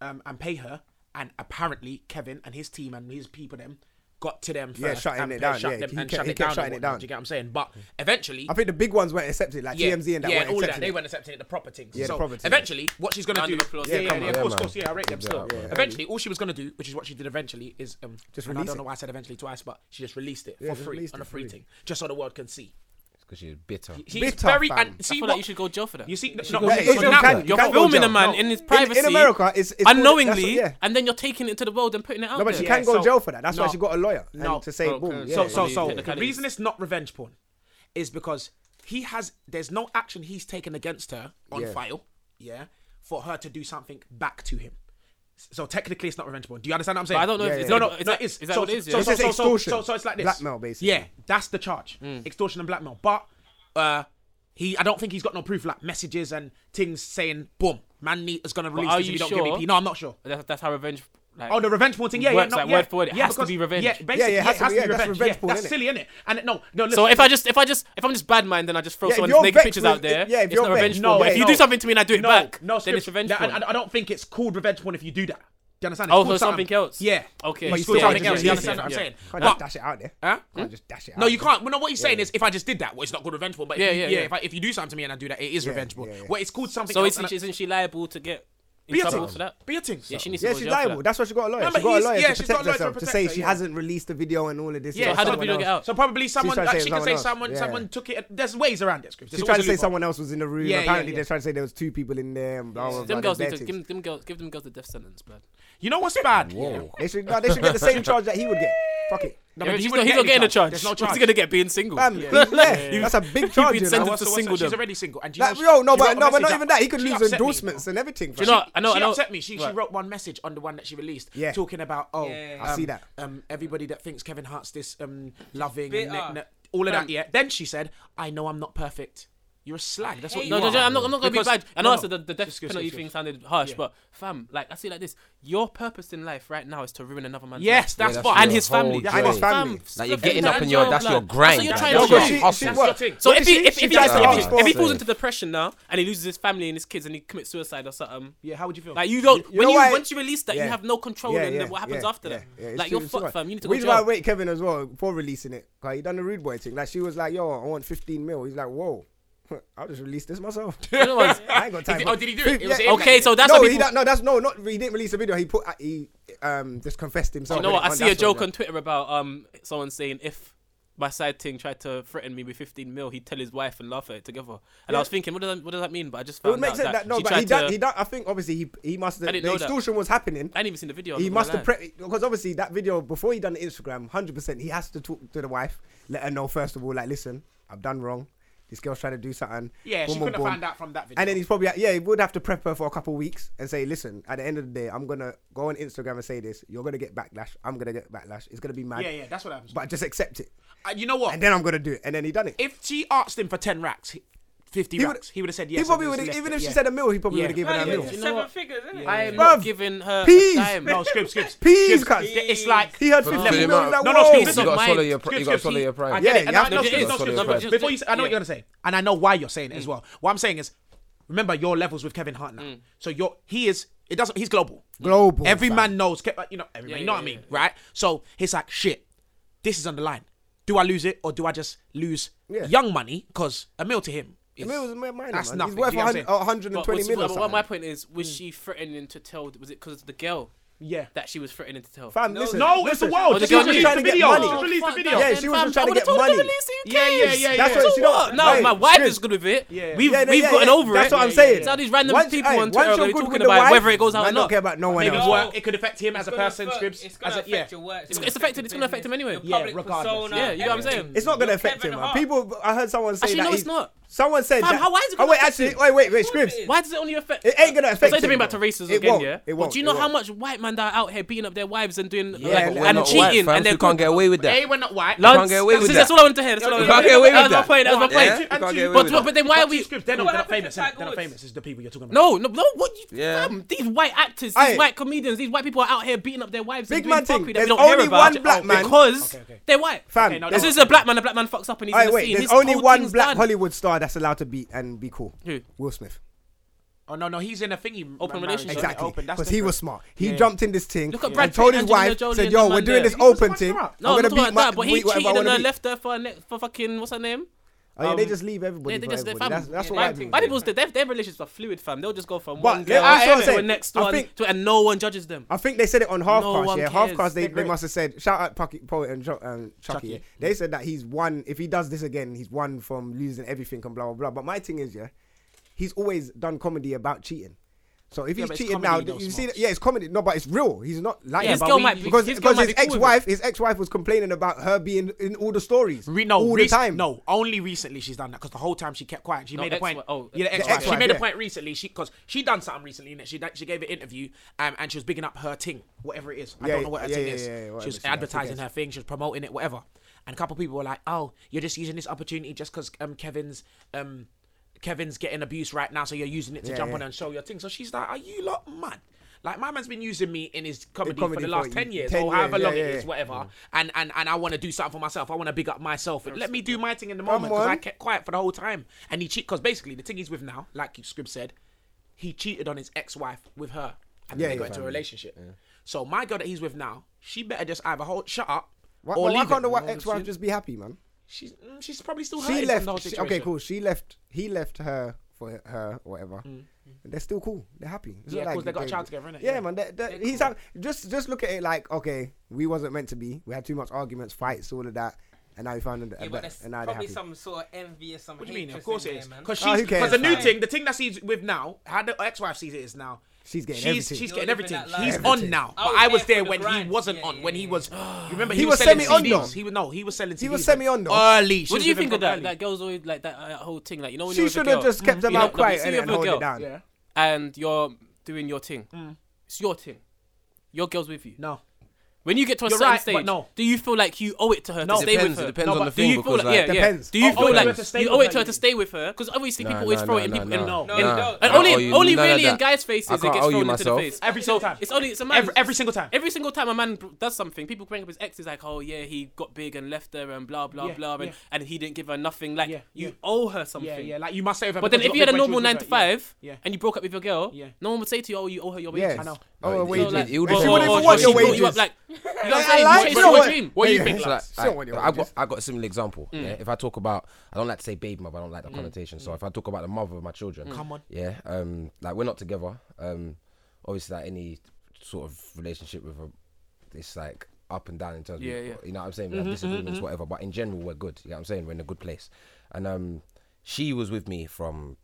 um, and pay her. And apparently Kevin and his team and his people them got to them first. Yeah, shutting and it pay- down, shut yeah. them- He and kept- shut he it kept down. and shutting it whatnot, down. Do you get what I'm saying? But eventually, I think the big ones weren't accepted, like yeah, TMZ and that. yeah, weren't all that. accepting They it. weren't accepting it. The proper things. Yeah, the so proper things. eventually, what she's gonna Round do? of applause. Yeah, Yeah, yeah, come yeah, on. of Yeah, course, man. course, yeah. I rate them Give still. that up, man. Eventually, all she was gonna do, which is what she did eventually, is um, Just and I release don't it. know why I said eventually twice, but she just released it Yeah, for just free released on it a free free. thing, just so the world can see. Because she's bitter. She's Bitter, very fam. I and see I feel what like you should go jail for that. You see, no, go no, so jail. You It's- now- can- You're can go filming jail. a man No. in his In- privacy in America. It's, it's called- that's what- unknowingly, yeah. and then you're taking it to the world and putting it out No, but there. she Yeah, can go so- jail for that. That's why no. she got a lawyer and No. to say, Oh, boom. okay. yeah, so yeah, so yeah. so Yeah. the reason it's not revenge porn is because he has there's no action he's taken against her on Yeah. file, yeah, for her to do something back to him. So technically, it's not revenge porn. Do you understand what I'm saying? I don't know if Yeah, it's- no, yeah. no, is that- no, it is. is that so, what it is, So, yeah? so, It's so, just so, extortion. so, so it's like this. Blackmail, basically. Yeah, that's the charge. Mm. Extortion and blackmail. But uh, he, I don't think he's got no proof like messages and things saying, "Boom, man, neat is gonna release are this if you you don't sure? give me P." No, I'm not sure. That's, that's how revenge Like, oh, the revenge porn thing. Yeah, works, yeah, no, like, yeah. word for word. It yeah, has to because- be revenge. Yeah, Yeah, basically, yeah, yeah, it has to be- be yeah, that's revenge. revenge yeah, porn, that's innit? silly, innit? And it- no, no. So listen, if I just if I just if I'm just bad man, then I just throw Yeah, if someone's you're naked vexed pictures with- out there. yeah, if it's you're not revenge vexed- porn. no, But if yeah, you no. do something to me and I do it no, back, no, then it's Scribs, revenge that- porn. I, I don't think it's called revenge porn if you do that. Do you understand? Oh, called so something else. Yeah. Okay. But Yeah, it's called yeah, something yeah, else. yeah, You understand yeah, what I'm yeah. saying? Can't But- Uh, just dash it out there. Huh? Can't just dash it No, out you there. can't. Well, no, what he's saying is if I just did that, well, it's not called revenge porn. But Yeah, if, you- yeah, yeah. If, I, if you do something to me and I do that, it is revenge porn. Well, it's called something So else. isn't, and I- she- isn't she liable to get in Beatings. trouble for that? Beatings. Yeah, she needs yeah, to go she's to jail for liable. that. That's why she got a lawyer. No, she but got a he's- lawyer yeah, to she's protect got a lawyer to herself to protect say her, she yeah. hasn't released the video and all of this. Yeah, stuff. how did the Someone video get else- out? So probably She's someone- trying to uh, say she could someone say else. someone- Yeah. someone took it- there's ways around it, Scribs. There's She's trying to always a say loophole. someone else was in the room. Yeah, yeah, Apparently, yeah. they're trying to say there was two people in there. and Blah, blah, blah, Them they're girls need to dirty. give them, them girls give them girls the death sentence, man. You know what's bad? They should, no, they should get the same charge that he would get. Fuck it. No, but he's not, he's not getting a charge. There's no What's charge. he gonna get? Being single. Fam, Yeah. he's there. You- That's a big you've charge, you Been know. sentenced What's- to what's- single She's them. already single, and Like, she yo, no, she wrote but a no, but not message even out. that. He could She lose upset me, endorsements and everything. Do you fam. know- I know- she I know- upset me. She, she Right. wrote one message on the one that she released, Yeah. talking about oh, Yeah. I see that. Um, everybody that thinks Kevin Hart's this um loving Bitter. and ne- ne- all of Man. that. Yeah. Then she said, "I know I'm not perfect. You're a slag. That's what Hey, you no, are." no, no, I'm not. I'm not gonna Because- be bad. I no, know I no. said the, the death Excuse- penalty excuse- thing sounded harsh, Yeah. but fam, like I see it like this, your purpose in life right now is to ruin another man's. Yes, life. that's Yeah, that's what- and his your family. whole And his job. family. Fam, Like, you're flipping getting up that and you're- job, that's like, your grind. That's what That's you're your trying to do. hustle. That's your thing. So What if did he she- if she if he did like- that if for he- if he falls us. into depression now and he loses his family and his kids and he commits suicide or something, Yeah, how would you feel? Like you don't You when know you why- once you release that, you have no control Yeah, in yeah, what happens yeah, after that. yeah, yeah, it's Like true, you're it's true, fucked, right. fam. You need to The go. to reason why I jail. rate Kevin as well for releasing it, like he done the rude boy thing. Like she was like, "Yo, I want 15 mil." He's like, "Whoa." I'll just release this myself. You know what? I ain't got time. If- for oh, did he do it? It was Yeah, him? Okay, so that's no, what he people- don't- no, that's no, not he didn't release the video. He put he um just confessed Do himself. you know innit? what? I And see a that's what- joke on Twitter about um someone saying if my side thing tried to threaten me with 15 mil, he'd tell his wife and laugh at it together. And I Yeah. was thinking, what does that, what does that mean? But I just It found would make out sense that, that no, she but tried he done. to. He done. I think obviously he he must I have didn't the know that. extortion was happening. I didn't even see the video. I'm He not must gonna have lie. prepped because obviously that video before he done the Instagram, hundred percent, he has to talk to the wife, let her know first of all, like, listen, I've done wrong. This girl's trying to do something. Yeah, she Boom, boom, couldn't have boom. found out from that video. And then he's probably yeah, he would have to prep her for a couple of weeks and say, listen, at the end of the day, I'm gonna go on Instagram and say this. You're gonna get backlash. I'm gonna get backlash. It's gonna be mad. Yeah, yeah, that's what happens. But just accept it. Uh, you know what? And then I'm gonna do it. And then he done it. if she asked him for ten racks, he- fifty He would- racks, he would have said yes. he probably and just would have, left even it, if she yeah. said a mil, he probably Yeah. would have given Yeah, her a yeah, mil. yeah. You know Seven what? figures, isn't it? I am Bruv. not giving her Peas. a dime. No, scribs, scribs. Peas, Scribs, cuz. It's like He had For 15 the mil. amount- he was like, No, no, whoa. scribs, You gotta swallow your pri- you gotta swallow your pride. I Yeah, get it. you And I, have no, to it's do it. not Swallow scripted, your but pride. Before you, say, I know what you're gonna say, and I know why you're saying it as well. What I'm saying is, remember your levels with Kevin Hart now. Mm. So you're he is it doesn't he's global. Global, Every fam. man knows. Ke- uh, You know, every man, you know yeah, what yeah, I mean, right? So he's like, shit. This is on the line. Do I lose it or do I just lose Yeah. young money? Because a meal to him. The Is, mil was minor, That's man. nothing. He's worth oh. Do you know what I'm saying? 100, 120 what's- mil what- or what something. Mm. my point is, was she threatening to tell? Was it because of the girl? Yeah. That she was threatening to tell. Fam, listen. No, it's the world. Oh, Just the release girl the trying to get video. money. Just release the video. Yeah, she was Fam, just I trying to get would've told her money. release it, who Yeah, yeah, cares? yeah, yeah. That's what she don't. No, Hey, my wife Chris. is good with it. Yeah. We've, Yeah, no, we've yeah, gotten yeah. over That's it. what I'm saying. It's all these random Once- people hey, on once Twitter you're are good with talking the about wife, whether it goes out man or don't not. care about no one Maybe else. work. It could affect him as a It's gonna person. affect- Scripts. It's gonna as a- yeah. affect your work. It's, it's affected. It's gonna affect him anyway. Yeah, Public regardless. persona. Yeah, you know what I'm everything. saying? It's not going to You're affect Kevin him, man. Hart. People, I heard someone say Actually, that. no, he- it's not. Someone said Fam, that. how- why is it Oh, gonna wait, affect actually, him? wait, wait, wait, Of course Scribs. it is. Why does it only affect? It ain't gonna affect So to him, bring back to though. racism It again, won't, yeah. it But won't, do you it know how won't. much white men that are out here beating up their wives and doing Yeah, like, but we're and not white, cheating fam, and so they're we can't good- get away with that. Hey, we're not white. Lance, Lads, get away with that's, that. that's all I wanted to hear. That's all I You wanted to can't hear. get away with That was that. my point. That was my Yeah, you point. can't get away But, with but, that. but then why are Two we? scripts, They're not, What they're not happened famous. to They're Tiger not Woods? famous. It's the people you're talking about. No, no, no. What you? Yeah. Fam, these white actors, these Aye. white comedians, these white people are out here beating up their wives. Big and man doing thing, fuckery That there's we don't hear only about Oh, one black man- because Okay, okay. they're white. Fam, Okay, no, This no. is a black man. A black man fucks up and he's in Alright, the wait, scene. there's He's only cold one things black done. Hollywood star that's allowed to beat and be cool. Who? Will Smith. Oh no, no, he's in a thingy. Open marriage, relationship. isn't it? Exactly. Open. That's Because he different. was smart. He Yeah. jumped in this thing Look at and Brad Pitt, told his Angelina wife, Jolie said, and yo, them we're man doing there." this He was open fucking thing. her I'm up. No, I'm going to not talking beat about my. that. But he wait, whatever I cheated on wanna her, beat. left her for a ne- for fucking what's her name? Oh, yeah, Um, they just leave everybody. Yeah, they for just they everybody. fam. That's, that's yeah, what I white, do. white people's their, their relationships are fluid, fam. They'll just go from But, one yeah, girl that's what I'm to the saying. next I one, think- to, and no one judges them. I think they said it on half No cast. one Yeah, half cares. cast. They, They're they great. must have said shout out Pucky, Poet and jo- um, Chucky. Chucky. yeah. They said that he's won. If he does this again, he's won from losing everything and blah blah blah. But my thing is, yeah, he's always done comedy about cheating. So if Yeah, but he's it's cheating now, comedy though, you see, Smokes. that, yeah, it's comedy. No, but it's real. He's not lying. his But girl we- might be- because his girl because might be his cool with ex-wife, his ex-wife was complaining about her being in all the stories, Re- no, all the rec- time. No, only recently she's done that because the whole time she kept quiet. She No, made a point. ex-wife. Oh, yeah, the the ex-wife. ex-wife, She made yeah. a point recently. She because she done something recently. Innit? She done- she gave an interview um, and she was bigging up her ting, whatever it is. I Yeah, don't know what her yeah, ting yeah, is. yeah, yeah, whatever she was she does, advertising okay. her thing. She was promoting it, whatever. And a couple people were like, "Oh, you're just using this opportunity just because um, Kevin's um, Kevin's getting abused right now, so you're using it to Yeah, jump yeah. on her and show your thing." So she's like, "Are you lot mad?" Like my man's been using me in his comedy, comedy for the for last ten you- years, 10 or however years, long yeah, it yeah, is, yeah. whatever. Mm. And and and I want to do something for myself. I want to big up myself. Let me do my thing in the Come moment because I on. kept quiet for the whole time. And he cheat because basically the thing he's with now, like you Scrib said, he cheated on his ex-wife with her, and Yeah, then they yeah, got into a family. relationship. So my girl that he's with now, she better just either hold shut up Why, or why leave can't him. the wa- ex-wife just be happy, man? She's mm, she's probably still She hurting from left. the whole she- situation. okay, cool. She left. He left her for her- her, or whatever. And they're still cool. They're happy. It's not Mm. Yeah, 'cause like they got a child together, innit? Yeah, Yeah. man. They're, they're, he's ha- just just look at it like okay, we wasn't meant to be. We had too much arguments, fights, all of that, and now we found that, Yeah, but that there's and now they're probably happy. some sort of envy or some. What do you mean? Of course it is. Because Oh, who she's cares? because the new Fine. thing, the thing that she's with now, how the ex-wife sees it is now. She's getting she's, everything. She's You're getting living everything. that life. He's Everything. on now. I but was I was there there for the when he grind. wasn't on. When he was, you remember he, He was, was selling semi-on CDs. though. He was no, he was selling CDs. He was semi-on though. Early. She what was do you with him think of from that? early. That girl's always like that uh, whole thing. Like you know, when She you're with a should have girl- just kept Mhm. them You know, out no, quiet you see and- you and with a hold it girl down. Yeah. And you're doing your thing. Mm. It's your thing. Your girl's with you. No. When you get to a You're certain right, but stage, no. do you feel like you owe it to her No. to stay Depends, with her? it depends on but the do thing, you feel because, like, yeah, like- yeah. Depends. Do you Oh, oh, feel you like have to stay you with owe her, it to her you to stay with her? Because obviously Nah, people nah, always throw nah, it in nah, people. nah. in, No, and no, no. And I only owe you only none of really in that. guys' faces I it can't gets owe you thrown into the myself. face. Every so single time. It's only it's a man. Every- every single time. Every single time a man b- does something, people bring up his ex is like, oh yeah, he got big and left her and blah blah Yeah, blah, and, yeah. and he didn't give her nothing. Like you yeah. owe her something. yeah, like, you must save her But then because if you you had got a big when she normal was nine to with her, yeah. five, Yeah. and you broke up with your girl, no one would say to you, oh, you owe her your wages. Yes. I know. Oh, Oh, her her wages. It would- or, She wouldn't or, even want she your built you wages. up like, you know I what I'm saying? like Chase your your wages. dream. What do you Yeah, think, it's lads? like- Still want your I, got, wages. I got a similar example. Mm. Yeah, if I talk about, I don't like to say baby mother. I don't like that Mm. connotation. So if I talk about the mother of my children, Mm. Come on. Yeah, um, like we're not together. Um, obviously, like any sort of relationship with a, it's like up and down in terms. Yeah, of, yeah. You know what I'm saying? We have Mm-hmm, Mhm, mhm, disagreements, mhm. whatever. But in general, we're good. You know what I'm saying? We're in a good place. And um, she was with me from.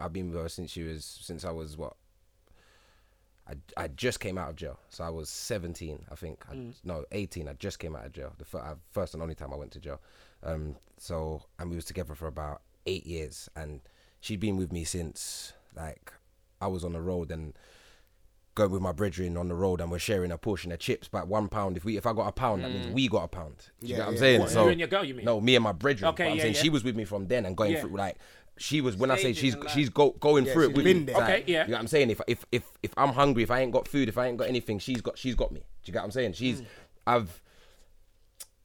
I've been with her since she was since I was what I, I just came out of jail, so I was 17, I think. I, Mm. No, 18. I just came out of jail. The fir- uh, first and only time I went to jail. Um, so and we was together for about eight years, and she'd been with me since like I was on the road and going with my brethren on the road, and we're sharing a portion of chips. But one pound, if we if I got a pound, that means Mm. we got a pound. Do you Yeah, get what I'm yeah. saying? What, so you and your girl, you mean? No, me and my brethren. Okay, but I'm yeah, saying yeah. she was with me from then and going Yeah. through like. She was when I say Stages she's in life. she's go, going Yeah, through it she's with been me. there. Like, Okay, yeah. you know what I'm saying? If if if if I'm hungry, if I ain't got food, if I ain't got anything, she's got she's got me. Do you get what I'm saying? She's Mm. I've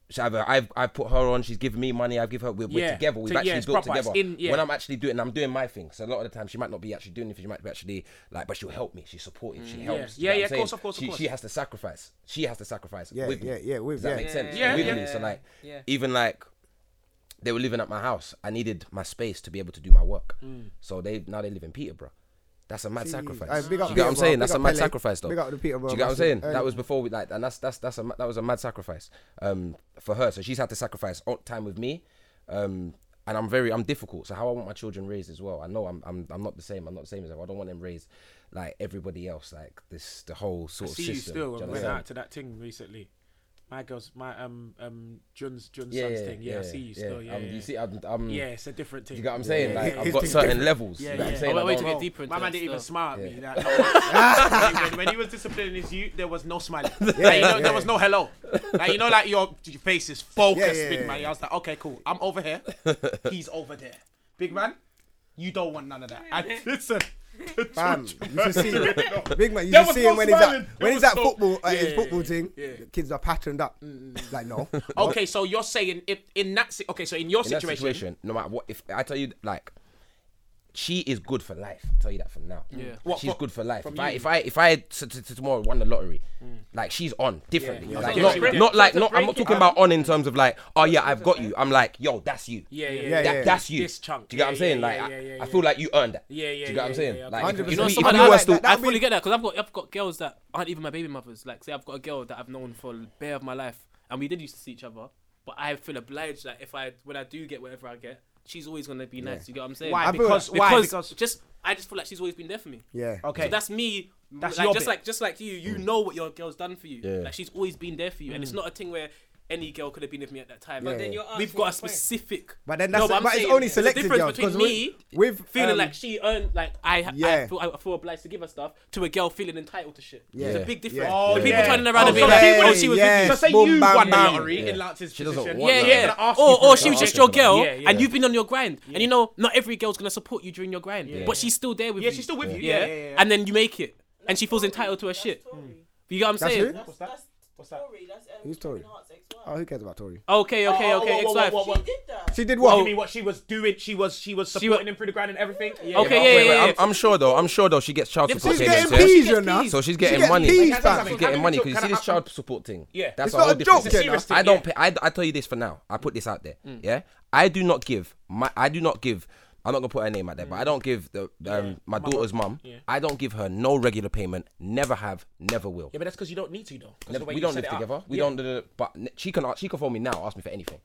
so I've, uh, I've I've put her on. She's given me money. I've given her. We're, we're Yeah, together. to- We've yeah, actually it's built proper, it's together. in- yeah. When I'm actually doing, I'm doing my thing. So a lot of the time she might not be actually doing anything. She might be actually like, but she'll help me. She's supportive. She Mm. helps. Yeah. Do you Yeah, know yeah, what of I'm course, of course, of saying? course. She, she has to sacrifice. She has to sacrifice. Yeah, with me. yeah, yeah, with- Does that yeah. make sense? Yeah, with yeah. me. So like, Yeah. even like, they were living at my house. I needed my space to be able to do my work. Mm. So they now they live in Peterborough. That's a mad See, sacrifice. aye, big Do up you get what Peterborough, I'm saying? big That's a up mad Pele, sacrifice, though. big up the Peterborough eh? Do you get what I'm massive, saying? early. That was before we like, and that's that's that's a ma- that was a mad sacrifice, um, for her. So she's had to sacrifice o- time with me, um, and I'm very I'm difficult. So how I want my children raised as well. I know I'm I'm, I'm not the same. I'm not the same as them. I don't want them raised like everybody else. Like this the whole I sort of see system. you still. Do I you went understand? out to that thing recently. My girls, my um um Jun's Jun's Yeah, son's yeah, thing. Yeah, I yeah, see you yeah. still. Yeah, Um, yeah. you see, I'm- I'm- yeah, it's a different thing. You get what I'm saying? Yeah, Like, yeah, I've it's got different. certain levels, you Yeah, know what I'm yeah. Oh, saying? I don't- My man didn't even smile at me. Yeah. like, no. when, when he was disciplining his youth, there was no smiling. Like, you know, yeah, there yeah. was no hello. Like you know, like your your face is focused, Yeah, yeah, big yeah, man. yeah. I was like, okay, cool. I'm over here. He's over there. Big man, you don't want none of that. I, listen. Bam. You should see No. Big man, you There should was see no him when he's at smiling. There when he's was at no- football at his Yeah, Mm, football thing. the Kids are patterned up. Like no. Okay, so you're saying if in that si- okay, so in your in that situation, situation, no matter what, if I tell you, like, she is good for life. I tell you that from now. Yeah. What, What- she's what- good for life. from If I, you? if I if I had to, to, to tomorrow won the lottery, like she's on differently. Mm. Yeah, yeah. Like, Yeah, not, yeah. not like Yeah. not. I'm Break not it talking up. about on in terms of like, oh yeah, I've got you. I'm like, yo, that's you. Yeah, yeah, That- yeah, yeah. That's you. This chunk. Do you get what I'm Yeah, saying? yeah, Like, yeah, I- yeah, yeah, I feel like you earned that. Yeah, yeah, Do you get what I'm yeah, saying? yeah, yeah. Like, if- if You know, we- if something we I, were like still- that. I fully get that because I've got I've got girls that aren't even my baby mothers. Like, say I've got a girl that I've known for the bare of my life, and we did used to see each other. But I feel obliged that if I when I do get whatever I get, she's always gonna be nice. Yeah. You get what I'm saying? Why? I feel Because- like- why? Because, Because- just I just feel like she's always been there for me. Yeah. Okay. So that's me. That's like, your just bit. like just like you, you know what your girl's done for you. Yeah. Like she's always been there for you, and it's Mm. not a thing where. Any girl could have been with me at that time. But Yeah. then you're we've asking got a the point. specific. But then that's- I'm but it's saying only there's a selected difference girls, between 'cause with- me with, feeling um, like she earned, like I, ha I, Yeah. feel, I feel obliged to give her stuff, to a girl feeling entitled to shit. Yeah. There's a big difference. Yeah. Oh, the people yeah. turning around Oh, and so being like, yeah, oh, she was yeah. with So say you. you Boom, won the bam, lottery in yeah. Lance's She doesn't position. want Yeah, that. They're gonna yeah. ask you Or, for or it. she was They're just your asking for girl, it. Yeah, yeah. and you've been on your grind. And you know, not every girl's gonna support you during your grind, but she's still there with you. Yeah, she's still with you. Yeah, yeah, yeah, yeah. And then you make it. and she feels entitled to her shit. You get what I'm That's saying? who? That's, that's, Tory. That's um, Who's Tory? Oh, who cares about Tory? Okay, okay, Oh, okay. whoa, whoa, ex-wife. whoa, whoa, whoa. She did that. She did what? You mean what she was doing? She was she was supporting him through the ground and everything. Yeah, but Oh, wait, wait, I'm, I'm sure though. I'm sure though. She gets child Yeah, support she's payments. getting yeah? peas, you know. So she's She getting gets money. peas, fam. She's How many getting money children- because you see can I- this child support thing. Yeah. that's It's a not whole a different joke, you know. thing. I don't. Pay, I I tell you this for now. I put this out there. Mm. Yeah, I do not give my. I do not give. I'm not gonna put her name out there, but Mm. I don't give the um, my daughter's mum. Yeah. I don't give her no regular payment. Never have. Never will. Yeah, but that's because you don't need to though. 'cause the Never- way we you don't set live it up. together. We Yeah. don't. da- da- da- But n- she can. She can phone me now. Ask me for anything.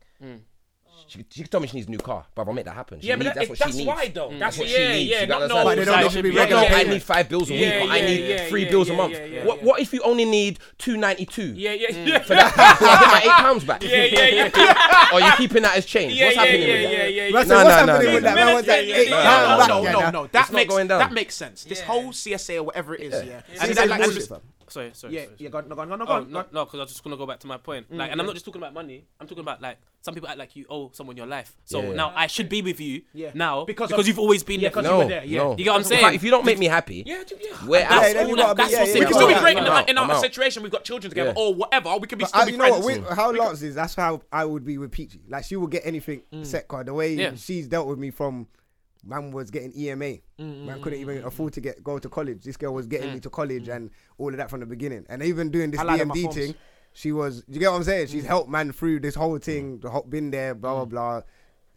She, she could tell me she needs a new car, but I'll make that happen. She Mm. Yeah, but needs, that- that's if what that's she needs. why, though. That's- That's what yeah, she needs. yeah, you not gotta no- understand? But they don't have to be Yeah, regular no, I payment. need five bills a week. Yeah, or I yeah, need yeah, three yeah, bills yeah, a month. yeah, yeah, what, yeah. what if you only need two ninety two? Yeah, yeah, yeah. For that, do I get my eight pounds back. Yeah, yeah, yeah. Or you keeping that as change? Yeah, what's yeah, happening? yeah, with yeah, that? yeah, yeah. No, Russell, no, what's no, happening no, with no. that? Man wants that eight pounds back, No, yeah, no, nah. no, no. It's That's not not going down. That makes sense. This whole CSA or whatever it is, yeah. And that- that, like, and- and- sorry, sorry. Yeah, sorry, yeah, sorry. go on, no, go on, go on, go Oh, on, go no, on. no, because I was just gonna go back to my point. Mm, Like, and I'm yeah. not just talking about money. I'm talking about like some people act like you owe someone your life. So Yeah. now I should be with you. Yeah. Now because, of- you've always been Yeah, there. 'cause for me. you were No, there, yeah. no. You get what I'm If saying? I- If you don't make me happy, Yeah, yeah. we're That's out. all that- that's what's We can still be important. great in, I'm a, out, in another I'm out. situation. We've got children together Yeah. or whatever. We can be But still I, be you know friends. what? With, how Lance is, that's how I would be with Peachy. Like she will get anything set card. The way Mm. Yeah. Mm, she's dealt with me from man was getting EMA, man couldn't even afford to get go to college. This girl was getting me to college Mm. and all of that from the beginning. And even doing this I lied on my DMD forms. thing, she was. You get what I'm saying? Mm. She's helped man through this whole thing. The whole, been there, blah blah blah.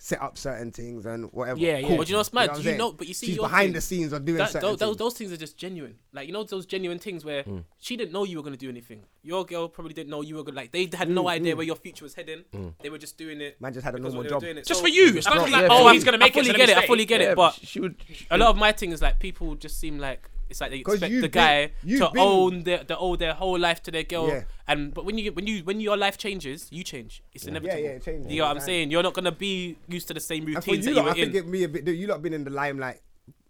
Set up certain things and whatever. Yeah, yeah. Cool. But you know what's mad? what I'm You saying? know, but you see, she's your behind thing- the scenes of doing that, certain tho- tho- things. Those things are just genuine. Like you know, those genuine things where Mm. she didn't know you were gonna do anything. Your girl probably didn't know you were gonna like. They had Mm, no idea where your future was heading. Mm. They were just doing it. Man just had a because normal they were job. doing it. Just So- for you. It's I not feel like, like- oh, I'm- he's gonna make I it, fully so let get me it. I stay. fully get Yeah, it. But she would- a lot of my thing is like people just seem like it's like they 'Cause expect you've the been- guy you've to been- own their to owe their whole life to their girl. Yeah. And but when you when you when your life changes, you change. It's inevitable. yeah, it changes. You know what I'm Yeah. saying? You're not gonna be used to the same And for routines that you, lot, you were I in. think it me a bit. You lot been in the limelight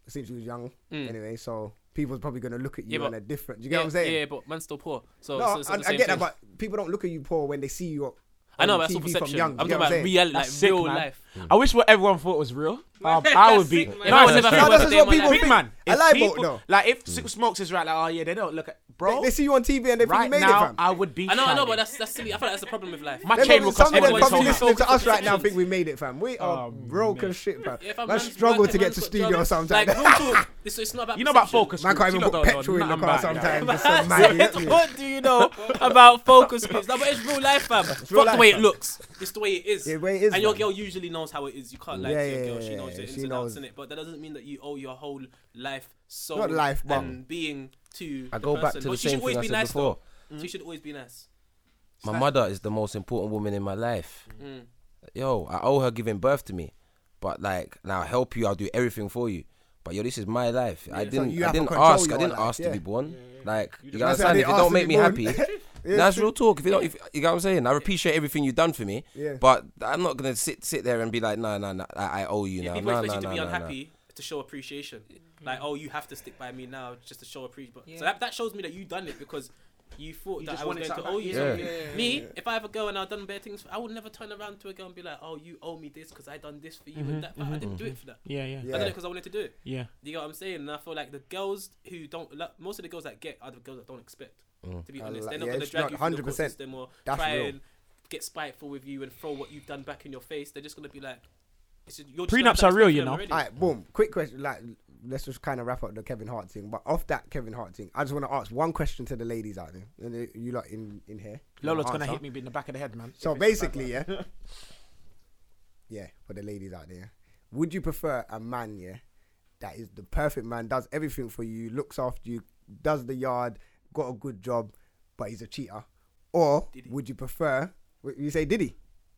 since you was young, anyway. So people's probably gonna look at you Mm. Yeah, but- in a different. Do you get Yeah, what I'm saying? yeah, but man's still poor. So, no, so it's I, not the I get same that, thing. but people don't look at you poor when they see you. On I know, on but that's all TV from perception. young. I'm talking do you get what about saying? real, like sick, real man. life. I wish what everyone thought was real. I, I would be. Sick, man. No, Everyone it's never true. thought this is what they people might- big think. man. I If like people- Bolt, though. Like if Six Smokes is right, like oh yeah, they don't look at bro. They, they see you on TV and they think you right made it, now, fam. I would be. I know, I know, shining. but that's that's silly. I feel like that's the problem with life. My Them chain brothers- will cost some of them everyone probably so listening much. to us right now Focus think we made it, fam. We are broke as shit, fam. Yeah, if I man's struggle working, to get man's to got studio jobs. sometimes. Like, real talk, it's, it's not about You know about perception. focus Man groups. can't even You put lot don't know petrol in the nothing car about sometimes. it. It's so mad, you get me? what do you know about focus groups? No, but it's real life, fam. Fuck life, the way it fam. looks. It's the way it is. Yeah, the way it is, and your man. girl usually knows how it is. You can't lie Yeah, to your yeah, girl. yeah, she knows yeah, the she ins and knows. outs in it. But that doesn't mean that you owe your whole life, soul, Not life, but- and being to. I go the back person. to the But she same should always thing I be said nice, before. Though. She should always be nice. My mother is the most important woman in my life. Mm. Yo, I owe her giving birth to me. But like, now help you, I'll do everything for you. But yo, this is my life. I didn't, you I have to didn't control ask, I your didn't life, ask to yeah. be born. Like, you, gotta That's how understand they if it ask don't to make be me born. happy. Yeah, that's true. real talk. If you don't, if, you know what I'm saying, I appreciate everything you've done for me. Yeah. But I'm not gonna sit sit there and be like, nah, nah, nah, I, I owe you Yeah, now. people Nah, nah, expect you nah, to be nah, nah. unhappy to show appreciation. Mm. Like, oh, you have to stick by me now just to show appreciation. So that, that shows me that you done it because you thought that just I was wanted going to something owe you back. something. Yeah. Yeah, yeah, Me, yeah. if I have a girl and I've done bad things, I would never turn around to a girl and be like, oh, you owe me this because I done this for you Mm-hmm, and that. But I didn't do it for that. Yeah, yeah. I did it Yeah. because I wanted to do it. Yeah. You know what I'm saying? And I feel like the girls who don't, like, most of the girls that get are the girls that don't expect. To be I honest, like- they're not yeah, going to it's drag not you through the court 100%. system or That's try real. and get spiteful with you and throw what you've done back in your face. They're just going to be like, it's just, you're just Prenups done are real, respect you them know. already. All right, boom. Quick question. Like, let's just kind of wrap up the Kevin Hart thing. But off that Kevin Hart thing, I just want to ask one question to the ladies out there, and uh, you lot in in here. you wanna Lolo's gonna answer. hit me in the back of the head, man. So basically, yeah, yeah, for the ladies out there, would you prefer a man, yeah, that is the perfect man, does everything for you, looks after you, does the yard, got a good job, but he's a cheater, or would you prefer? w- You say Diddy,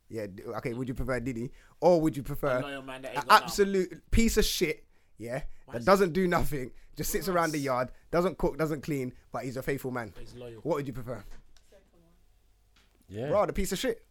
yeah, d- okay. Would you prefer Diddy, or would you prefer A loyal man that ain't an got nothing. absolute piece of shit, yeah, that doesn't do nothing, just sits around the yard, doesn't cook, doesn't clean, but he's a faithful man? What would you prefer? Yeah. Bro, the piece of shit.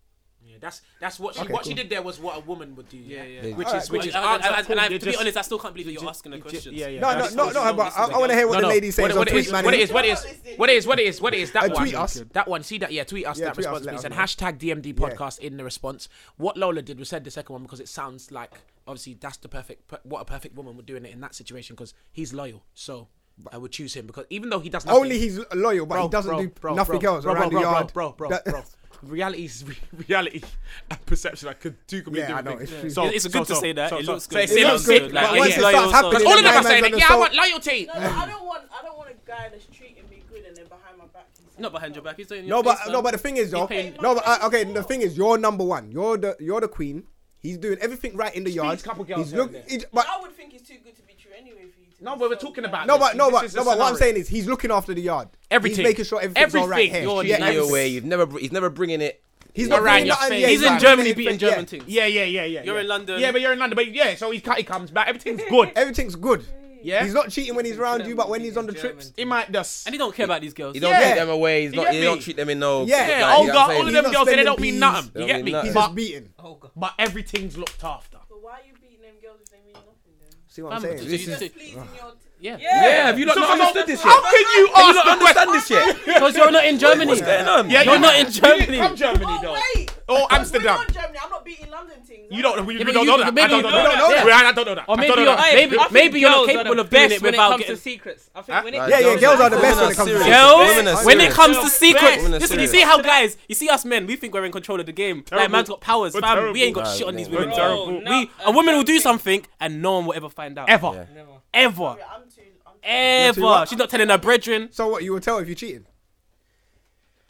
Yeah, that's that's what she Okay, what cool. she did there was what a woman would do. Yeah, yeah. Which Alright, is which is And I- out- and I- out- and I- you're to be just- honest, I still can't believe that you you're just- asking the you just- questions. yeah, yeah. No, no, That's no, all no. you know, But this I, is I want to hear what No, the no. lady says What- on what it tweet, is- man. What it is? What it is? What it is, what it is, what it is, that Uh, one. tweet us. That one, see that, yeah, tweet us Yeah, that tweet us, response, let please. us And know. hashtag DMD Yeah. podcast in the response. What Lola did was said the second one because it sounds like, obviously, that's the perfect, per- what a perfect woman would do in, it in that situation because he's loyal. So I would choose him because even though he does nothing, Only he's loyal, but he doesn't do nothing bro, else bro, bro, around the bro, yard. Bro, bro, bro, That- Reality is re- reality and perception are co- two completely Yeah, I different know, things. it's true. So, It's- it's good to so, so, say that, So, it so, looks so good, it's- it it looks looks good. good, like, but it once is it loyal, starts so- happening, 'Cause all of the us man saying on it. the Yeah, I phone- want loyalty. No, I don't want. I don't want a guy that's treating me good and then behind my back. he's- Not behind your back. He's doing No, your but face, no, man. but the thing is though, He's paying- no, but uh, okay, the thing is, you're number one. You're the you're the queen. He's doing everything right in the yard. couple girls He's here look, and he- but I would think it's too good to be true anyway for you. To No, but we're talking about no, this. but no, This but is no, a but what I'm scenario. saying is, he's looking after the yard. Everything. He's making sure everything's all right Everything. here. You're Yeah, You're everything. away. You've never. br- He's never bringing it. He's You're not right, bringing you're nothing. fair. Yeah, He's in not Germany bringing beating anything. Yeah. German teams. Yeah, yeah, yeah, yeah. You're yeah. in London. Yeah, but you're in London. But yeah, so he, he comes back. Everything's good. Everything's good. Yeah. He's not cheating when he's around you, but when he's on the trips, He might just. And he don't care about these girls. You don't Yeah. treat them away. He's You not. get You don't me? treat them in Yeah. no. like, Yeah, you know Olga, what all I'm of saying? them He's not girls, they don't spending mean peas. nothing. They You don't get mean me? nothing. he's But, just beating. but everything's looked after. But why are you beating them girls if they mean nothing then? See what I'm Fam, saying? this Just is- pleasing your. T- Yeah. Yeah, have you not, So- not so- understood this How yet? can you Have you ask not the question? understand this yet? Because you're not in Germany. What's going on? Yeah, You're you- not in you didn't Germany. Come Germany though. Oh wait. Or We're Amsterdam. not Germany. I'm not beating London things. You don't. We, Yeah, we but don't you- know that. maybe I don't you know don't that. know that. Yeah, I don't know that. Or I maybe don't know you're, that. maybe, maybe you're not capable of doing it when it comes without to getting. secrets. I think when it Nah, Yeah, yeah, girls girls are- are the best women when are it comes to serious. sex. Women are Girls, when it serious. comes to Best. secrets, Women are listen. You serious. see how guys, you see us men, we think we're in control of the game. Like terrible. man's got powers, We're fam. terrible. We ain't got Nah, shit on these nah, women. we're bro. terrible. We No, a woman will do nothing. something and no one will ever find out. Ever. ever, I'm too. I'm too. Eh, You're too ever. what? She's not telling her brethren. So what? You will tell if you're cheating.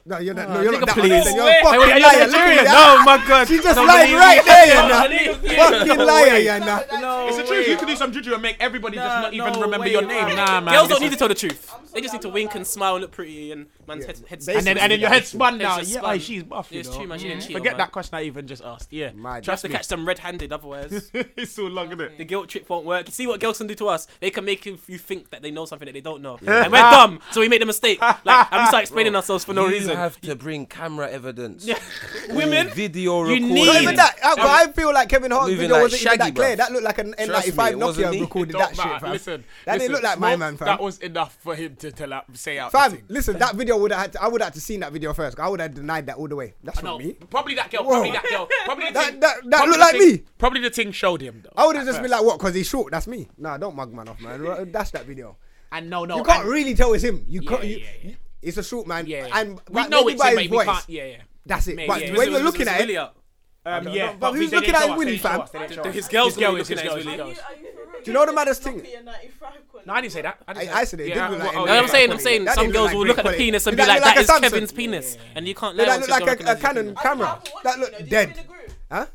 No, you're not. No, you're nigga, not. that please. honest, then You're Hey, a fucking wait, are you liar. Look Nigerian? at that. No, my God. She just No, lied believe right me. there, No, Yana. believe me. Fucking liar, Yana. No. It's the truth. You could do some juju and make everybody just not even no remember way, your name. man. Nah, man. Girls don't listen. need to tell the truth. I'm They just sorry, need to I'm wink not and smile and look pretty and man's head head's And And then, and then your head spun now. just Yeah, spun. aye, she's buff. You It's know? true, man, she didn't cheat on Forget man. that question I even just asked. Yeah, Mad. You have trust to me. catch them red-handed, otherwise It's so long, isn't the it? guilt trip won't work. You see what girls can do to us? They can make you, you think that they know something that they don't know, and we're dumb, so we make the mistake. Like and we start explaining ourselves for no you reason. have to bring camera evidence. Women, Ooh, video you recording. need- Not even that. I, but I feel like Kevin Hart's Moving video like wasn't even Shaggy, that clear. bruv. That looked like an Trust me, N95 it wasn't Nokia me. recorded Don't that shit, matter. fam. Listen, That didn't listen, look like my Smoke, man, fam. That was enough for him to tell out, say out. the Fam, thing. listen, that video would have had to, I would have had to seen that video first. I would have denied that all the way. That's No, not me. probably that girl. Whoa. Probably that girl. Probably the That- thing, that- that probably look the like thing- me. Probably the thing showed him though. I would have just been like, what? Because he's short. That's me. Nah, don't mug man off, man. That's that video. and no, no, You can't and really tell it's him. You can't. yeah, you- yeah, yeah. It's a short man. Yeah, And we but know maybe it's by him, his but we voice. can't. Yeah, yeah. That's it. Maybe, But yeah. It was- when it you're was- looking was at really it, up. Um, don't yeah, know. But we- who's they looking didn't at show him us, Willy, they didn't show fam? us, they didn't His show us. girls don't girl look is- looking his at girl his is- video. Do you know the maddest thing? I didn't say that. I, didn't I- I said it. It did look like well, him. No, Yeah, I'm saying, I'm quality. saying That some didn't look girls like will great look at the quality. penis and Did be that like, look "That like is a Samsung? Kevin's penis," and you can't lie. Did that once look you don't like a, a recognize it. Canon camera? That looked dead. Huh?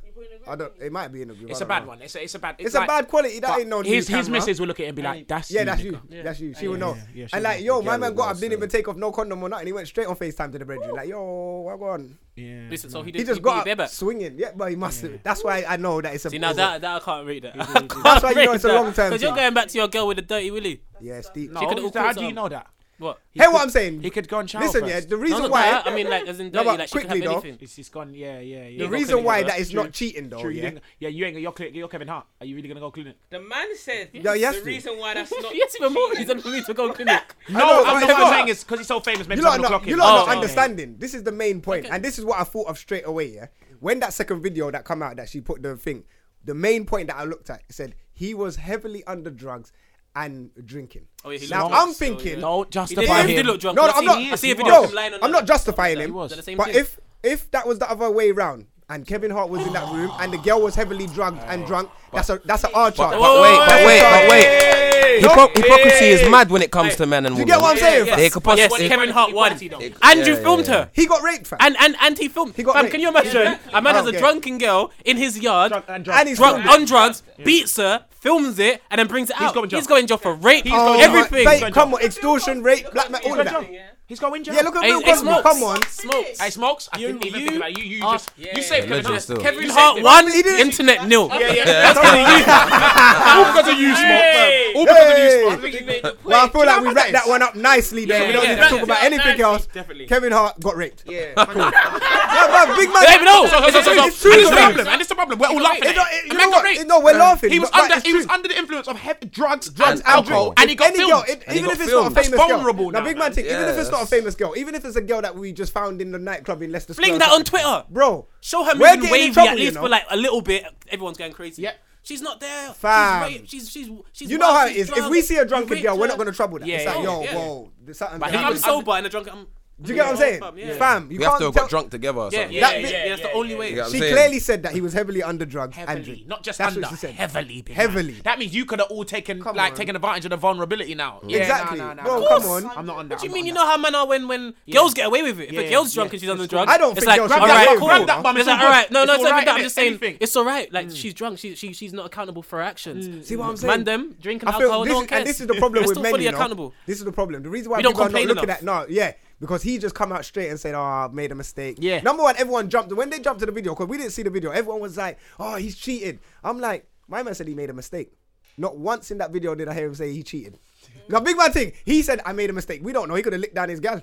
I don't. It might be in the group. It's I a don't bad know. one. It's a, it's a bad. It's a bad quality. That but ain't no new His his camera. missus will look at it and be like, "That's Yeah, that's you. nigga." That's you. She will know. and like, yo, my man got up, didn't even take off no condom or nothing. He went straight on FaceTime to the bedroom. Like, yo, what on? Listen, so he did. He just beat got Bebe. up swinging. Yeah, but he must. have That's why I know that it's a. See now it's a- that that I can't read that. That's why you know it's a long-term Because you're thing. going back to your girl with a dirty willy. Yeah, it's deep. No, She could've it's all how caught do you some. know that? What? Hear what I'm saying? He could go and shower Listen, first. yeah, No, the reason not why. that. I mean, like as in No, dirty, but like she could have quickly though, anything. He's, he's gone. Yeah, yeah, yeah. The got reason clinic, why bro. that is not cheating though, True, you yeah. ain't, yeah, you ain't. You're, Cle- you're Kevin Hart. Are you really gonna go clinic? The man said Yeah, he has the to. reason why that's not. Yes, even more reason for me to go clinic. No, know, I'm, but not, it's I'm saying not. it's because he's so famous. Maybe You someone lot will are clock not, you him. lot are Oh, not okay. understanding. This is the main point, and this is what I thought of straight away. Yeah, when that second video that come out that she put the thing, the main point that I looked at said he was heavily under drugs and drinking. Oh, yeah, he now looked I'm drunk, so, thinking, yeah. Don't He justify did, he did him. look drunk. no, I've I'm seen- not. I see a no, video of him lying on I'm the- not justifying him. was. Is that the same But thing? if if that was the other way round and Kevin Hart was in that room and the girl was heavily drugged Oh. and drunk, that's a that's an R charge. But wait, but wait, but wait. No. Hypocr- hypocrisy is mad when it comes to men and Do you women. get what I'm saying? They could possibly- Yes, Kevin Hart won. Equality, though. Andrew Yeah, filmed yeah, yeah. her. He got raped, fam. And and and he filmed. He got Fam, raped. Oh, can you imagine? A man has a Okay. drunken girl in his yard, Drunk and drunk. and he's drunk filmed it. on drugs, beats her, films it, and then brings it out. going jail. He's going jail for rape, going Oh, jail. everything. mate, come on, extortion, rape, black man, all of He's that. going jail. He's going jail. Yeah, look at Hey, Bill hey, Cosby. Come on. Smokes. I smokes. I You- didn't even you think about you. You are- just Yeah. you saved Kevin Legend Hart. still. Kevin Kevin Hart Hart won. won, He didn't- internet nil. Yeah, yeah. That's all right. All because of you, smoke. Hey. All because of you, Hey. smoke. You made the point. Well, I feel like we remember wrapped this? that one up nicely, though. Yeah, we don't yeah, need to talk yeah. about anything else. Definitely. Kevin Hart got raped. Yeah. No, bro, big man. Hey, but no, So, so, so, so, so. And It's true, it's the though. problem. And it's the problem. We're all laughing. It at don't- it. it- you The know man got what? raped. It- no, we're laughing, He was but- but under. it's He was true. under the influence of heavy drugs, drugs, And alcohol, and he got any girl, filmed. it- And he even got if it's filmed. not a famous That's girl, vulnerable now, now, big man, man. thing. Even if it's not a Yes. famous girl, even if it's a girl that we just found in the nightclub in Leicester Fling Square, that on Twitter. bro. Show her we're moving getting in wavy trouble, at you least know. for like a little bit. Everyone's going crazy. Yeah. She's not there. Fam. She's, raped. she's, she's, she's you know wild, how it she's is. If drunk, we see a you drunken raped girl, we're her. not gonna trouble that. Yeah, it's like, yeah, yo, yeah. whoa, there's something. But there. I'm sober and a drunk. I'm, Do you get what I'm saying, Fam, yeah. fam? You we have can't to have tell- got drunk together. Or Yeah, something. yeah, That yeah, bit- yeah, That's the only way. You get what I'm She saying? clearly said that he was heavily under drugs Heavily, and drink. not just That's under, what she said. heavily, big man. heavily. That means you could have all taken like on. taken advantage of the vulnerability now. Yeah, Exactly. nah, nah, nah, Bro, nah. come on. I'm not on that. What do you I'm mean not you on know how man are when when girls get away with it? If Yeah, a girl's drunk yeah. and she's on the It's drugs, cool. I don't it's think like, girls all should get right, away with cool. it, bro. It's It's all like, all right, no, right, no, it's not even innit? that. I'm just saying Anything. it's all right. Like she's drunk, she, she she's not accountable for her actions. Mm. Mm. See what I'm saying? Man, them drinking I feel alcohol, this, no is- one cares. and this is the problem We're with still men. fully you know? accountable. This is the problem. The reason why We don't people are not complain looking enough. at no, yeah, because he just come out straight and said, "Oh, I made a mistake." Yeah. Number one, everyone jumped when they jumped to the video because we didn't see the video. Everyone was like, "Oh, he's cheated." I'm like, my man said he made a mistake. Not once in that video did I hear him say he cheated. Now, big man thing, he said I made a mistake. We don't know. He could have licked down his gal.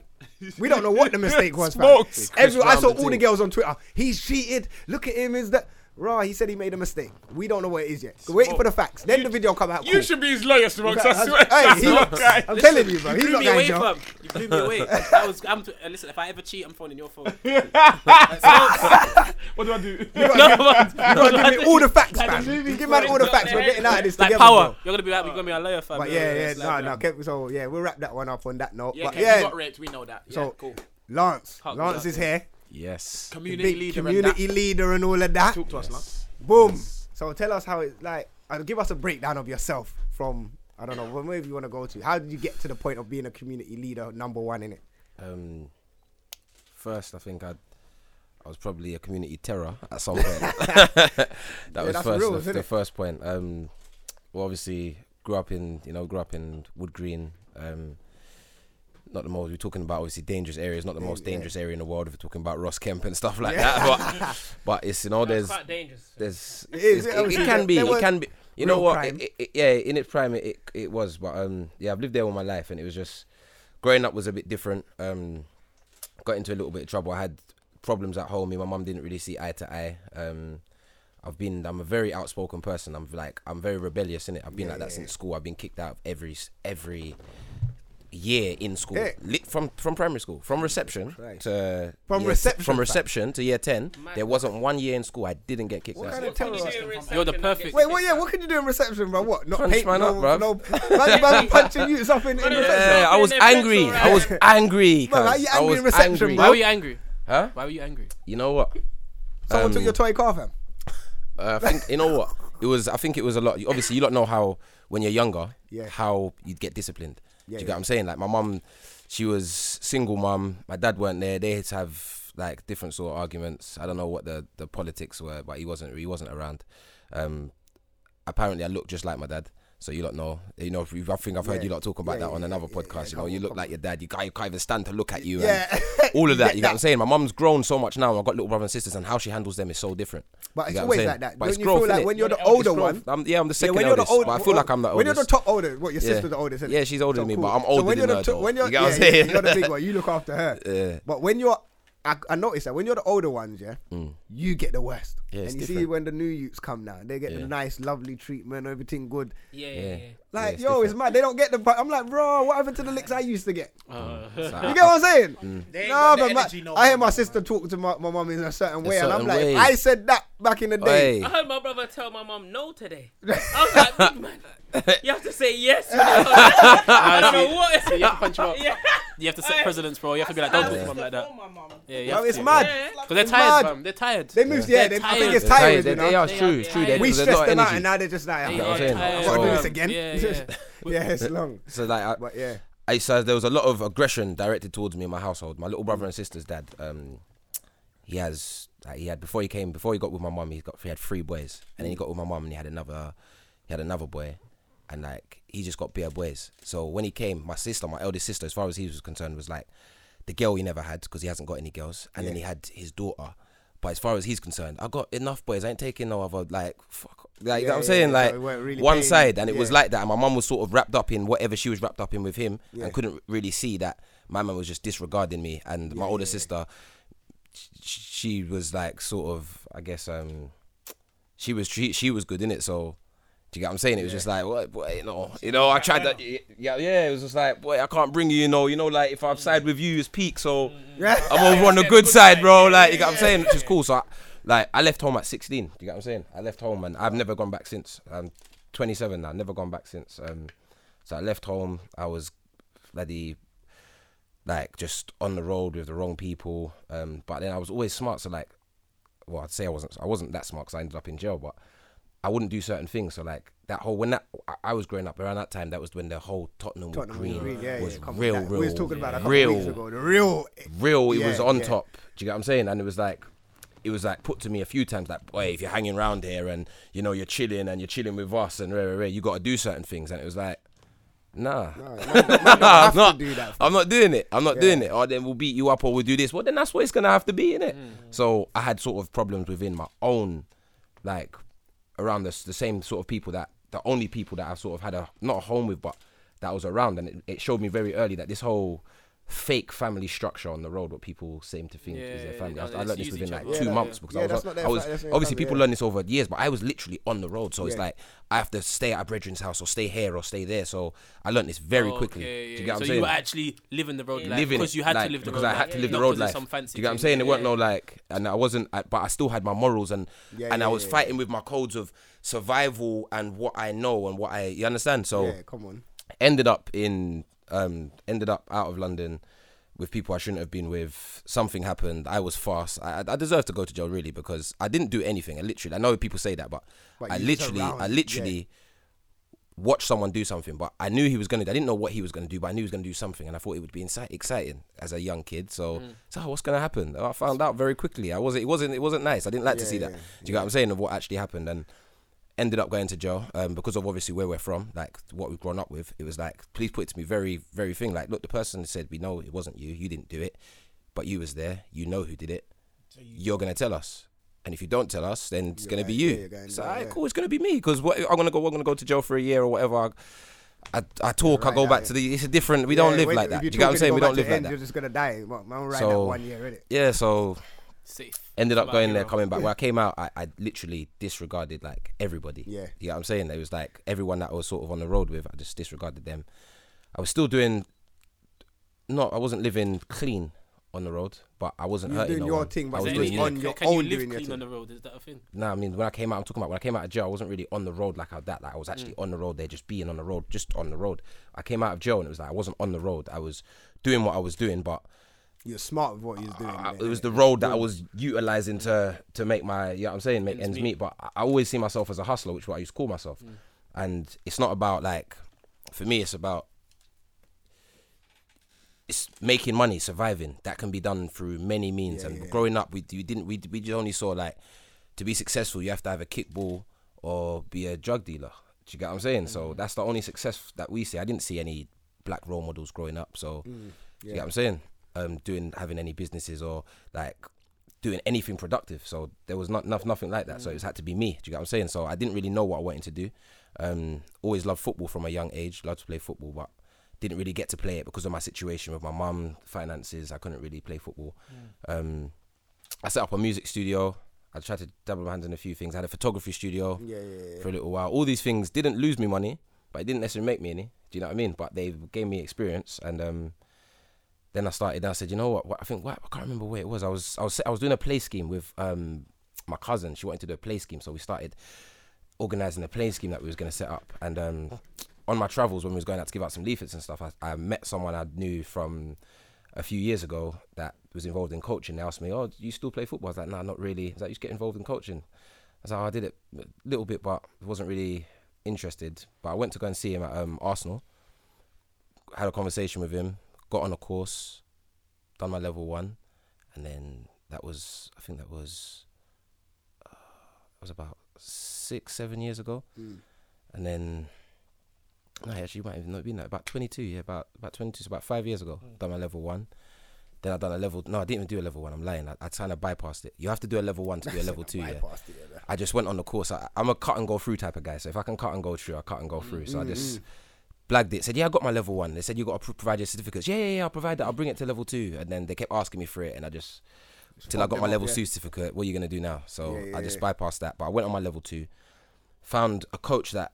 We don't know what the mistake was. fam. Smokes. Everyone, I saw Chris Brown, the all the team. girls on Twitter. He's cheated. Look at him. Is that? Raw, he said he made a mistake. We don't know what it is yet. We're waiting for the facts. Then the video come out. You cool. should be his lawyer, Smokes. I That's- swear. hey, That's he- your guy. I'm telling you, bro. He's blew not me away, that job. fam. You blew me away. I was, I'm, uh, listen, if I ever cheat, I'm phoning your phone. So- What do I do? no, but- You gotta give me all the facts, Like the man. movie You give man all the before it facts. We're got getting out of this like together. power. bro. You're gonna be like, we're gonna be a lawyer, fam. But you yeah, know, yeah, it's like, no, no. Kev- So yeah, we'll wrap that one up on that note. Yeah, But Kev, you yeah, got raped. We know that. Yeah, so- cool. Lance, Can't do Lance that, is here. Yes. Community Big leader. community leader and all of that. Talk to us, Lance. Boom. So tell us how it's like. and Give us a breakdown of yourself from I don't know wherever you want to go to. How did you get to the point of being a community leader, number one in it? Um, first, I think I, I was probably a community terror at some point. that was that's first, real, the, isn't the it? first point. Um, well, obviously grew up in you know grew up in Wood Green. Um, not the most we're talking about obviously dangerous areas. Not the most dangerous area in the world if we're talking about Ross Kemp and stuff like that. But but it's you know there's quite dangerous. there's It is, it's- yeah, it, it obviously, can there- be there it were can be you know real what crime. it, it, it- yeah in its prime it, it it was but um yeah I've lived there all my life and it was just growing up was a bit different um got into a little bit of trouble I had problems at home me and my mum didn't really see eye to eye um I've been I'm a very outspoken person I'm like I'm very rebellious in it I've been like that since school I've been kicked out of every s- every year in school Yeah. Lit from from primary school from reception to From year- reception, from fam. reception to year 10 there wasn't one year in school I didn't get kicked out kind of terror is that? You're the perfect. Wait, what? Yeah, what can you do in reception, bro? What? Not Punch paint, man no, up, bruv. no, man, man punching you something in reception. Yeah, I was angry. I was angry. Man, how cuz. you I angry was in reception, angry. bro? Why were you angry? Huh? Why were you angry? You know what? Someone Um, took your toy car, fam. Uh, I think you know what it was. I think it was a lot. Obviously, you lot know how when you're younger, Yeah. how you'd get disciplined. Yeah, Do you yeah. get what I'm saying? Like my mum, she was single mum. My dad weren't there. They had to have like different sort of arguments. I don't know what the the politics were, but he wasn't he wasn't around. Um, apparently, I look just like my dad. So you lot know, you know. if you- I think I've heard Yeah. you lot talk about Yeah, that yeah, on yeah, another yeah, yeah, podcast. you no, know, you look come like your dad. You can't, you can't even stand to look at you. Yeah. and all of that. Get You know what that. I'm saying? My mum's grown so much now. I've got little brothers and sisters, and how she handles them is so different. But You it's get what I'm always saying? like that. But Don't it's you growth, feel like innit? when you're the It's older growth. one- I'm, yeah, I'm the Yeah, second when you're the oldest, old, but I feel like I'm the oldest. When you're the top older, what your sister's the oldest. Isn't Yeah, she's older than me, but I'm older when than you're her, The though. when you're, You get what I'm yeah, yeah, saying? you're the big one. You look after her. Yeah. But when you're, I, I noticed that when you're the older ones, yeah, you get the worst. Mm. Yeah, and it's you see different. when the new youths come now, they get the Yeah. nice, lovely treatment, everything good. Yeah, yeah, Yeah. yeah. Like, it's yo, it's mad. They don't get the. But I'm like, bro, what happened to the licks I used to get? Uh, It's like, You get what I'm saying? mm. ain't got Nah, the but my- energy no I hear more, my sister talk to my, my mum in a certain way, and certain I'm like, way. if I said that back in the day. Oi. I heard my brother tell my mom no today. I was like, man, you have to say yes. you know? I don't know what. So you have to punch him up. Yeah. You have to set presidents, bro. You have to be like, don't talk to him like that. Yeah, you Bro, have it's to. mad. Yeah. Because they're It's tired, mad. fam. They're tired. They moved, yeah. They're They, I think it's They're tiring, tired. you They- know. they are, it's They true, are it's true. tired. They- we there's a stressed lot of them out, energy. and now they're just like, They Yeah, "Oh, I'm are saying. tired, I gotta do fam. this again. Yeah, yeah. yeah, it's long. So like, I, But yeah, I so there was a lot of aggression directed towards me in my household. My little brother and sister's dad, um, he has like, he had before he came before he got with my mum. He got he had three boys, and then he got with my mum and he had another he had another boy, and like he just got bare boys. So when he came, my sister, my eldest sister, as far as he was concerned, was like the girl he never had because he hasn't got any girls, and then he had his daughter. But as far as he's concerned, I got enough boys. I ain't taking no other like fuck. Like you know Yeah, what I'm yeah, saying, yeah, so like it weren't really one paying- side, and it was yeah. like like that, and my mum was sort of wrapped up in whatever she was wrapped up in with him, and couldn't really see that my man was just disregarding me. And my older sister, sh- she was like sort of, I guess, um, she was she, she was good in it, so Do you get what I'm saying? It was just like, what, boy, you know, you know, I tried that. Yeah, yeah. It was just like, boy, I can't bring you, you know, you know, like if I've sided with you, it's peak. So I'm over on the mm. good side, bro. Like you get what I'm saying? Which is cool. So, I, like, I left home at 16. Do you get what I'm saying? I left home and I've never gone back since. I'm 27 now. Never gone back since. Um, so I left home. I was bloody like just on the road with the wrong people. Um, but then I was always smart. So like, well, I'd say I wasn't. I wasn't that smart because I ended up in jail. But I wouldn't do certain things. So like that whole when that I- I was growing up around that time, that was when the whole Tottenham, Tottenham green, green, yeah, yeah, was come on, real, that- real. we was talking about that a couple real, weeks ago, the real- real. It Yeah, was on yeah. top. Do you get what I'm saying? And it was like. It was like put to me a few times, like, boy, if you're hanging around here and you know you're chilling and you're chilling with us and rare, rare, rare, you got to do certain things. And it was like, nah, man, man, man, don't have I'm to not, do that. I'm not doing it. I'm not Yeah. doing it. Or then we'll beat you up, or we'll do this. Well, then that's what it's gonna have to be, innit? it. Mm. So I had sort of problems within my own, like, around the, s- the same sort of people that the only people that I've sort of had a not a home with, but that I was around, and it, it showed me very early that this whole fake family structure on the road, what people seem to think is their Yeah, family. no, I, I it's learned this used within each like other. two Yeah, months yeah. because Yeah, I was, that's on- not their I was fa- that's not their obviously family, people yeah. learn this over years, but I was literally on the road, so it's Yeah. like I have to stay at a brethren's house or stay here or stay there. So I learned this very quickly. Okay, yeah, Do you yeah. get what so I'm saying? you were actually living the road life Living because it, you had like, to live the because road I had life, to live not the road 'cause it's life. Some fancy Do you get what I'm thing. saying? It weren't Yeah. no like, and I wasn't, I, but I still had my morals and Yeah, and yeah, I was yeah, fighting with my codes of survival and what I know and what I you understand. So Yeah, come on. ended up in um ended up out of London with people I shouldn't have been with. Something happened. I was fast. I, I deserve to go to jail really because I didn't do anything. I literally. I know people say that, but, But I you was literally, around, I yeah. literally watch someone do something, but I knew he was gonna. I didn't know what he was gonna do, but I knew he was gonna do something, and I thought it would be inci- exciting as a young kid. So, Mm. so what's gonna happen? I found out very quickly. I wasn't. It wasn't. It wasn't nice. I didn't like to Yeah, see that. yeah, Do you get what I'm saying? Of what actually happened, and ended up going to jail um, because of obviously where we're from, like what we've grown up with. It was like, please put it to me very, very thing. Like, look, the person said, we know it wasn't you. You didn't do it, but you was there. You know who did it. you are gonna tell us. And if you don't tell us, then it's You're gonna be going- you. yeah, you're going so, down, alright, yeah. cool. It's gonna be me because what I'm gonna go. I'm gonna go to jail for a year or whatever. I, I, I talk. I right go now, back yeah. to the. It's a different. We don't Yeah, live when- like if that. Do you're you get what I'm talking saying? about We don't to live like end, that. You're just gonna die. Well, man, right now, So one year, innit? yeah, so Safe. Ended up Come out going here, there, bro. coming back. When I came out, I, I literally disregarded like everybody. Yeah. you know what I'm saying. It was like everyone that I was sort of on the road with, I just disregarded them. I was still doing. No, I wasn't living clean on the road, but I wasn't You were hurting doing no your one. thing, I but was you doing was yeah. on your Can you own live doing your clean thing. on the road? Is that a thing? No, I mean when I came out, I'm talking about when I came out of jail, I wasn't really on the road like I that. Like I was actually Mm. on the road there, just being on the road, just on the road. I came out of jail and it was like I wasn't on the road. I was doing what I was doing, but You're smart with what you're doing. I- innit? it was the road that I was utilizing to to make my you know what I'm saying make Ends ends, meet. meet. But I- I always see myself as a hustler, which is what I used to call myself. Mm. And it's not about like, for me, it's about it's making money, surviving. That can be done through many means. Yeah, and yeah. growing up, we we didn't we we just only saw like to be successful, you have to have a kickball or be a drug dealer. Do you get what I'm saying? Mm-hmm. So that's the only success that we see. I didn't see any black role models growing up. So Mm, do you yeah. get what I'm saying? Um, doing having any businesses or like doing anything productive. So there was not enough nothing like that. So it Mm. had to be me. Do you get what I'm saying? So I didn't really know what I wanted to do. Um, always loved football from a young age. Loved to play football, but didn't really get to play it because of my situation with my mum, finances. I couldn't really play football. Mm. Um, I set up a music studio. I tried to double my hands in a few things. I had a photography studio Yeah, yeah, yeah. for a little while. All these things didn't lose me money, but it didn't necessarily make me any. Do you know what I mean? But they gave me experience, and um, then I started. I said, you know what? what I think what, I can't remember where it was. I was I was I was doing a play scheme with um, my cousin. She wanted to do a play scheme, so we started organizing a play scheme that we was going to set up. And um, on my travels, when we was going out to give out some leaflets and stuff, I, I met someone I knew from a few years ago that was involved in coaching. They asked me, "Oh, do you still play football?" I was like, "Nah, not really." He's like, "You just get involved in coaching." I was like, oh, "I did it a little bit, but wasn't really interested." But I went to go and see him at um, Arsenal. Had a conversation with him. Got on a course, done my level one, and then that was I think that was that was about six, seven years ago, Mm. and then no, actually, you might even not been that about twenty-two. Yeah, about about twenty-two, so about five years ago. Hmm. Done my level one. Then I done a level. No, I didn't even do a level one. I'm lying. I, I kind of bypassed it. You have to do a level one to do a level two. Yeah. Bypassed it, yeah. I just went on the course. I, I'm a cut and go through type of guy. So if I can cut and go through, I cut and Mm, go through. So I just Mm-mm. blagged it. Said, yeah, I got my level one. They said you got to provide your certificates. Yeah, yeah, yeah. I'll provide that. I'll bring it to level two. And then they kept asking me for it, and I just till I fucked got my them up, level yeah. two certificate. What are you gonna do now? So Yeah, yeah, I just yeah. bypassed that. But I went on my level two, found a coach that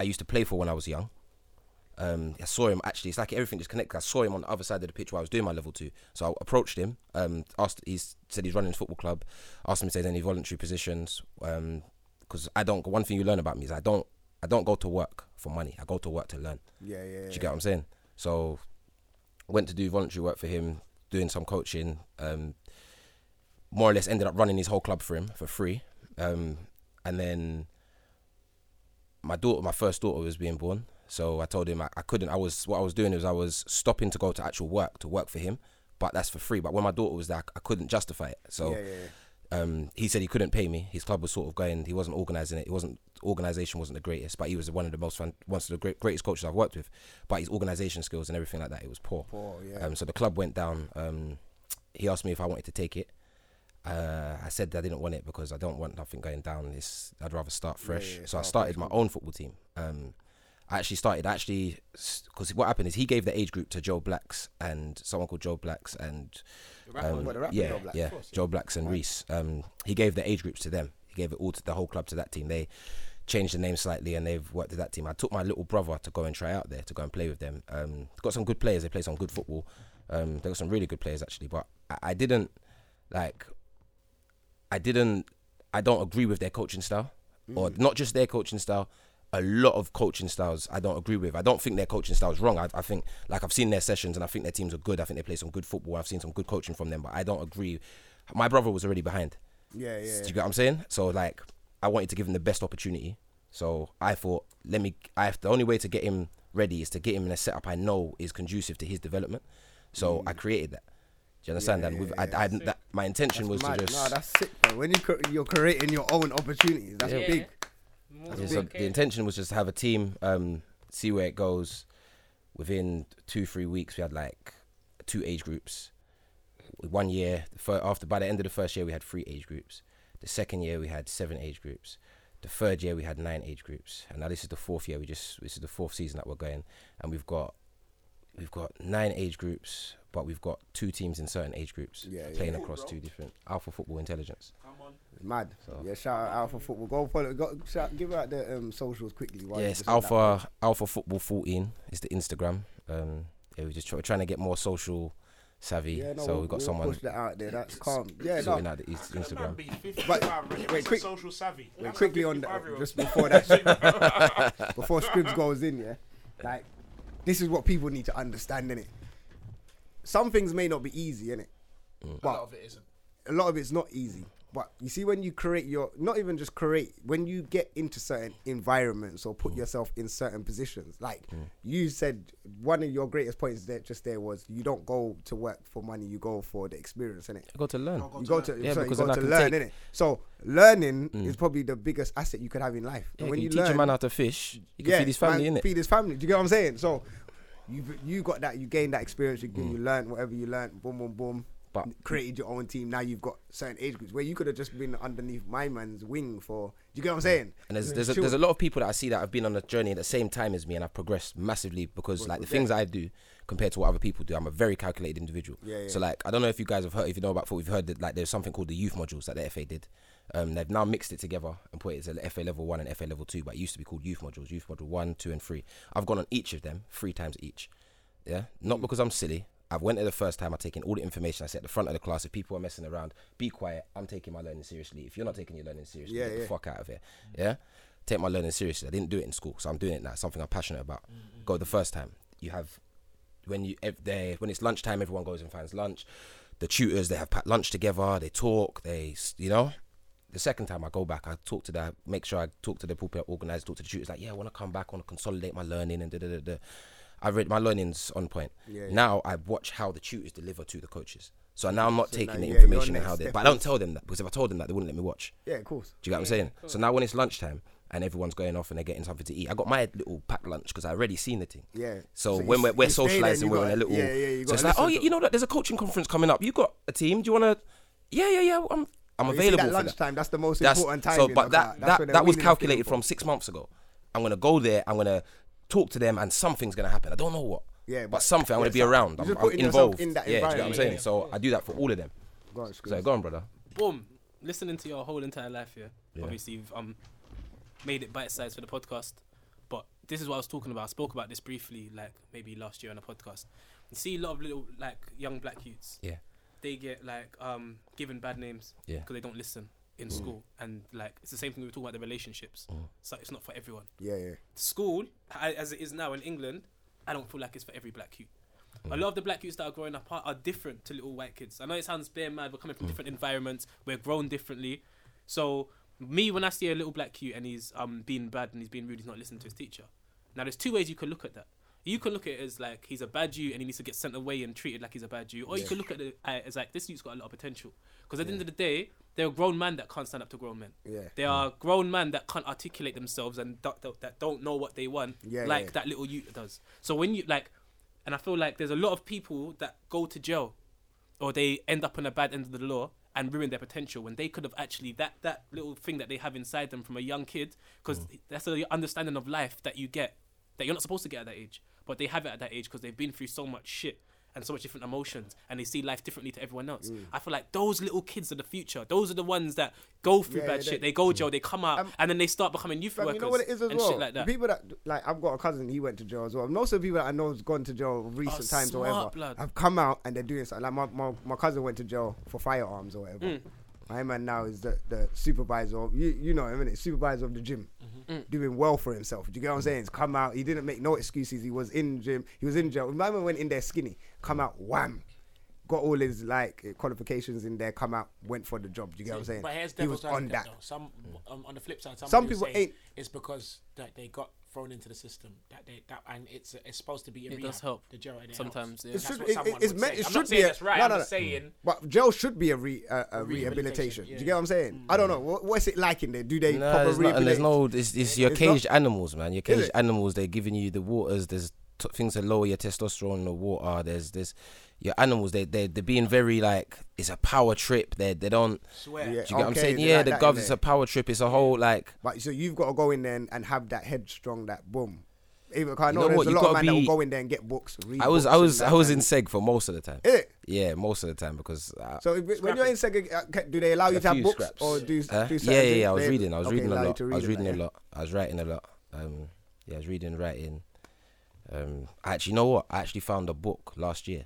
I used to play for when I was young. Um, I saw him actually. It's like everything just connected. I saw him on the other side of the pitch while I was doing my level two. So I approached him. Um, asked. He said he's running his football club. Asked him if there's any voluntary positions. Um, because I don't. One thing you learn about me is I don't. I don't go to work for money. I go to work to learn. Yeah, yeah, Do you yeah. get what I'm saying? So went to do voluntary work for him, doing some coaching. Um, more or less ended up running his whole club for him for free. Um, and then my daughter, my first daughter was being born. So I told him I, I couldn't. I was what I was doing is I was stopping to go to actual work to work for him, but that's for free. But when my daughter was there, I, I couldn't justify it. So Yeah, yeah, Um, he said he couldn't pay me. His club was sort of going. He wasn't organising it. It wasn't organisation wasn't the greatest, but he was one of the most fan, one of the great, greatest coaches I've worked with. But his organisation skills and everything like that, it was poor. Poor, Oh, yeah. Um, so the club went down. Um, he asked me if I wanted to take it. Uh, I said that I didn't want it because I don't want nothing going down. It's, I'd rather start Yeah, fresh. yeah, yeah, so I start started my own football team. Um, I actually started actually because what happened is he gave the age group to Joe Blacks and someone called Joe Blacks and The rapper, what, the rapper Um, yeah, Joe Blacks? yeah, Of course, yeah. Joe Blacks and Reese. Um, he gave the age groups to them. He gave it all to the whole club to that team. They changed the name slightly and they've worked with that team. I took my little brother to go and try out there to go and play with them. Um, got some good players. They play some good football. Um, they got some really good players actually, but I, I didn't like I didn't I don't agree with their coaching style or Mm. not just their coaching style a lot of coaching styles I don't agree with I don't think their coaching style is wrong I, I think like I've seen their sessions and I think their teams are good I think they play some good football I've seen some good coaching from them but I don't agree my brother was already behind Yeah, yeah, do yeah. you get what I'm saying so like I wanted to give him the best opportunity so I thought let me I have the only way to get him ready is to get him in a setup I know is conducive to his development so Mm. I created that do you understand and with, I, I, that, my intention was Mad. to just Nah, that's sick, bro. When you cr- you're creating your own opportunities, that's Yeah. big. Yeah, That's so big. the intention was just to have a team, um, see where it goes. Within two, three weeks, we had like two age groups. One year, the fir- after by the end of the first year, we had three age groups. The second year, we had seven age groups. The third year, we had nine age groups, and now this is the fourth year. We just this is the fourth season that we're going, and we've got we've got nine age groups, but we've got two teams in certain age groups Yeah, yeah. playing Cool, across bro. two different Alpha Football Intelligence. Mad. Yeah, shout out Alpha Football. Go follow. Go, shout, give out the um, socials quickly. while you Yes, just on that. Alpha Alpha Football 14 is the Instagram. Um, yeah, we're just try, trying to get more social savvy. Yeah, no, so we'll- we've got we'll someone push that out there. That's calm. Yeah, sorting no. out the East- Instagram. But wait, quick, social savvy. wait That's quickly a on 55-year-old. that. Just before that, before Scribs goes in, yeah. Like, this is what people need to understand, innit? Some things may not be easy, innit? A lot of it isn't. a lot of it's not easy. But you see, when you create your, not even just create, when you get into certain environments or put Mm. yourself in certain positions, like you said, one of your greatest points that just there was you don't go to work for money, you go for the experience, innit? go to learn. You go to, Yeah, sorry, because you then go I to can learn, take- Mm. innit? So learning is probably the biggest asset you could have in life. Yeah, you teach a man how to fish, you can feed his family, man, innit? Feed his family. Do you get what I'm saying? So you you got that, you gained that experience, you, you learned whatever you learned, boom, boom, boom. Mm. But created your own team. Now you've got certain age groups where you could have just been underneath my man's wing for. Do you get what I'm saying? And there's there's a, there's a lot of people that I see that have been on a journey at the same time as me, and I've progressed massively because like the things I do compared to what other people do, I'm a very calculated individual. Yeah, yeah. So like I don't know if you guys have heard, if you know about football, you've heard that like there's something called the youth modules that the FA did. Um, they've now mixed it together and put it as FA level one and FA level two, but it used to be called youth modules, youth module one, two, and three. I've gone on each of them three times each. Yeah, not because I'm silly. I've went there the first time. I've taken all the information. I said at the front of the class. If people are messing around, be quiet. I'm taking my learning seriously. If you're not taking your learning seriously, Yeah, get the yeah. fuck out of here. Yeah, take my learning seriously. I didn't do it in school, so I'm doing it now. It's something I'm passionate about. Mm, Go the first time. You have when you ev- they when it's lunchtime, everyone goes and finds lunch. The tutors they have packed lunch together. They talk. They s- you know. The second time I go back, I talk to the make sure I talk to the people that organise, talk to the tutors. Like, yeah, I want to come back, I want to consolidate my learning and da da da da. I read my learning's on point. Yeah, yeah. now I watch how the tutors deliver to the coaches. So now I'm not So taking now, the yeah, you're on information and that how they. step But I don't tell them that because if I told them that, they wouldn't let me watch. Yeah, of course. Do you get what I'm saying? So now when it's lunchtime and everyone's going off and they're getting something to eat, I got my little packed lunch because I already seen the thing. Yeah. So, So when you- we're, we're you stay there, socializing, you we're on gotta- a little. yeah, yeah, you so it's gotta like, oh, listen yeah, you know that there's a coaching conference coming up. You got a team. Do you want to? Yeah, yeah, yeah. I'm I'm Oh, you see available. that for lunchtime, that's the most important So, timing but of that that. That's that, when they're that was wheeling and calculated from six months ago. I'm gonna go there. I'm gonna talk to them, and something's gonna happen. I don't know what. Yeah, but, but- something. I'm yeah, gonna be so- around. you're I'm, just I'm putting yourself involved. in that yeah, do you know what I'm environment. saying? Yeah. So I do that for all of them. Go on, so go on, brother. boom, listening to your whole entire life, yeah. Yeah. Obviously, you've um made it bite sized for the podcast, But this is what I was talking about. I spoke about this briefly, like maybe last year on a podcast. You see a lot of little like young black youths. Yeah. They get like um given bad names. Yeah. Because they don't listen in Mm. school, and like it's the same thing we were talking about the relationships. So it's not for everyone. Yeah, yeah. School, I, as it is now in England, I don't feel like it's for every black youth. A lot of the black youths that are growing up are, are different to little white kids. I know it sounds bare mad. We're coming Mm. from different environments. We're grown differently. So me, when I see a little black youth and he's um being bad and he's being rude, he's not listening to his teacher. Now there's two ways you could look at that. You can look at it as like he's a bad you and he needs to get sent away and treated like he's a bad you, or you Yeah. could look at it uh, as like this youth's got a lot of potential. Because at the end of the day, they're a grown man that can't stand up to grown men. Yeah. Mm. They are grown men that can't articulate themselves and that, that, that don't know what they want, Yeah, like yeah. that little youth does. So when you like, and I feel like there's a lot of people that go to jail, or they end up on the bad end of the law and ruin their potential when they could have actually that that little thing that they have inside them from a young kid, because Mm. that's the understanding of life that you get that you're not supposed to get at that age, but they have it at that age because they've been through so much shit and so much different emotions and they see life differently to everyone else. Mm. I feel like those little kids are the future. Those are the ones that go through Yeah, bad yeah, shit. they- Mm. Um, They go jail, they come out, and then they start becoming youth Fam, workers you know what it is as and well. shit like that. The people that like I've got a cousin, he went to jail as well. Most of the people that I know has gone to jail recent Oh, times smart or whatever. blood. I've come out and they're doing something. Like my, my, my cousin went to jail for firearms or whatever. Mm. My man now is the, the supervisor of you you know him, innit? Supervisor of the gym. Mm-hmm. Mm. Doing well for himself. Do you get Mm. what I'm saying? He's come out, he didn't make no excuses. He was in gym, he was in jail. My man went in there skinny, come out wham. Got all his like qualifications in there, come out, went for the job. Do you get what I'm saying? But here's he was devil's on advocate, that. Though. Some um, on the flip side, Some some people people ain't- It's because that they got thrown into the system that they that and it's it's supposed to be. A It rehab, does help. the jail. and it Sometimes, helps. yeah. It That's should. what It, someone it's would meant. say. It I'm should not saying be. A, that's right. No, I'm no, just no. saying But jail should be a, re, a, a rehabilitation. Do you get what I'm saying? I don't know. What, what's it like in there? Do they No, proper there's, not, and there's rehabilitate? no. It's, it's your It's not- caged animals, man. Your Is caged it? animals. They're giving you the waters. There's t- things to lower your testosterone in the water. There's this. Your animals. They they they're being very like. It's a power trip. They they don't. Swear. Do you Yeah, get what I'm okay, saying? they Yeah, like the that, gov innit? is a power trip. It's a whole like. But so you've got to go in there and, and have that headstrong, that boom. Even 'cause I You know, know there's what, a you lot of gotta man that will be- go in there and get books. Read I was books I and was that I was and- in seg for most of the time. Is it? Yeah, most of the time because. I, So if, when you're in second, do they allow you a to have few books scraps. or do, Huh? do certain yeah, yeah, things? yeah. I was They- reading. I was okay, reading a allow you lot. to I was read reading and a that, lot. I was writing a lot. Um, yeah, I was reading, writing. Um, I actually, you know what? I actually found a book last year.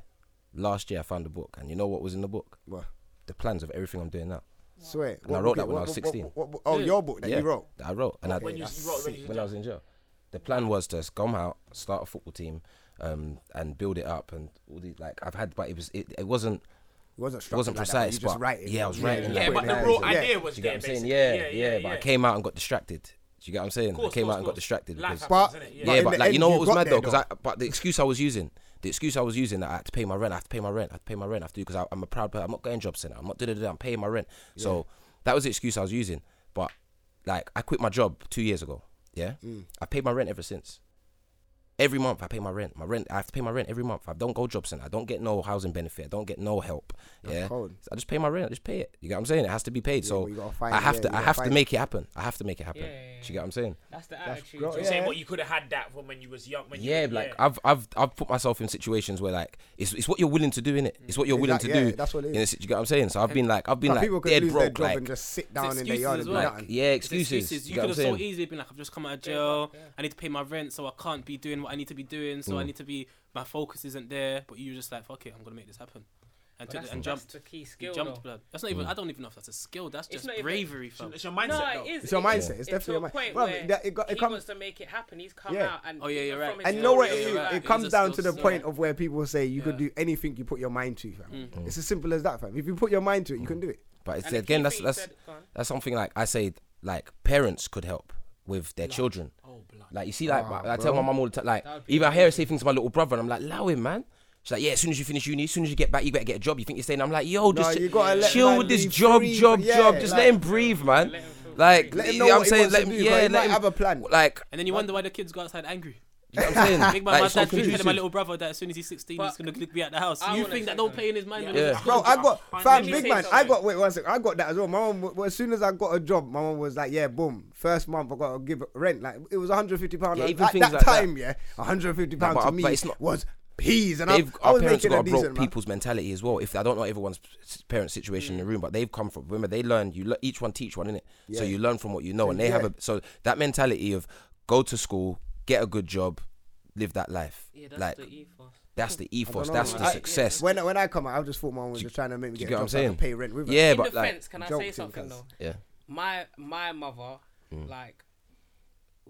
Last year, I found a book, and you know what was in the book? What? The plans of everything I'm doing now. yeah. Swear. And I What wrote book that it- when I what- was what- 16. what- what- Oh, your book that Yeah, you wrote. that I wrote. And I, When you- that's you wrote when sick, you was when I was in jail. The plan was to come out, start a football team, um, and build it up, and all the like. I've had, but it was it, it wasn't. It wasn't it structured like that, wasn't precise, you just but write it. yeah, I was Yeah, writing. yeah, like but the that. raw idea was Do you get there, what I'm saying? basically. Yeah, Yeah, yeah, yeah, But I yeah. came out and got distracted. Do you get what I'm saying? I Course, came course, out and got course. distracted. Life Because, happens, But- innit? Yeah. yeah, in but the like you end, know you what was got mad there, though, because I but the excuse I was using, the excuse I was using that I had to pay my rent, I have to pay my rent, I have to pay my rent, I have to do because I'm a proud person. I'm not going job center. I'm not da da da. I'm paying my rent. So that was the excuse I was using. But like I quit my job two years ago. Yeah, Mm. I paid my rent ever since. Every month I pay my rent. My rent I have to pay my rent every month. I don't go job center. I don't get no housing benefit. I don't get no help. yeah. cold. So I just pay my rent. I just pay it. You get what I'm saying? It has to be paid. so but you gotta find- I have yeah, to you I gotta have to find- make it happen. I have to make it happen. Yeah, yeah, Do you get what I'm saying? That's the attitude. gross. You're saying Yeah. what you could have had that from when you was young. When Yeah, you, like I've I've I've put myself in situations where like it's it's what you're willing to do in it. It's what you're willing Exact- to yeah, do. that's what it in a is. situ- you get what I'm saying? So I've been like I've been But like people could dead lose their broke job like and just sit It's down in their excuses yard as and do well. nothing. yeah, It's excuses. You You get could what have I'm so saying? easily been like, I've just come out of jail. I need to pay my rent, so I can't be doing what I need to be doing. So I Mm. need to be. My focus isn't there. But you were just like, fuck it, I'm gonna make this happen. And, But took that's- it and that's jumped. the key You skill, Jumped though. blood. That's not even. Mm. I don't even know if that's a skill. That's It's just not even- bravery. fam. No, it is. It's your it mindset. is. It's definitely to your a mind- Bruv, point where that- it got- it he come- wants to make it happen. He's come Yeah. out and Oh, yeah, you're right. from his And you know what you're it is? right. It comes down to the skill. point of where people say you could do anything you put your mind to, fam. Mm. It's as simple as that, fam. If you put your mind to it, you can do it. But it's And the again key that's thing you that's said- go on. that's something like I say like parents could help with their children. Like you see, like Ah, I tell oh, bro. my mum all the time, like That would be even I hear her say things to my little brother, and I'm like, allow him, man. She's like, yeah, as soon as you finish uni, as soon as you get back, you better get a job. You think you're staying? I'm like, No, yo, just you gotta let chill man with this be job, free, job, yeah, job. Just like- let him breathe, man. like, Let him you know know what he saying? wants Let to him, do, yeah, but he let might him- have a plan. Like, And then you wonder why the kids go outside angry. You know what I'm saying? Big man, Like, my it's so dad keeps telling my confusing. little brother that as soon as he's 16, he's going to be at the house. I you wanna think say that don't play in his mind? when he's Bro, I got Let fam, me big say man. I something. got wait one second. I got that as well. My mom, w- as soon as I got a job, my mom was like, "Yeah, boom, first month I got to give rent." Like it was 150 pound Yeah, at even that things like that. time. Yeah, 150 No, pound but- to but me it's not- was peas, and I, They've, I our was parents making got a a broke decent amount. people's mentality as well. If I don't know everyone's s- parent situation Mm. in the room, but they've come from. Remember, they learn. You le- each one teach one, innit? Yeah. So you learn from what you know, So, and they have yeah. a. So that mentality of go to school, get a good job, live that life. Yeah, that's like, the e- ethos. That's the I don't ethos. know, That's man. the I- success. When when I come out, I just thought my mom was just trying to make me do you get, get a what I'm job so I can saying? pay rent with her. Yeah, In but like, defense, can I say Joking, something cuz- though? Yeah. My my mother, Mm. like,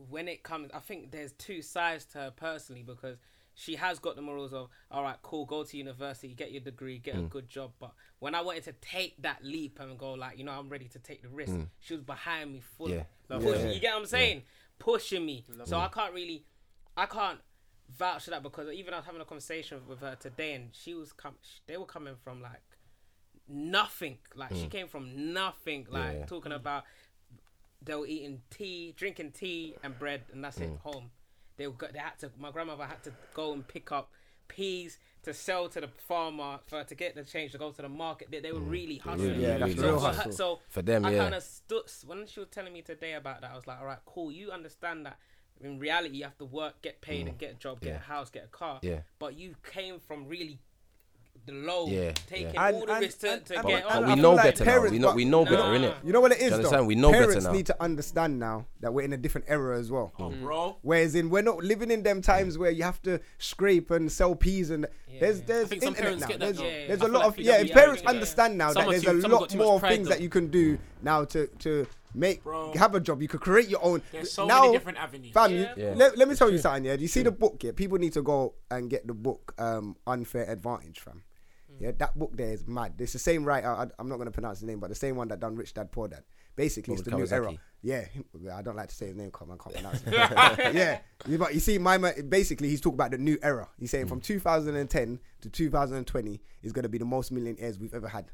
when it comes, I think there's two sides to her personally because she has got the morals of, all right, cool, go to university, get your degree, get a Mm. good job. But when I wanted to take that leap and go, like, you know, I'm ready to take the risk, Mm. she was behind me full. Yeah. Like, Yeah. pushing- You get what I'm Yeah. saying? Pushing me. Love so it. I can't really, I can't vouch for that because even I was having a conversation with her today and she was com- sh- they were coming from like nothing. Like she Mm. came from nothing. Yeah, Like yeah. talking about they were eating tea, drinking tea and bread, and that's it. Mm. Home. They were, go- they had to. My grandmother had to go and pick up peas to sell to the farmer for to get the change to go to the market. They, they were really Mm. They hustling. really, Yeah, that's really so real for her- hustle. so For them, I yeah. kind of stood when she was telling me today about that. I was like, all right, cool. You understand that. In reality, you have to work, get paid, Mm. and get a job, get Yeah. a house, get a car. Yeah. But you came from really the low, Yeah, taking yeah. all the risk to, to and- get but on. we know better now. We know- we know better, but- innit? You know what it Do you is, though. understand? We know better Parents now. need to understand now that we're in a different era as well. Oh, Mm. bro. Whereas in we're not living in them times where you have to scrape and sell peas and there's there's think some internet parents now. get that, There's, though. Yeah, yeah. there's I a feel lot like of we yeah. don't If really parents understand that. understand now Some that are there's too- a some have got lot too much more pride, things that though. you can do now to to make have a job. You could create your own. There's so now, many different avenues. Fam, you- Yeah. Yeah. Let, let me tell you something. Yeah, do you see the book? Yeah, people need to go and get the book. Um, unfair advantage, fam. Yeah, that book there is mad. It's the same writer. I, I'm not going to pronounce his name, but the same one that done Rich Dad Poor Dad. Basically, it's the Robert new era. Kawasaki. Yeah, him- I don't like to say his name. Come, I can't pronounce it. yeah, you- but you see, my ma- basically he's talking about the new era. He's saying from 2010 to 2020 is going to be the most millionaires we've ever had.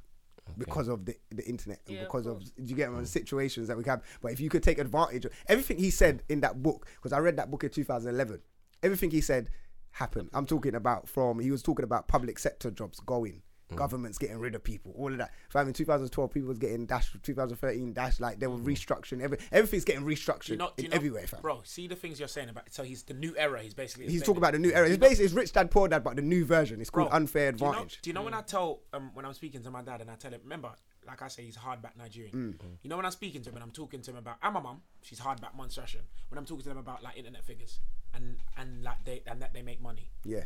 Because of the, the internet and Yeah, of because of, you get on situations that we have, but if you could take advantage of everything he said in that book, because I read that book in 2011, everything he said happened. I'm talking about from he was talking about public sector jobs going, governments getting rid of people, all of that. Fam, in 2012, people was getting dash, 2013 dash, like they were restructuring. Every everything's getting restructured Do you not, do you in not, everywhere, fam. Bro, see the things you're saying about. So he's the new era. He's basically. He's explaining. talking about the new era. It's basically it's rich dad poor dad, but the new version. It's called Bro, unfair do you know- advantage. Do you know, when I tell um, when I'm speaking to my dad and I tell him, remember, like I say, he's hardback Nigerian. Mm. Mm. You know when I'm speaking to him and I'm talking to him about, and my mum, she's hardback Monstrasian. When I'm talking to them about like internet figures and and like they and that they make money, Yeah.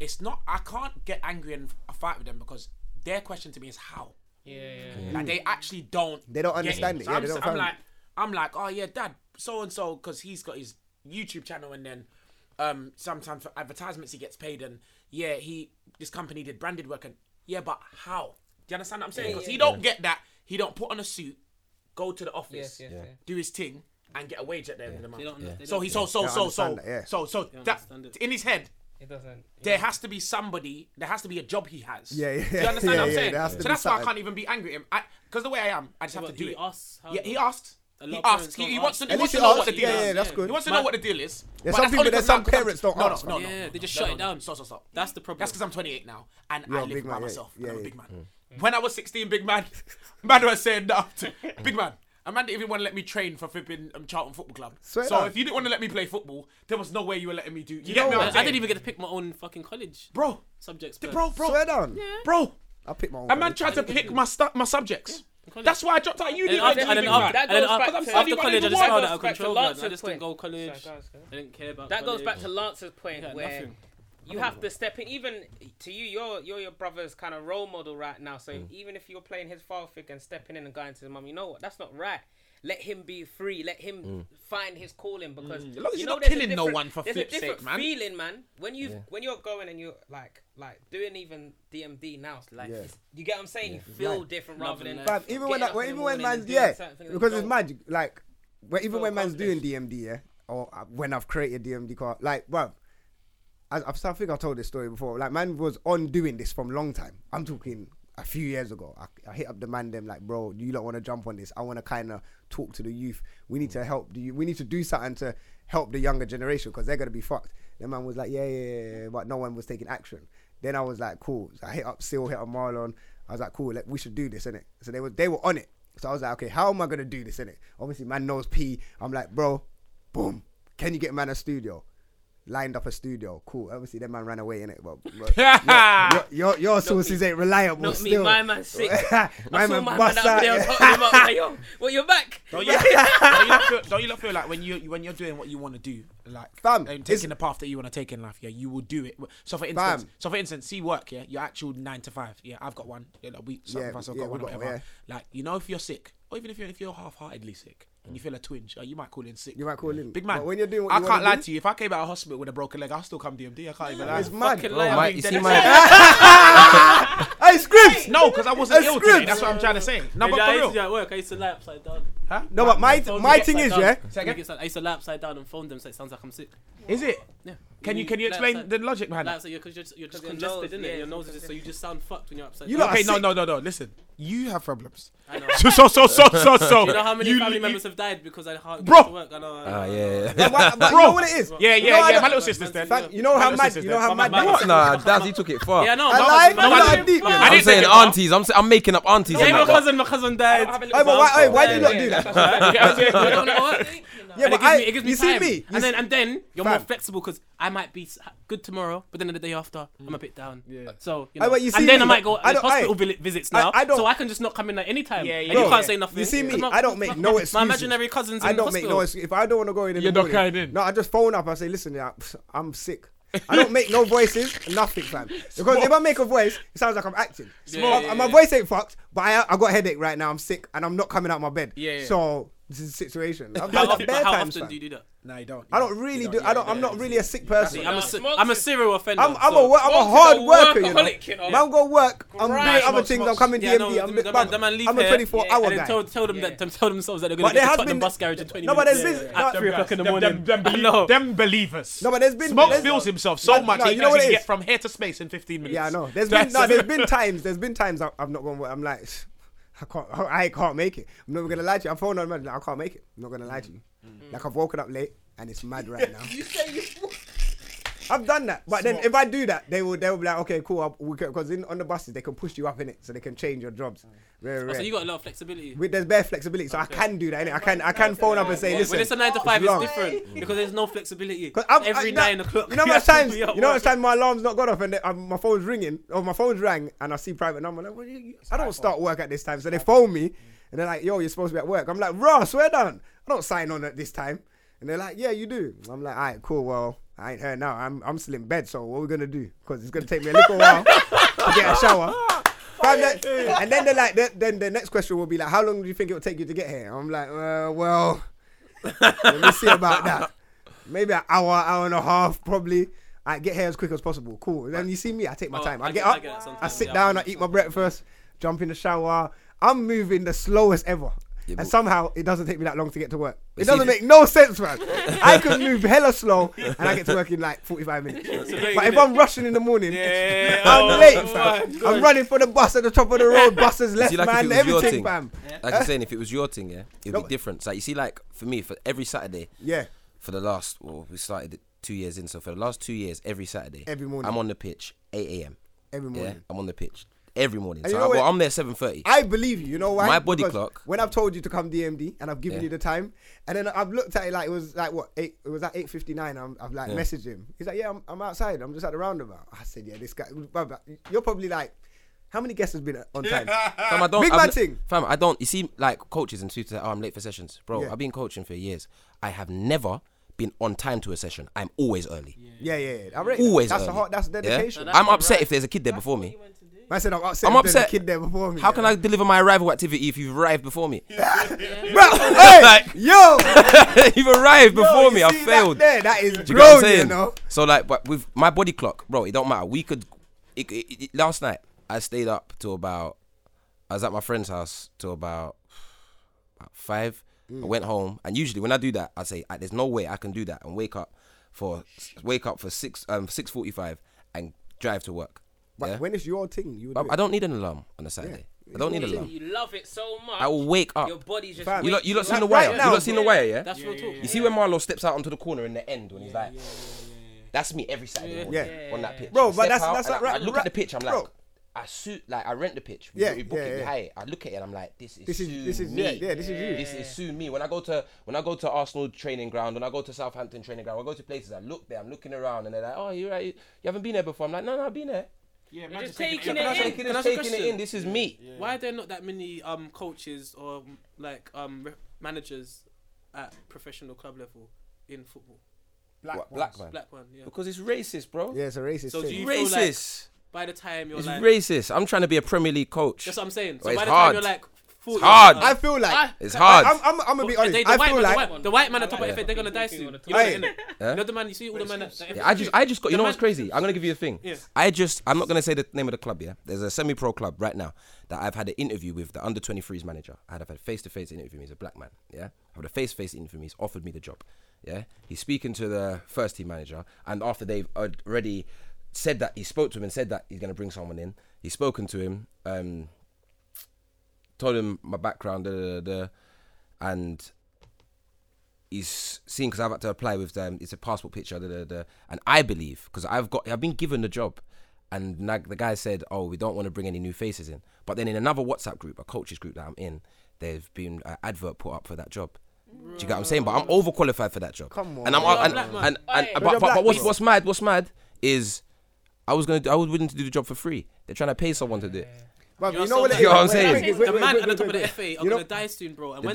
it's not. I can't get angry and f- fight with them because their question to me is how. Yeah, yeah. yeah. Like they actually don't. They don't get understand it. So Yeah, I'm, they s- don't I'm find- like, I'm like, oh yeah, dad, so and so, because he's got his YouTube channel, and then um sometimes for advertisements he gets paid, and yeah, he this company did branded work, and yeah, but how? Do you understand what I'm saying? Yeah, Because yeah, he yeah. don't get that. He don't put on a suit, go to the office, Yes, yes, Yeah. yeah. do his thing, and get a wage at the end of the month. They don't- Yeah. they So don't- he's so Yeah. so They so don't so understand that, yeah. so so They don't that understand it. in his head. It doesn't. There has to be somebody. There has to be a job he has. Yeah, yeah. Do you understand Yeah, what I'm yeah, saying? there has to so be that's why I something. can't even be angry at him. Because the way I am, I just have to do he it. asks how yeah, he the- asked. A lot He of parents asked. He, don't he wants to. ask. He At wants least to he know what asks the it, deal yeah, is. yeah, that's good. He wants to My- know what the deal is. Yeah, but some that's people only that 'cause I'm- some 'cause I'm- parents don't no, ask, No, no, man. no, Yeah, no, they just no, shut no, it no. down. So, so, so. That's the problem. That's because I'm 28 now and You're I a live big by man, yeah, myself. yeah, I'm a yeah. Mm. big man. When I was 16, big man, man was saying no to big man. A man didn't even want to let me train for flipping um, Charlton Football Club. Swear so down. if you didn't want to let me play football, there was no way you were letting me do. You, You get know me? what? What I'm I didn't saying? even get to pick my own fucking college, bro. Subjects, Bro, bro. Swear down. Bro. I picked my own. A man college. tried to pick my stu- my subjects. That's why I dropped out of uni. And man. after, and then after, That and then goes back after, to- after, Anybody college, I who just wants- found that out of goes back to control. Lance's man. I just didn't point. go college. Sorry, guys, go. I didn't care about. that goes back to college. Lance's point Yeah, where nothing. you have to step in. Even to you, you're you're your brother's kind of role model right now. So Mm. even if you're playing his father figure and stepping in and going to his mum, you know what? That's not right. Let him be free. Let him Mm. find his calling because Mm. As long as you you're know not there's a killing no different- one for there's a flip's sake, different man. Feeling, man. When you Yeah. when you're going and you're like like doing even DMD now, like Yeah. it's- you get what I'm saying. You It's feel mad. different rather than Fam, even when getting I, up in the even when morning and man's doing yeah, certain things that you because it's don't mad. Like, well, even when man's doing DMD, yeah, or uh, when I've created DMD card, like, bruv, I, I I think I told this story before. Like, man was on doing this from long time. I'm talking a few years ago. I, I hit up the man them like, bro, you don't want to jump on this. I want to kind of talk to the youth. We need to help the youth. We need to do something to help the younger generation because they're gonna be fucked. The man was like, yeah, yeah, yeah, yeah, but no one was taking action. Then I was like, cool. So I hit up Seal, hit up Marlon. I was like, cool, like, we should do this, innit? So they were they were on it. So I was like, okay, how am I gonna do this, innit? Obviously, man knows P. I'm like, bro, boom. Can you get man a studio? lined up a studio. Cool. Obviously, that man ran away in it. Well, but your, your, your, your sources ain't reliable. Not still. me, my man's sick. my I saw man my man bust out there, I was out. hotting him up. Like, yo, well, you're back. Don't you, don't, you not feel, don't you not feel like when you when you're doing what you want to do, like Fam, and taking the path that you want to take in life, yeah, you will do it. So for instance, Fam. so for instance, see work, yeah, your actual nine to five, yeah, I've got one, yeah, like we, some Yeah, of us have yeah, got we one, got- or whatever. yeah. Like you know, if you're sick, or even if you're if you're half-heartedly sick and you feel a twinge, uh, you might call in sick. You might call in. Big man, But when you're doing what I you can't wanna lie do- to you. If I came out of hospital with a broken leg, I'll still come DMD. I can't even lie. It's mad. Fucking Bro, lie, my- I'm you dead see as my- hell. Hey, Scribs! No, because I wasn't Hey, ill today. Scribs! That's what I'm trying to say. No, yeah, but I used for to real. do that at work. I used to lie upside down. Huh? No, but my Phone my them thing upside is, down. yeah. Make it sound- I used to lie upside down and phone them, so it sounds like I'm sick. Is it? Yeah. Can you- can you explain the logic behind that? it? Because you're, you're just your congested, nose, isn't yeah, it? Your it's nose is just so you just sound fucked when you're upside You down. okay? No, no, no, no. Listen, you have problems. I know. So, so, so, so, so, so. You know how many You- family you- members have died because I can't Bro. get to work? I know. I know. Ah, yeah. But why- but you Bro. know what it is? Yeah, You yeah, know how yeah. My that- little sister's dead. Thank- you know My how little mad. sister's You know dead. how My mad. mad- What? Nah, Daz, you took it far. Yeah, no. I my cousin- lied, man, my I cousin- lied deep, my you know. cousin- I'm didn't take saying it far. aunties. I'm, s- I'm making up aunties. Yeah, in my that cousin, my cousin died. Hey, but why, hey, why do you not do that? I don't know what- Yeah, And it but gives I, me, it gives me you time. see me. You and then see- and then you're more Fam. flexible because I might be s- good tomorrow, but then the day after I'm a bit down. Yeah. So you Aye, know, but you see and then me, I might go I there's don't- aye. hospital vi- visits I- now, I don't- so I can just not come in at any time. Yeah, and yeah, you yeah. can't say nothing. You see me? Because my- I don't make no my- excuses. My imaginary cousins. I in don't make hospital. no excuses. If I don't want to go in, in You're the not morning, going in. No, I just phone up. I say, listen, yeah, I'm sick. I don't make no voices, nothing, fam. Because if I make a voice, it sounds like I'm acting. my, yeah, my yeah. voice ain't fucked, but I, I got a headache right now. I'm sick, and I'm not coming out of my bed. Yeah, yeah. So this is the situation. I've How done often, it bare how times, often fam. do you do that? No, you don't. I don't really do. I don't. I'm not really a sick person. I'm, a, no, se- smokes I'm a is- serial offender. I'm, I'm so- a, wor- I'm a Smokes is hard a worker, you know. workaholic, you know. Man, go work. I'm Right. doing other Smokes, things. I'm smokes. coming Yeah, DMV. no, I'm, the, the man, the man leave I'm a here, 24 and hour then guy. Tell, tell them that. Tell themselves that they're going But to there get has to Tottenham been- bus garage in 20 No, but minutes there's this- at no, three o'clock in the Them, them, morning. them, I belie- know. them believers. No, but there's been Smoke there's- feels himself so No, much no, he you you know what it can is? get from here to space in 15 minutes. Yeah, I know. There's been That's- no, there's been times there's been times I, I've not gone. I'm like, I can't I can't make it. I'm never gonna lie to you. I'm phone on man. Like, I can't make it. I'm not gonna lie to you. Like I've woken up late and it's mad right now. Mm-hmm. You say you. I've done that, but then if I do that, they will they will be like, okay, cool. Because in on the buses they can push you up in it, so they can change your Mm. jobs. Rare, Oh, So rare. you got a lot of flexibility. With- there's bare flexibility, so I can do that. Innit? I can I can phone up and say, listen. When it's a nine to five, it's it's long. different because there's no flexibility. 'Cause I'm- Every I- nah, nine o'clock. You know how much have to times? be You at know how work. much time my alarm's not gone off and uh, my phone's ringing or my phone's rang and I see private number. Like, what you- you- I don't start work at this time, so they phone me and they're like, "Yo, you're supposed to be at work." I'm like, "Raw, swear down, I don't sign on at this time." And they're like, "Yeah, you do." I'm like, "All right, cool. Well, I ain't here now. I'm I'm still in bed. So what we gonna do? Because it's gonna take me a little while to get a shower." Fam, that- and then they're like, then- then the next question will be like, "How long do you think it will take you to get here?" I'm like, uh, "Well." Let me see about that. Maybe an hour, hour and a half, probably. I get here as quick as possible. Cool. Then you see me, I take my Oh, time. I, I get get- up, I get that I sometimes, sit yeah. down, I eat my breakfast, jump in the shower. I'm moving the slowest ever. and but- somehow it doesn't take me that long to get to work. It see, doesn't the- make no sense, man. I can move hella slow and I get to work in like 45 minutes. But if I'm rushing in the morning, I'm Oh late, fam. I'm running for the bus at the top of the road. Buses left, see, like, if man. it was your Everything, thing, fam. Like I'm saying, if it was your thing, yeah, it would No. be different. So, like you see, like for me, for every Saturday, Yeah. for the last, well, we started it two years in. So for the last two years, every Saturday, Every morning. I'm on the pitch, 8 a.m. Every Yeah, morning. I'm on the pitch every morning. And so you know I, well, what- I'm there 7:30. I believe you. You know why? My body Because clock. When I've told you to come DMD and I've given Yeah. you the time, and then I've looked at it like it was like what eight? It was at eight fifty nine. I'm I've like messaged him. He's like, yeah, I'm, I'm outside. I'm just at the roundabout. I said, yeah, this guy. bruv, You're probably like, how many guests has been on time? Fam, I don't, Big I've man n- thing. Fam, I don't. You see, like coaches and tutors, oh, I'm late for sessions, bro. Yeah. I've been coaching for years. I have never been on time to a session. I'm always early. yeah, yeah, yeah. I rate that. Always. That's early. a hard. That's Yeah? dedication. I'm upset if there's a kid there before me. I said I'm upset. I'm if there's a upset. Kid there before me. How can I deliver my arrival activity if you've arrived before me? Bro, hey, Like- yo, you've arrived before yo, me. you I see that failed. There, that is Do you get what I'm grown, saying? you know. So like, but with my body clock, bro, it don't matter. We could. It, it- it- last night, I stayed up till about. I was at my friend's house till about, about five. I went home, and usually when I do that, I say, "Ah, "There's no way I can do that," and wake up for wake up for six um six forty five and drive to work. But yeah? when it's your thing, you. I, Do I it. don't need an alarm on a Saturday. I don't need an alarm. You love it so much. I will wake up. Your body's just. Fam, You lot, you lot seen the Like, right wire? now- you lot seen the wire? Yeah. That's real talk. You see when Marlo steps out onto the corner in the end when he's like, "That's me every Saturday morning Yeah. on that pitch." Bro, I but step that's- out that's and like I- I right- look right- at the pitch. I'm like, bro. I suit like I rent the pitch. We, Yeah, we book yeah, it, we yeah. hire it. I look at it and I'm like, this is This is- Sue this is- me. yeah, yeah, this is you. This is Sue me. When I go to when I go to Arsenal training ground, when I go to Southampton training ground, when I go to places, I look there, I'm looking around, and they're like, oh, you're right, you you haven't been there before. I'm like, no, no, I've been there. Yeah, man, just taking it in. Can I ask a question? Yeah. Yeah. Why are there not that many um coaches or um, like um re- managers at professional club level in football? Black What, ones. black man? Black one, yeah. Because it's racist, bro. Yeah, it's a racist So do thing. you Racist. Feel like by the time you're It's like racist. I'm trying to be a Premier League coach. That's what I'm saying. So But it's by the hard. time you're like 40, it's hard. I feel like it's hard. I, am I'm, I'm gonna be Well, honest. they- the I white feel man- like the white, the white man at top Yeah. of FA, they're gonna die soon. You know Hey. that, innit? Huh? You know the man. You see all the man. That, that Yeah, I just, I just got. You know what's crazy? I'm gonna give you a thing. Yeah. I just, I'm not gonna say the name of the club. Yeah, there's a semi-pro club right now that I've had an interview with the under 23s manager. I'd have had face-to-face interview. He's a black man. Yeah, I've had a face-to-face interview. He's offered me the job. Yeah, he's speaking to the first team manager, and after they've already said that, he spoke to him and said that he's gonna bring someone in. He's spoken to him. Um, told him my background, da, da, da, da, and he's seen because I've had to apply with them. It's a passport picture, da, da, da, and I believe because I've got, I've been given the job, and like the guy said, oh, we don't want to bring any new faces in. But then in another WhatsApp group, a coaches group that I'm in, there's been an advert put up for that job. Do you get what I'm saying? But I'm overqualified for that job. Come on. and I'm You're a and, black and, man. and, Aye. but, You're a but, black but what's man. what's mad? What's mad is I was gonna, do, I was willing to do the job for free. They're trying to pay someone to do it. Bruv, you You're know what so it You know what I'm is? Wait, saying? wait, wait, the wait, man wait, at the top wait, of the wait. FA are You know- gonna die soon, bro. And The when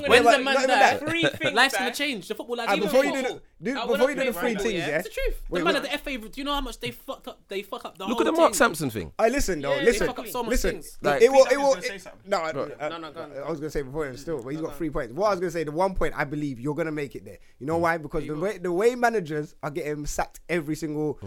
When, bro. when Not the even man that. die, Free things, life's gonna man. change. The football life. And even before you do football. the- do- I before you wanna do play the free football, things, yeah? It's the truth. Wait, the man wait. at the FA. Do you know how much they fuck up? They fuck up the Look whole at the Mark thing. Sampson thing. I listen though. Yeah, listen, they fuck up so much listen. things. Like- it will. It Peter will. was gonna say it- something. No, I- Bro. uh, No, no, go on. I was gonna say before him still, but he's got three points. What I was gonna say, the one point I believe you're gonna make it there. You Mm. know why? Because the way the way managers are getting sacked every single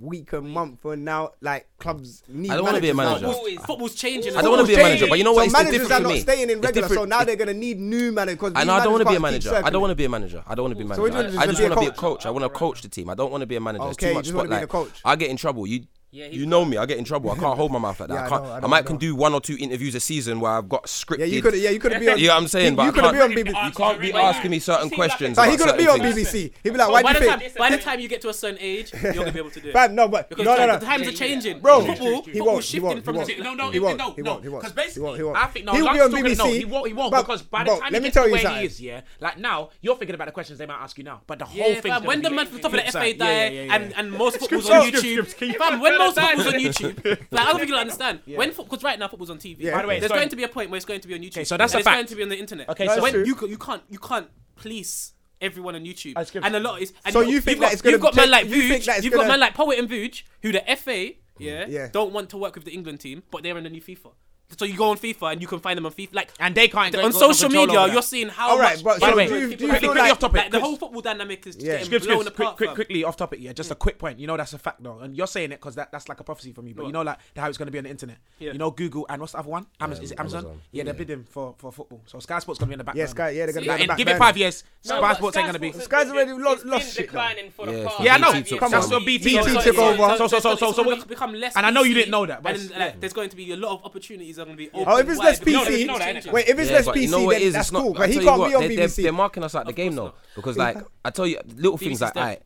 week and month, and now like clubs need. Mm. I don't wanna be a managers now. manager. Football's, football's changing. I don't wanna be a Change. manager, but you know So what? It's it's managers different are for not me. staying in It's regular, so different- now they're gonna need new managers. I know I don't want to be a manager. I don't want to be a manager. I don't want to be a manager. what do you I, I wanna just be a want to be a coach? coach. I want to coach the team. I don't want to be a manager. It's Okay, too you much just wanna be the spotlight. coach. I get in trouble. You Yeah, he- you know me. I get in trouble. I can't hold my mouth like that. Yeah, I I can't. know, I I, know, I might know. can do one or two interviews a season where I've got scripted. Yeah, you could. Yeah, you could be on. You know what I'm saying? You, but you I could be on can't, BBC. you can't be asking me certain questions. But he about could be certain on things. BBC. He'd be like, "Why by do the you time, think?" by the time you get to a certain age, you're gonna be able to do it. Fam, no, but Because no, the no, time- no. the times are changing, Bro, Football- he won't, he football's won't, he shifting won't, from he the- won't, No, no, he he won't, no, he no. won't, he won't, Because he basically, won't, he won't. I think no, He'll Lance be on still gonna- No, BBC. he won't. He won't But- because by the but time you let me get tell to you where he something. is, yeah, like now you're thinking about the questions they might ask you now, but the Yeah, whole thing. fam, when the man from the top of the FA die and and most football's out, on scripts, YouTube, scripts, keep fam, when most football's on YouTube, like I don't think you'll understand. When because right now football's on TV. By the way, there's sorry. going to be a point where it's going to be on YouTube. so that's a and it's fact. going to be on the internet. Okay, Okay, No, so- so that's true. when you ca- you can't you can't police. Everyone on YouTube, I script- and a lot is. And So you've got- you think you've that got, it's gonna you've got man take- like you think that Vuj, it's you've got gonna- Mm, man like Poet and Vuj, who the FA, yeah, Yeah. don't want to work with the England team, but they're in the new FIFA. So you go on FIFA and you can find them on FIFA, like And they can't go- on got no social control media. over that. You're seeing how All right, much. but By so the way, do you, do you quickly, feel quickly like off topic. Like the Chris- whole football dynamic is just Yeah. getting Scripts, blown Quick- apart. quick, fam. quickly off topic, yeah. Just a quick point. You know that's a fact though, and you're saying it because that, that's like a prophecy for me. But you know like how it's going to be on the internet. Yeah. You know Google and what's the other one? Amazon. is it Amazon? Amazon. Yeah, they're bidding for, for football. So Sky Sports going to be in the back. Yeah, burner. Sky- yeah, they're gonna be Like, in the in- back Give it burner. five years. No, Sky but Sports Sky ain't going to be. Sports has Sky's been- already lo- it's been lost shit now. declining for the Yeah, past it's Yeah, I five know. years. took Come That's on. what BT BT took took over. over. So so so it's so so. gonna what- become less. And I know you PC, didn't know that, but and it's- like, yeah. there's going to be a lot of opportunities are going to be. Oh, if it's less open wide, because PC, it's changing. wait, if it's Yeah, less but you PC, know what then it is? that's It's not, cool. I But he tell you can't what, be on they're, they're- BBC. They're marking us out the game though, because like I tell you, little things like dead. I,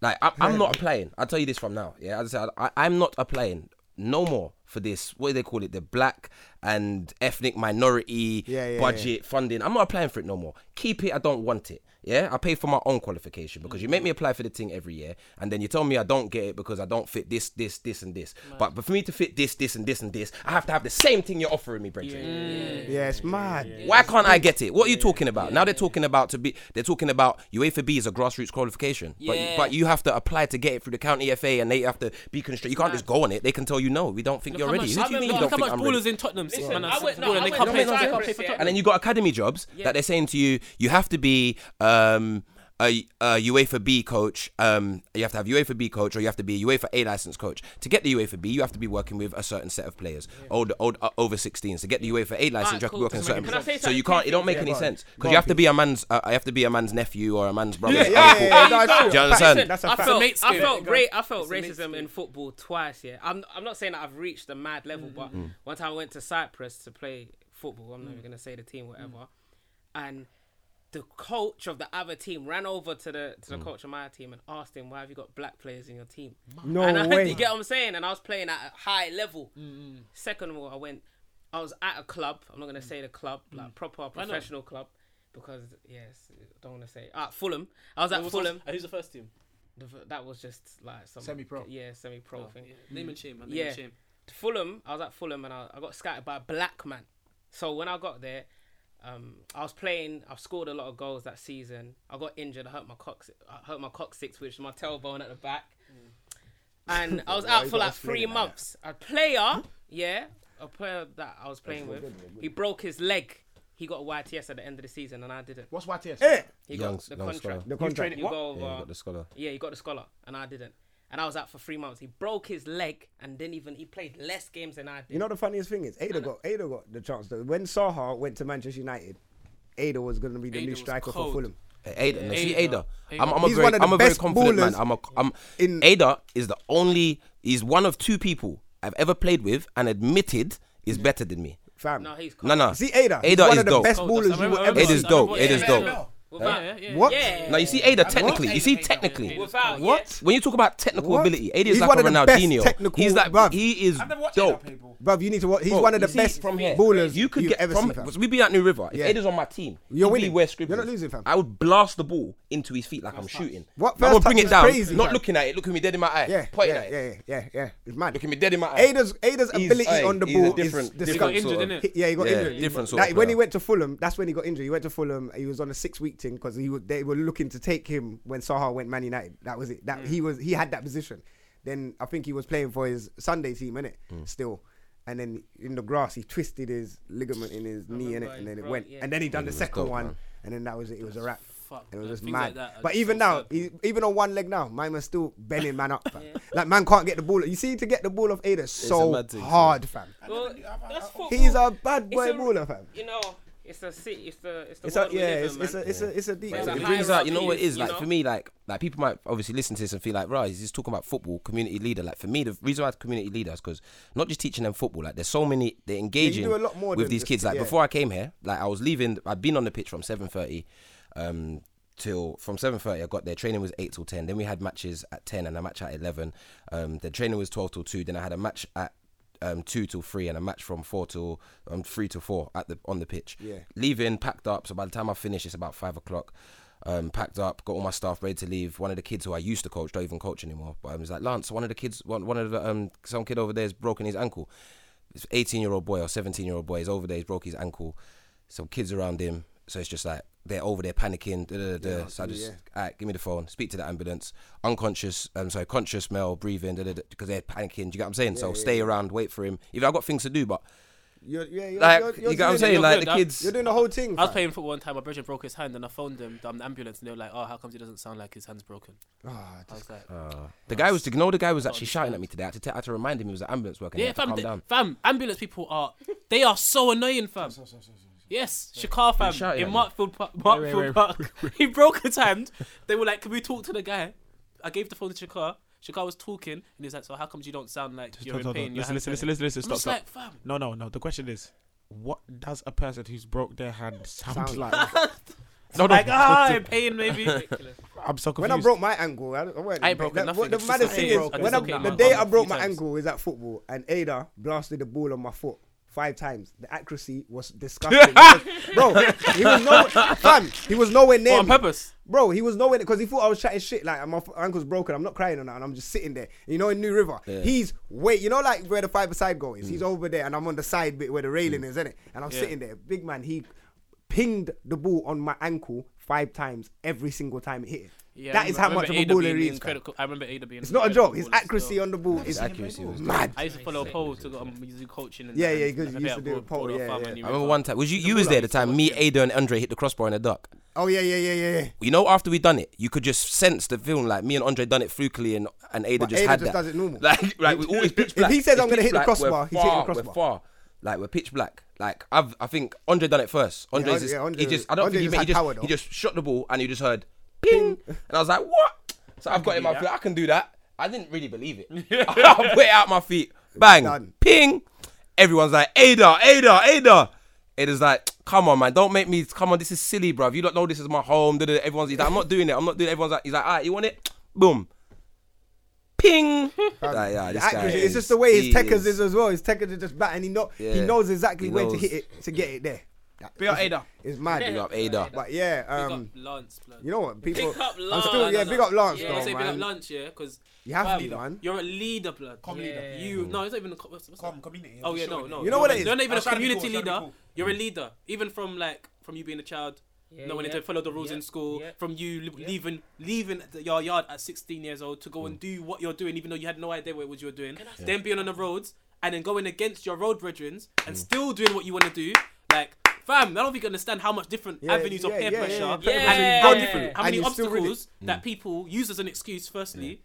like I, I'm not playing. I will tell you this from now. Yeah, as I said, I, I'm not playing no more for this. What do they call it? The black and ethnic minority Yeah, yeah, yeah. budget funding. I'm not applying for it no more. Keep it. I don't want it. Yeah, I pay for my own qualification because you make me apply for the thing every year, and then you tell me I don't get it because I don't fit this, this, this, and this. But, but for me to fit this, this, and this, and this, I have to have the same thing you're offering me, Brenton. Yeah, it's mad. Why can't I get it? What are you talking about? now they're talking about to be. They're talking about UEFA B is a grassroots qualification, Yeah. but but you have to apply to get it through the county FA, and they have to be constrained. You can't just go on it. They can tell you no, we don't think Look you're how ready. much- What do you mean you Look don't how think much I'm ballers ready? in Tottenham. six Listen, man, I went- no, and I they went can't play to they can't Cyprus, play for yeah. Tottenham. And then you got academy jobs that they're saying to you, you have to be um, a, a UEFA B coach. Um, you have to have UEFA B coach, or you have to be a UEFA A licensed coach. To get the UEFA B, you have to be working with a certain set of players, old, old, uh, over 16s. To get the UEFA Ah, A license, you have to be working with certain. Can I say so you something? can't. It don't make any go on. sense Go because on, you have to please. be a man's. Uh, you have to be a man's nephew or a man's brother. Yeah, yeah, uncle. yeah, yeah, no, it's Do you true. understand? That's a I fact. felt, mate's I game. felt, ra- I felt mate's racism in football twice. Yeah, I'm, I'm not saying that I've reached a mad level, Mm. but Mm. one Mm. time I went to Cyprus to play football. I'm not even gonna say the team, whatever. And the coach of the other team ran over to the to the Mm. coach of my team and asked him, "Why have you got black players in your team?" No and I, way. You get what I'm saying? And I was playing at a high level. Second of all, I went. I was at a club. I'm not gonna say the club, Mm. like proper know. professional club, because yes, I don't want to say. Ah, Fulham. I was at What was- Fulham. and who's the first team? The f- that was just like some Semi-pro. Yeah, semi-pro Oh, thing. yeah. Name and shame, man, name yeah, and shame. Fulham. I was at Fulham and I, I got scouted by a black man. So when I got there, um, I was playing. I scored a lot of goals that season. I got injured. I hurt my coccyx. I hurt my coccyx, which is my tailbone at the back. And I was Mm. Why out you for gotta like explain three it like months. A player, yeah, a player that I was playing we're with, good, we're good. he broke his leg. He got a YTS at the end of the season, and I didn't. What's YTS? Yeah, He Young- got the young scholar. contract. The contract. You What? go Yeah, he over- got the scholar. yeah, he got the scholar, and I didn't. And I was out for three months. He broke his leg, and then even he played less games than I did. You know the funniest thing is Ada got Ada got the chance though. When Saha went to Manchester United, Ada was going to be the Ada new was striker for cold. Fulham. Ada, no, see Ada. Ada. I'm, I'm a He's very, one of the I'm a very best confident man. ballers I'm a, I'm, Ada is the only, he's one of two people I've ever played with and admitted is better than me. Fam. No, he's No, no. See Ada. He's Ada one is of the dope. best ballers you will ever Ada is see. dope. Ada is Yeah, dope. yeah, Huh? Without- yeah, yeah, What? yeah. Now you see Ada What? technically. You see technically. Without, yeah. What? When you talk about technical What? ability, Ada He's is like one a of the best Ronaldinho. technical- He's like bruv. he is dope. Bruv, you need to watch. He's Bro, one of you the see best from here, ballers You could you've get ever from seen, fam. we be out New River. If Yeah. Ada's on my team. You're he'd winning. Be where Scribner's. You're not losing, fam. I would blast the ball into his feet like I'm shooting. What I first would bring touch it is down, crazy, not fam. looking at it, looking me dead in my eye. Yeah, pointing yeah, at it. yeah, yeah, yeah, yeah. It's mad. Looking me dead in my eye. Ada's Ada's He's- ability aye, on the he's a ball different- is different disgusting. sort of- He- Yeah, he got Yeah, injured. different sort Like, of when he player. went to Fulham, that's when he got injured. He went to Fulham. He was on a six-week thing because he would, they were looking to take him when Saha went Man United. That was it. That he Mm. was he had that position. Then I think he was playing for his Sunday team, innit? Mm. Still. And then in the grass, he twisted his ligament in his knee, innit? And then it bro, went. yeah. And then he done It the was second dope, one. man. And then that was it. It was a wrap. fucked, And it was man. just Things mad. like that are but just even so now, sad, he, E, even on one leg now, my man's still bending man up. Fam. Like man can't get the ball. You see, to get the ball off Ada is It's a so mad thing, hard, fam. Well, that's football. He's a bad It's boy a- baller, fam. You know, it's a city. It's the it's the It's a- world we yeah, live it's- in, it's man. a- it's a- it's a deep- But It's a It brings out, you know what it is you like know? for me, like like people might obviously listen to this and feel like, right, he's just talking about football, community leader. Like for me, the reason why I community leader is because not just teaching them football, like there's so many they're engaging do a lot more with than these just- kids. Like yeah. before I came here, like I was leaving, I'd been on the pitch from seven thirty, um, till from seven thirty I got there. Training was eight till ten. Then we had matches at ten and a match at eleven. Um, the training was twelve till two. Then I had a match at um, two till three and a match from four till um, three till four at the on the pitch. Yeah. Leaving, packed up. So by the time I finish, it's about five o'clock. Um, packed up, got all my stuff ready to leave. One of the kids who I used to coach don't even coach anymore. But um, he's like Lance. One of the kids, one, one of the um, some kid over there has broken his ankle. It's 18 year old boy or 17 year old boy. He's over there. He's broke his ankle. Some kids around him. So it's just like they're over there panicking. Da, da, da, da. Yeah, so I just, yeah. all right, give me the phone. Speak to the ambulance. Unconscious, um, sorry, conscious male breathing. Da, da, da, because they're panicking. Do you get what I'm saying? so yeah, stay around, wait for him. If I've got things to do, but You're, yeah, you're, Like, you're, you you're get what I'm doing saying? it. Like, the kids- You're doing the whole thing. I was fam. playing football one time. My brother broke his hand, and I phoned them, um, the ambulance, and they were like, "Oh, how comes he doesn't sound like his hand's broken?" Ah, I was like, the guy was, you know, the guy was Oh, actually shouting at me today. I had to, tell- I had to remind him he was an ambulance worker. and he "Yeah, had to fam, calm they- down. fam, ambulance people are, they are so annoying, fam." Yes, Shakar fam shouting in at you? Markfield Park. Wait, wait, Markfield wait, Park. he broke his hand. They were like, "Can we talk to the guy?" I gave the phone to Shakar. Shakar was talking, and he was like, "So how comes you don't sound like you're in Hold on, pain?" hold on. your Listen, hand's listen, listen, hurting?" listen, listen. I'm Stop, just stop. like, fam, No, no, no. The question is, what does a person who's broke their hand sound Sounds like? like- no, no. like ah, in pain maybe. I'm so confused. When I broke my ankle, I, I, weren't I in ain't broken pain. nothing, What the it's just maddest I thing is, broke when I, something the out day my I broke three my times. ankle was at football, and Ada blasted the ball on my foot. Five times. The accuracy was disgusting. bro, he was no fam. He was nowhere near. What, on me. purpose? Bro, he was nowhere because he thought I was chatting shit. Like my f- ankle's broken. I'm not crying on that, and I'm just sitting there. You know, in New River, Yeah. he's wait. You know, like where the five side goal is. He's Mm. over there, and I'm on the side bit where the railing is, is it? And I'm Yeah. sitting there. Big man, he pinged the ball on my ankle five times. Every single time it hit. Yeah, I that is how remember much of Ada a baller being he is. fam. Incredible. I remember Ada being. It's not a incredible joke. His baller still. accuracy on the ball is accuracy was mad. I used to follow Paul to go on music coaching. And, Yeah, yeah, and because like you a used bit to of broad- do it, Paul, broader yeah, farm yeah. and you I remember were- one time. Was you? You was there the time. Me, Ada, and Andre hit the crossbar in the duck. Oh yeah, yeah, yeah, yeah, yeah. You know, after we done it, you could just sense the feeling. Like me and Andre done it flukily, and and Ada But just Ada had just that. does it normal. Like, like we always pitch If black. he says It's I'm gonna hit pitch the black, we're crossbar, he's hitting the far- crossbar. We're far. Like we're pitch black. Like I've, I think Andre done it first. Andre's Andre- just, yeah, Andre- he just, I don't Andre think he, just made, he had just, power, he though. just shot the ball, and you just heard ping, and I was like, what? So I've got it in my feet. I can do that. I didn't really believe it. I put it out my feet. Bang, Done. ping. Everyone's like, Ada, Ada, Ada. Ada's like, Come on, man. Don't make me. Come on. This is silly, bro. You don't know this is my home. da, da, da." Everyone's. He's like, I'm not doing it. I'm not doing it. Everyone's like, he's like, all right, you want it? Boom. Ping. Like, yeah, this guy Accuracy. is- it's just the way he his techers is. as well. His techers are just bat, and he know he Yeah. knows exactly He when knows. to hit it to get it there. Big up It's- Ada. It's mad. Big up Ada. But yeah, Big um, up Lance, blood. you know what? Big People, up I'm Lance. still yeah. Big up Lance, Yeah, though, I say big man. up Lance, yeah, because You have to, man. Mm. You're a leader, blood. Com leader. You no, it's not even a co- what's, what's com community. Oh yeah, no, no. You know what you're- it is? You're not even I a was trying to be community cool, I was trying to be leader. You're a leader, even from like from you being a child, Yeah, not wanting yeah. to follow the rules in Yeah, school, yeah. from you li- leaving leaving the, your yard at 16 years old to go Mm. and do what you're doing, even though you had no idea what it was you were doing. I- Then being on the roads and then going against your road brethren Mm. and still doing what you want to do, like. Fam, I don't think you understand how much different Yeah, avenues of yeah, peer yeah, pressure yeah, and yeah. how Yeah. different, how And many you still obstacles really- Mm. that people use as an excuse. Firstly,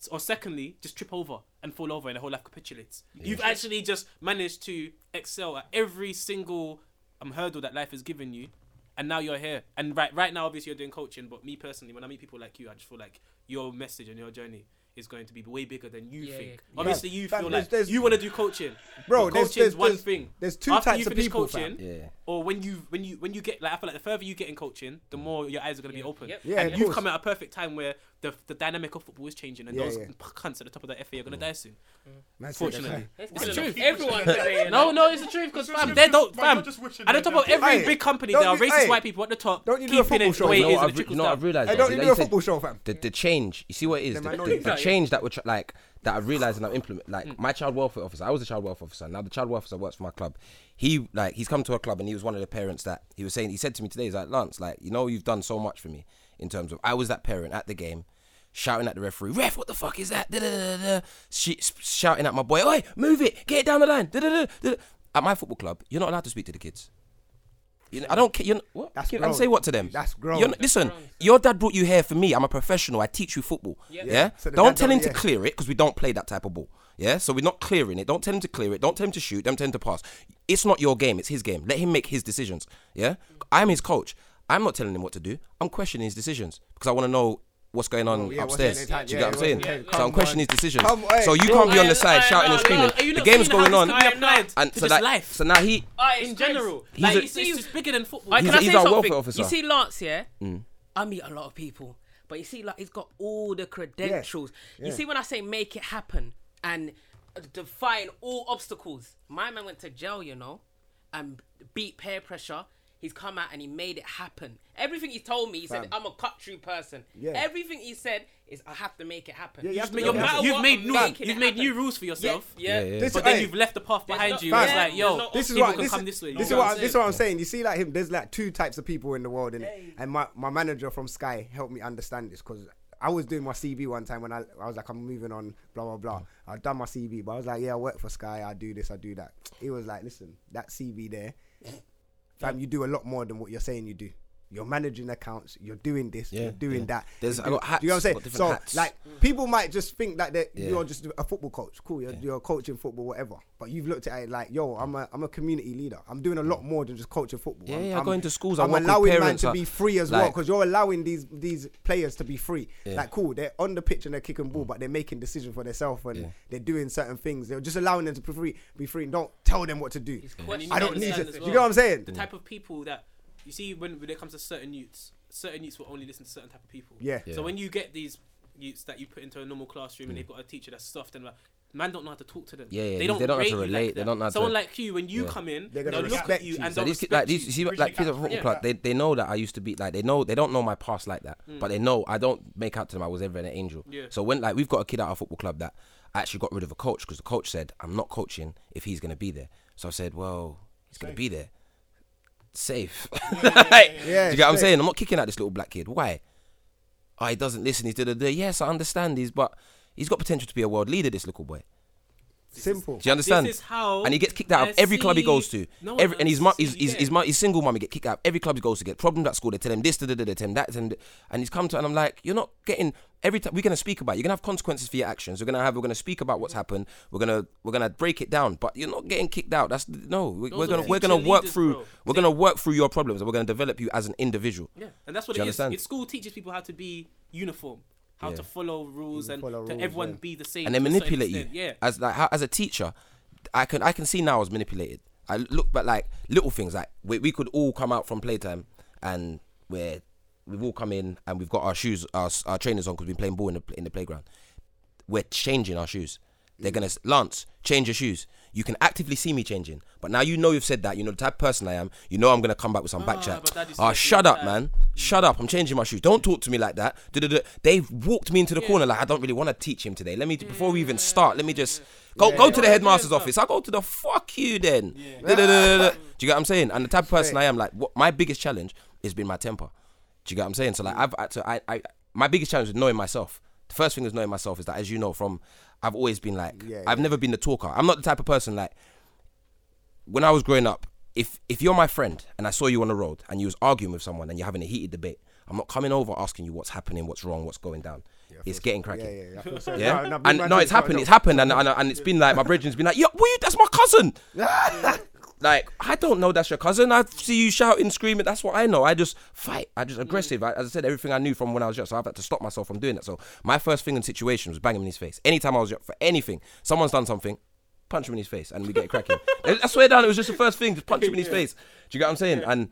S- or secondly, just trip over and fall over, and the whole life capitulates. You've actually just managed to excel at every single um, hurdle that life has given you, and now you're here. And right, right now, obviously, you're doing coaching. But me personally, when I meet people like you, I just feel like your message and your journey is going to be way bigger than you Yeah, think. yeah. Obviously, Fam, you fam, feel there's- like there's- you want to do coaching, Bro, But there's- coaching's there's- one there's- thing. there's two After types you of finish people, fam. coaching, Yeah. or when you when you when you get like I feel like the further you get in coaching, the more your eyes are going to be open. Yep. Yeah, and of you've course. come at a perfect time where the the dynamic of football is changing, and Yeah, those yeah. cunts at the top of the FA are Mm. going to die soon. Man said that's Fortunately, right. it's the truth. Everyone today. you No, know? no, it's the truth because fam, just- they don't man, you're fam. just wishing At the they're top of dead. every Hey, big company, don't there are you- racist hey, white people at the top. don't you do a keeping football it show, the way you it know No, is I've and it re- trickles no, I've down. realized. Hey, that. don't See, you like do a said, football show, fam? The, the change. You see what it is. The, the- minorities. the change that we're tr- like that I realized and I've implemented. Like Mm. my child welfare officer. I was a child welfare officer. Now the child welfare officer works for my club. He like he's come to a club and he was one of the parents that he was saying. He said to me today, he's like Lance, like you know you've done so much for me in terms of I was that parent at the game. Shouting at the referee, ref, what the fuck is that? Da, da, da, da, da. She, s- shouting at my boy, oi, move it, get it down the line. Da, da, da, da. da." At my football club, you're not allowed to speak to the kids. You know, I don't care. You're not, what? That's Kid, grown. And say what to them? That's grown. You're not- listen, your dad brought you here for me. I'm a professional. I teach you football. Yeah. So the don't dad tell don't- him to yeah. clear it because we don't play that type of ball. Yeah. So we're not clearing it. Don't tell him to clear it. Don't tell him to shoot. Don't tell him to pass. It's not your game. It's his game. Let him make his decisions. Yeah. I'm his coach. I'm not telling him what to do. I'm questioning his decisions because I want to know what's going on Oh, yeah, what's upstairs. going on? Do you Yeah, get what I'm what's saying? going on? so I'm Come on. questioning his decisions. Come on. so you Bro, can't be on I- the side I- shouting no, and screaming. no, are you the not game's seeing how going on. this could be applied And to so just like, life? Oh, so now he Alright, in it's crazy. general, He's like a- it's, it's just bigger than football. Alright, He's can a- I say he's our welfare something? officer. You see Lance, yeah? I meet a lot of people, but you see, like, he's got all the credentials. You see, when I say make it happen and define all obstacles, my man went to jail, you know, and beat peer pressure. He's come out and he made it happen. Everything he told me, he said, "I'm a cut through person." Yeah. Everything he said is, "I have to make it happen." Yeah, you have to But make you're it ma- happen. you've made I'm new, making you've it made new happen. rules for yourself. Yeah, yeah. This- But then hey. you've left the path behind not- you. It's Fam. like, yo, There's no This is people what can this, come this way. This is You know what, I- I'm this is saying? what I'm saying. You see, like him, there's like two types of people in the world, innit? And my, my manager from Sky helped me understand this because I was doing my CV one time when I, I was like, I'm moving on, blah blah blah. I'd done my CV, but I was like, yeah, I work for Sky, I do this, I do that. He was like, listen, that CV there, fam, you do a lot more than what you're saying you do. You're managing accounts. You're doing this. Yeah, you're doing yeah. that. There's- you I got hats, Do you know what I'm got saying? different So, hats. like, people might just think that that Yeah. you're just a football coach. Cool, you're, you're coaching football, whatever. But you've looked at it like, yo, I'm a I'm a community leader. I'm doing a lot more than just coaching football. Yeah, I'm, yeah, I I'm go into schools, I I'm work with allowing man parents, to I- be free as well well like- because you're allowing these these players to be free. Yeah. Mm. Like, cool, they're on the pitch and they're kicking ball, but they're making decisions for themselves and they're doing certain things. They're just allowing them to be free. Be free. And don't tell them what to do. questioning I don't need themselves to. as You well. know what I'm saying? the type of people that you see when, when it comes to certain youths, certain youths will only listen to certain type of people. Yeah. So when you get these youths that you put into a normal classroom and they've got a teacher that's soft and like, man don't know how to talk to them. Mm. Yeah, yeah, They they don't, don't know how rate to you like relate, they that. don't know how to- Someone like you, when you Yeah. come in, they're They're gonna gonna look respect at you you. and So they'll these kids, respect like these, you. you see, like kids at football club, they, they know that I used to be like they know they don't know my past like that, but they know I don't make out to them I was ever an angel. Yeah. So when like we've got a kid at our football club that I actually got rid of a coach because the coach said I'm not coaching if he's gonna be there. So I said, well, he's gonna be there, safe. Like, yeah, do you get what I'm safe. saying? I'm not kicking at this little black kid. Why? Oh, he doesn't listen. He's da da da. Yes, I understand. He's but he's got potential to be a world leader. This little boy. Simple. Do you understand? This is how and he gets kicked out I of every club he goes see- to. No, every, and his mum, I his, see, his, yeah. his, mu- his single mum, he get kicked out of every club he goes to. Get problems at school. They tell him this, da, da, da, they tell him that, tell him th- and he's come to. And I'm like, you're not getting every time. We're gonna speak about. it. You're gonna have consequences for your actions. We're gonna have. We're gonna speak about what's happened. We're gonna we're gonna break it down. But you're not getting kicked out. That's no. We, Those we're are gonna we're future gonna work leaders, through. bro. We're gonna work through your problems. And we're gonna develop you as an individual. Yeah, and that's what Do it you is. understand? It- school teaches people how to be uniform, how to Yeah. follow rules, and follow to rules, everyone yeah. be the same. and they to a certain manipulate you. extent, Yeah. As like how, as a teacher, I can I can see now I was manipulated. I look but like little things like we, we could all come out from playtime and we're we've all come in and we've got our shoes our, our trainers on because we've been playing ball in the in the playground. We're changing our shoes. They're gonna s- Lance change your shoes. You can actively see me changing, but now you know you've said that. You know the type of person I am. You know I'm gonna come back with some back chat. but Daddy said Ah, it shut up, man! Shut up! I'm changing my shoes. Don't talk to me like that. Du-du-du. They've walked me into the corner like I don't really want to teach him today. Let me before we even start. Let me just go Yeah. go to the Yeah. headmaster's office. I will go to the fuck you then. Du-du-du-du-du. Do you get what I'm saying? And the type of person I am, like what, my biggest challenge has been my temper. Do you get what I'm saying? So like I've had to, I, I my biggest challenge is knowing myself. The first thing is knowing myself is that as you know from I've always been like Yeah, I've yeah. never been the talker. I'm not the type of person like when I was growing up, if if you're my friend and I saw you on the road and you was arguing with someone and you're having a heated debate, I'm not coming over asking you what's happening, what's wrong, what's going down. it's getting cracking. Yeah, yeah, yeah, I feel sorry. Yeah? No, no, big and man no, things it's like happened. that. It's happened, and and, and it's been like my brethren's been like, yeah, wait, that's my cousin. like I don't know that's your cousin. I see you shouting, screaming. That's what I know. I just fight. I just aggressive. I, as I said, everything I knew from when I was young, so I've had to stop myself from doing that. So my first thing in situation was banging him in his face. Anytime I was young, for anything, someone's done something, punch him in his face, and we get it cracking. I swear down, it was just the first thing, just punch him in his face. Do you get what I'm saying? And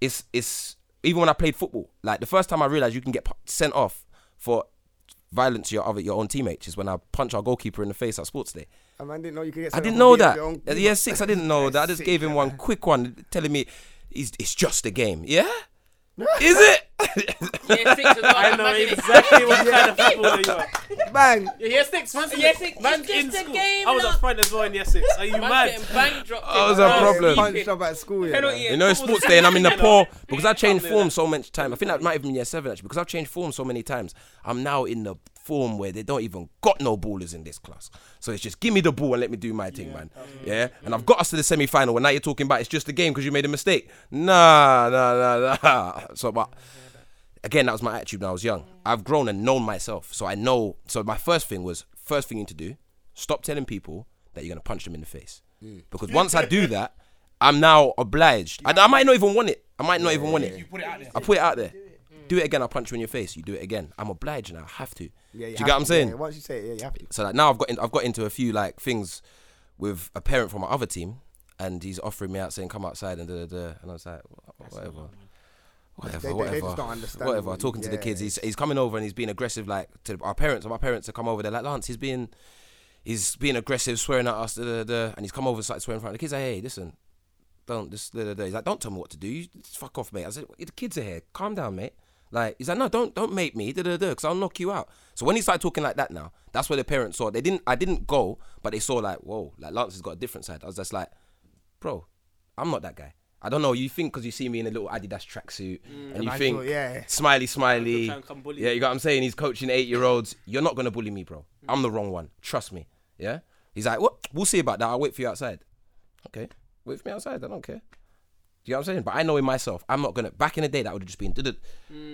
it's it's even when I played football, like the first time I realized you can get pu- sent off for violence to your other your own teammates is when I punch our goalkeeper in the face at sports day. A man didn't know you could get. I sent didn't off know for being that. your own At keeper. year six, I didn't know that. I just sick, gave him one quick one, telling me, "It's, it's just a game." Yeah, is it? Year six was I know exactly what kind of footballer you are. Bang. Yeah, year six, man's in, Year six, man's it's in just a school. game, I was look. up front as well in year six. Are you Man's mad? getting bang dropped Oh, in. was a problem. Punched up at school. Yeah, Penalty man. You know, it's sports day, and I'm in the poor because I changed form so much time. I think that might have been year seven actually, because I've changed form so many times. I'm now in the form where they don't even got no ballers in this class. So it's just give me the ball and let me do my thing, man. Yeah, and I've got us to the semi final, and now you're talking about it's just a game because you made a mistake. Nah, nah, nah, nah. So, but again, that was my attitude when I was young. I've grown and known myself, so I know. So my first thing was first thing you need to do: stop telling people that you're gonna punch them in the face, because once I do that, I'm now obliged. I, I might not even want it. I might not even want it. You put it out there. I put it out there. Do it again. I'll punch you in your face. You do it again. I'm obliged now. I have to. Yeah, do you you get have what I'm to, yeah, saying? Once you say it, yeah, you have to. So like now I've got in, I've got into a few like things with a parent from my other team, and he's offering me out saying come outside and da da da, and I was like "Wha- whatever. They- Whatever, they- they whatever, just don't understand whatever. what- Talking to the yeah. kids, he's, he's coming over and he's being aggressive. Like to our parents, my parents have come over. They're like, Lance, he's being, he's being aggressive, swearing at us, da, da, da, and he's come over, and started swearing in front of the kids. Like, hey, listen, don't just da, da, da. He's like, don't tell me what to do. You just fuck off, mate. I said, the kids are here. Calm down, mate. Like he's like, no, don't don't make me da da da, because I'll knock you out. So when he started talking like that now, that's where the parents saw. They didn't, I didn't go, but they saw like, whoa, like Lance has got a different side. I was just like, bro, I'm not that guy. I don't know. You think because you see me in a little Adidas tracksuit Mm, and you I think, thought, yeah. smiley, smiley. Try and come bully Yeah, me. you got what I'm saying? He's coaching eight year olds. You're not going to bully me, bro. I'm the wrong one. Trust me. Yeah? He's like, what? We'll see about that. I'll wait for you outside. Okay. Wait for me outside. I don't care. Do you know what I'm saying? But I know in myself, I'm not gonna. Back in the day, that would have just been. "Duh-duh."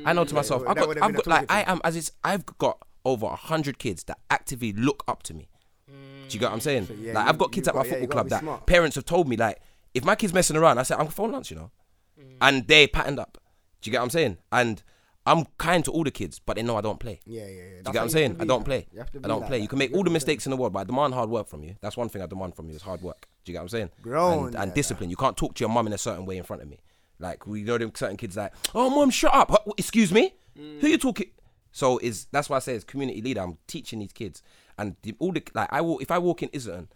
I know to Mm, Yeah, myself, that I've got, would've I've been a got like, I talkative. am as it's. I've got over a hundred kids that actively look up to me. Do you get what I'm saying? Mm, yeah, like you- I've got kids you at my got- yeah, you gotta football club be that smart. parents have told me like, if my kid's messing around, I say I'm gonna phone lunch, you know, Mm. and they patterned up. Do you get what I'm saying? And I'm kind to all the kids, but they know I don't play. Yeah, yeah, yeah. Do you That's get how what I'm you saying? have to I be, don't man. play. You have to I be don't like play. that. You can make all the mistakes in the world, but I demand hard work from you. That's one thing I demand from you is hard work. Do you get what I'm saying? Grown, and, yeah, and discipline. You can't talk to your mum in a certain way in front of me. Like we know them certain kids like, oh mum, shut up. Huh, Excuse me. Who you talking? So is that's why I say as community leader, I'm teaching these kids, and the, all the like I will if I walk in Islington,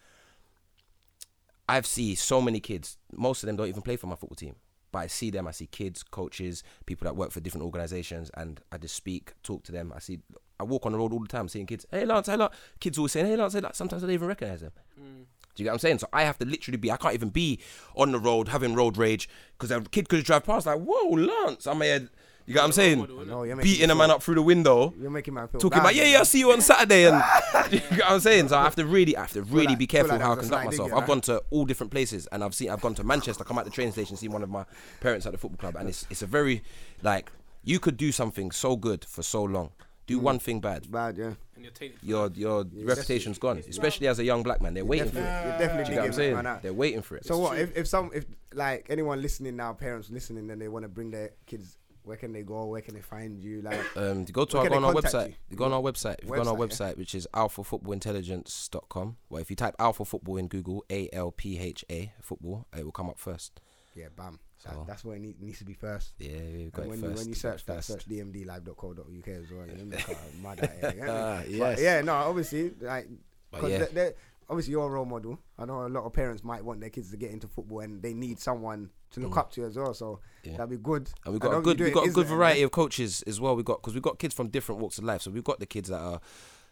I've seen so many kids. Most of them don't even play for my football team, but I see them. I see kids, coaches, people that work for different organisations, and I just speak, talk to them. I see. I walk on the road all the time, seeing kids. Hey Lance, hey Lance. Kids always saying, hey Lance, hey Lance. Sometimes I don't even recognise them. Do you get what I'm saying? So I have to literally be. I can't even be on the road having road rage because a kid could drive past like, whoa, Lance. I'm here. You get what I'm saying? No, you're making Beating me a man feel- up through the window You're making man feel talking bad, about yeah, man. yeah, I'll see you on Saturday, and you get what I'm saying. So I have to really, I have to really like- be feel careful like how I that was a conduct slight dig, myself. yeah, I've man. gone to all different places, and I've seen, I've gone to Manchester. Come out the train station, see one of my parents at the football club, and it's it's a very like you could do something so good for so long, Mm. do one thing bad, Bad, yeah. And you're tainted. your your reputation's gone, especially as a young black man. They're waiting for it. definitely- you're Do definitely you get what I'm digging saying? right now. They're waiting for it. So what if, if some if like anyone listening now, parents listening, and they want to bring their kids Where can they go? Where can they find you? Like, Um, you go to where can our, go on they our contact website. You? go on our website. If you go on our Website, website, which is alphafootballintelligence.com. Well, if you type alpha football in Google, A L P H A football, it will come up first. Yeah, bam. So That- that's where it need- needs to be first. Yeah, we and got it when, you, first. when you search that, search dmdlive.co.uk as well. You look how mad at it, Ah, yeah? yes. But yeah, no, obviously, like, But 'cause yeah. they- they- obviously you're a role model. I know a lot of parents might want their kids to get into football, and they need someone to look Mm. up to as well. So Yeah. that'd be good. And we've I got know a you good, do we've it got a good Islam, variety of coaches as well. We got because we've got kids from different walks of life. So we've got the kids that are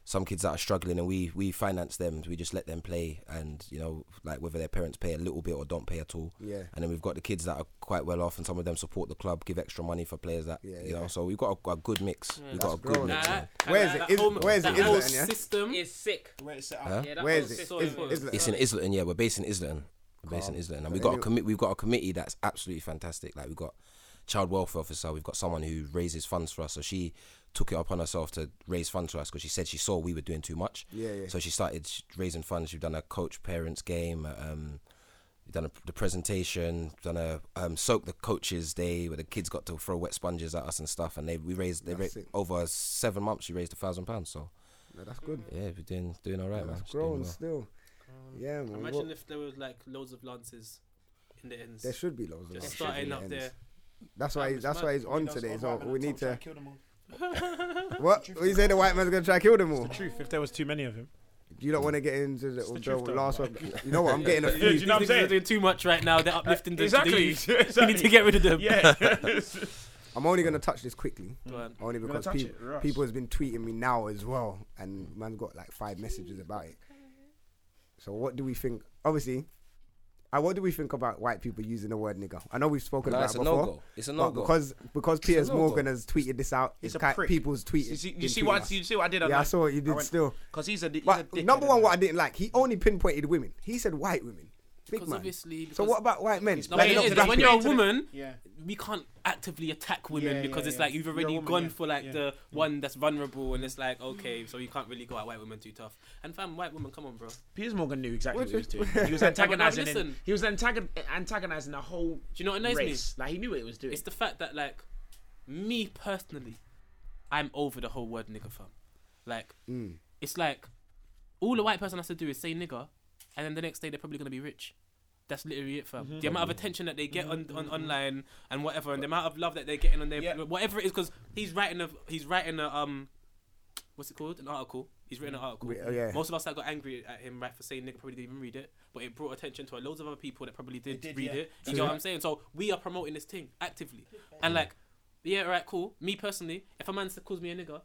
some kids that are struggling, and we we finance them. We just let them play, and you know, like whether their parents pay a little bit or don't pay at all. Yeah. And then we've got the kids that are quite well off, and some of them support the club, give extra money for players that Yeah, you know. yeah. So we've got a, a good mix. we've That's got a good growing. mix. Nah, man. Where is it? Is- where is it? Is it in, yeah? system is sick. Where is it? Huh? Yeah, that Where whole is it? system Is- is it- uh, It's in Islington, yeah. We're based in Islington. We're based in Calm. Islington, and So we got a any- commit. We've got a committee that's absolutely fantastic. Like we've got child welfare officer. We've got someone who raises funds for us. So she took it upon herself to raise funds for us because she said she saw we were doing too much. Yeah, yeah. So she started sh- raising funds. We've done a coach parents game. Um, we've done a, the presentation. We've done a um, soak the coaches day where the kids got to throw wet sponges at us and stuff. And they we raised they ra- That's it. over seven months. She raised a thousand pounds. So No, that's good. yeah, we're doing doing all right, man. That's Just doing grown well. still. Yeah, man. Imagine what- if there was like loads of lances in the ends. there should be loads of Just lances starting in the up ends. there. That's why. it's that's mad. why he's on That's today. what So happened we at need times, I to. killed them all. What? You say the white man's gonna try to kill them all? The truth, if there was too many of him. You don't want to get into the, the the, truth, though, last like- one. You know what? I'm getting a Yeah, do few. you know what I'm These niggas are saying? Uh, doing too much right now. They're uplifting the. exactly, the youth. We need to exactly. get rid of them. Yeah. I'm only gonna touch this quickly. Go on. Only gonna because touch people it, Russ? people has been tweeting me now as well, and man got like five messages about it. So what do we think? Obviously, uh, what do we think about white people using the word nigger? I know we've spoken Nah, about it's it a before. no-go. It's a but no-go. because because a Piers no-go. Morgan has tweeted this out. He's It's a kind prick. people's tweet. You see, you been see tweeting what us. you see what I did? on Yeah, I that? saw what you did still. Because he's a, di- he's a But dickhead, number one, innit? what I didn't like, he only pinpointed women. He said white women. Big Because man. obviously, so because- what about white men? No, Like, but you it is, know, but when black you're a people- woman, Yeah. we can't actively attack women Yeah, because yeah, it's yeah. like you've You're a already woman, gone yeah, for like yeah, the one that's vulnerable, and it's like okay, so you can't really go at white women too tough. And fam, white woman, come on, bro. Piers Morgan knew exactly what he was What's doing. He was antagonizing. listen. him. He was antagon- antagonizing the whole. Do you know what annoys me? race. Like he knew what he was doing. It's the fact that like me personally, I'm over the whole word nigger fam. Like Mm. it's like all a white person has to do is say nigger, and then the next day they're probably gonna be rich. That's literally it, fam. Mm-hmm. The amount of Mm-hmm. attention that they get on, on online and whatever, and the amount of love that they're getting on their Yeah. whatever it is, because he's writing a he's writing a um, what's it called? An article. He's written an article. Re- oh, yeah. Most of us that got angry at him right for saying nigger probably didn't even read it, but it brought attention to loads of other people that probably did, did, read yeah. it. You know what I'm saying? So we are promoting this thing actively, and like, yeah, all right, cool. Me personally, if a man calls me a nigger,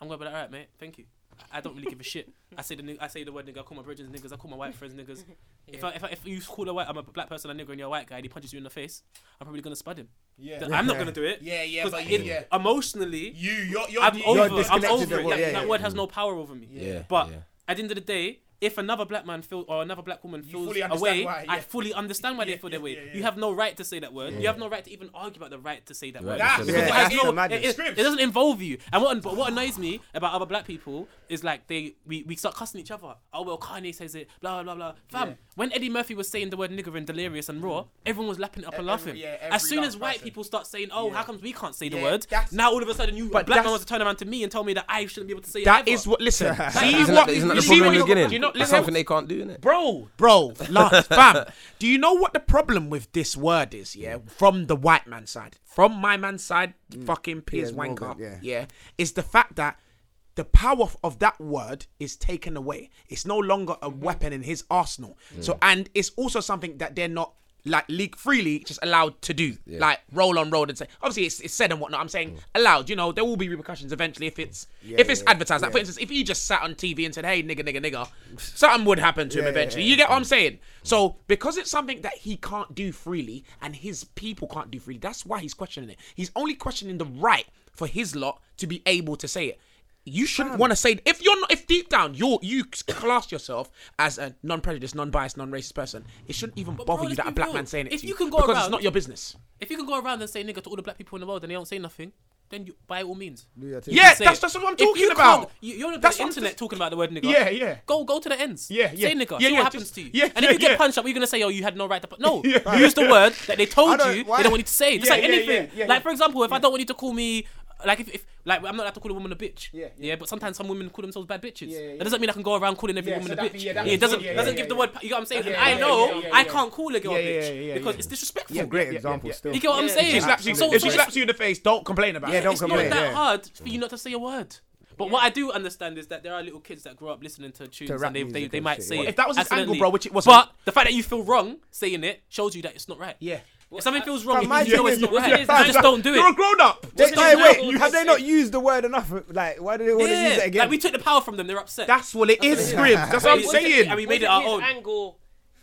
I'm gonna be like, all right, mate, thank you. I- I don't really give a shit. I say the nig- I say the word nigger. I call my brethren niggas. I call my white friends niggas. If, I, if, I, if you call a white, I'm a black person a nigger, and you're a white guy, and he punches you in the face, I'm probably gonna spud him. Yeah. Th- I'm not gonna do it. Yeah, yeah, 'Cause but it- you- yeah. emotionally, you, you're, you're, I'm you're over. I'm disconnected over. the it. word, That, yeah, that yeah. word has no power over me. Yeah, But yeah. at the end of the day, if another black man feel or another black woman feels fully a understand way, why, I yeah. fully understand why they Yeah, feel that yeah, way. yeah, yeah. You have no right to say that word. You have no right to even argue about the right to say that The word. right to say Because that it word. has Yeah, no- that's the it- it- madness. it doesn't involve you. And what but what annoys me about other black people is like they we, we start cussing each other. Oh well, Kanye says it. Blah blah blah. Fam, when Eddie Murphy was saying the word nigger in Delirious and Raw, everyone was lapping it up and Mm. E-, Every- laughing. yeah, every as soon last as white person. people start saying, "Oh, how comes we can't say the word?" that's- Now all of a sudden, you a But black man that's- wants to turn around to me and tell me that I shouldn't be able to say That it is what. Listen, see Isn't what? that, isn't that you the see problem what in the you- beginning? Do you not That's listen? something they can't do, innit? bro, bro, Lance, fam. Do you know what the problem with this word is? Yeah, Mm. from the white man side, from my man's side, fucking Piers Piers Wanker. Morgan, yeah. yeah, is the fact that the power of- of that word is taken away. It's no longer a weapon in his arsenal. Mm. So, and it's also something that they're not. Like leak freely, just allowed to do, like roll on road and say. Obviously, it's, it's said and whatnot. I'm saying allowed. You know, there will be repercussions eventually if it's if it's Mm. yeah, advertised. Like for instance, if he just sat on TV and said, "Hey, nigga, nigga, nigga," something would happen to him Yeah, yeah, eventually. yeah. You get what I'm saying? So because it's something that he can't do freely and his people can't do freely, that's why he's questioning it. He's only questioning the right for his lot to be able to say it. You shouldn't want to say if you're not if deep down you you class yourself as a non-prejudiced, non-biased, non-racist person. It shouldn't even bro, bother you let's that a be black real. man saying it If to you can go because it's around- not your business. If you can go around and say nigger to all the black people in the world and they don't say nothing, then you, by all means. Do your thing. You Yeah, say that's- it. that's what I'm If you talking can't- about. You, you're on That's the what I'm internet talking about the word nigga. Yeah, yeah. Go go to the ends. Yeah, yeah. Say nigga. Yeah, see yeah, what happens just- to you. yeah, and if yeah, you get yeah. punched up, you're gonna say, "Oh, you had no right to." Pu-. No, Yeah. you use the word that they I told don't- you why- they don't want you to say. Just Yeah, like yeah, anything. yeah, yeah. Like for example, if I don't want you to call me. Like if, if like I'm not allowed to call a woman a bitch. Yeah, yeah. but sometimes some women call themselves bad bitches. Yeah, yeah, That doesn't mean I can go around calling every Yeah, woman so a that- bitch. yeah, that- it doesn't yeah, yeah, doesn't yeah, give the yeah. word. You know what I'm saying? Yeah, And yeah, I yeah, know yeah, yeah, I yeah. can't call a girl Yeah, a bitch yeah, yeah, yeah, because yeah. it's disrespectful. Yeah, great example still. You get what I'm If saying? she slaps you, So- if she so slaps you in the face, don't complain about Yeah, it. don't it's complain. not that yeah. hard for you not to say a word. But what I do understand is that there are little kids that grow up listening to tunes rap and they, they, music they and might shit, say yeah. it. If that was his angle, accidentally. bro, which it wasn't- But the fact that you feel wrong saying it shows you that it's not right. Yeah. If something feels Fam, wrong, my you know thing it's is- not what right. it You is, fam, just don't do You're a it. grown up. They, What's hey, the wait, example? have they not used the word enough? Like, why do they want to use Yeah, it again? Like we took the power from them. They're upset. That's what it is, Scribs. That's what I'm Was it- saying. and we made Was it our his own. angle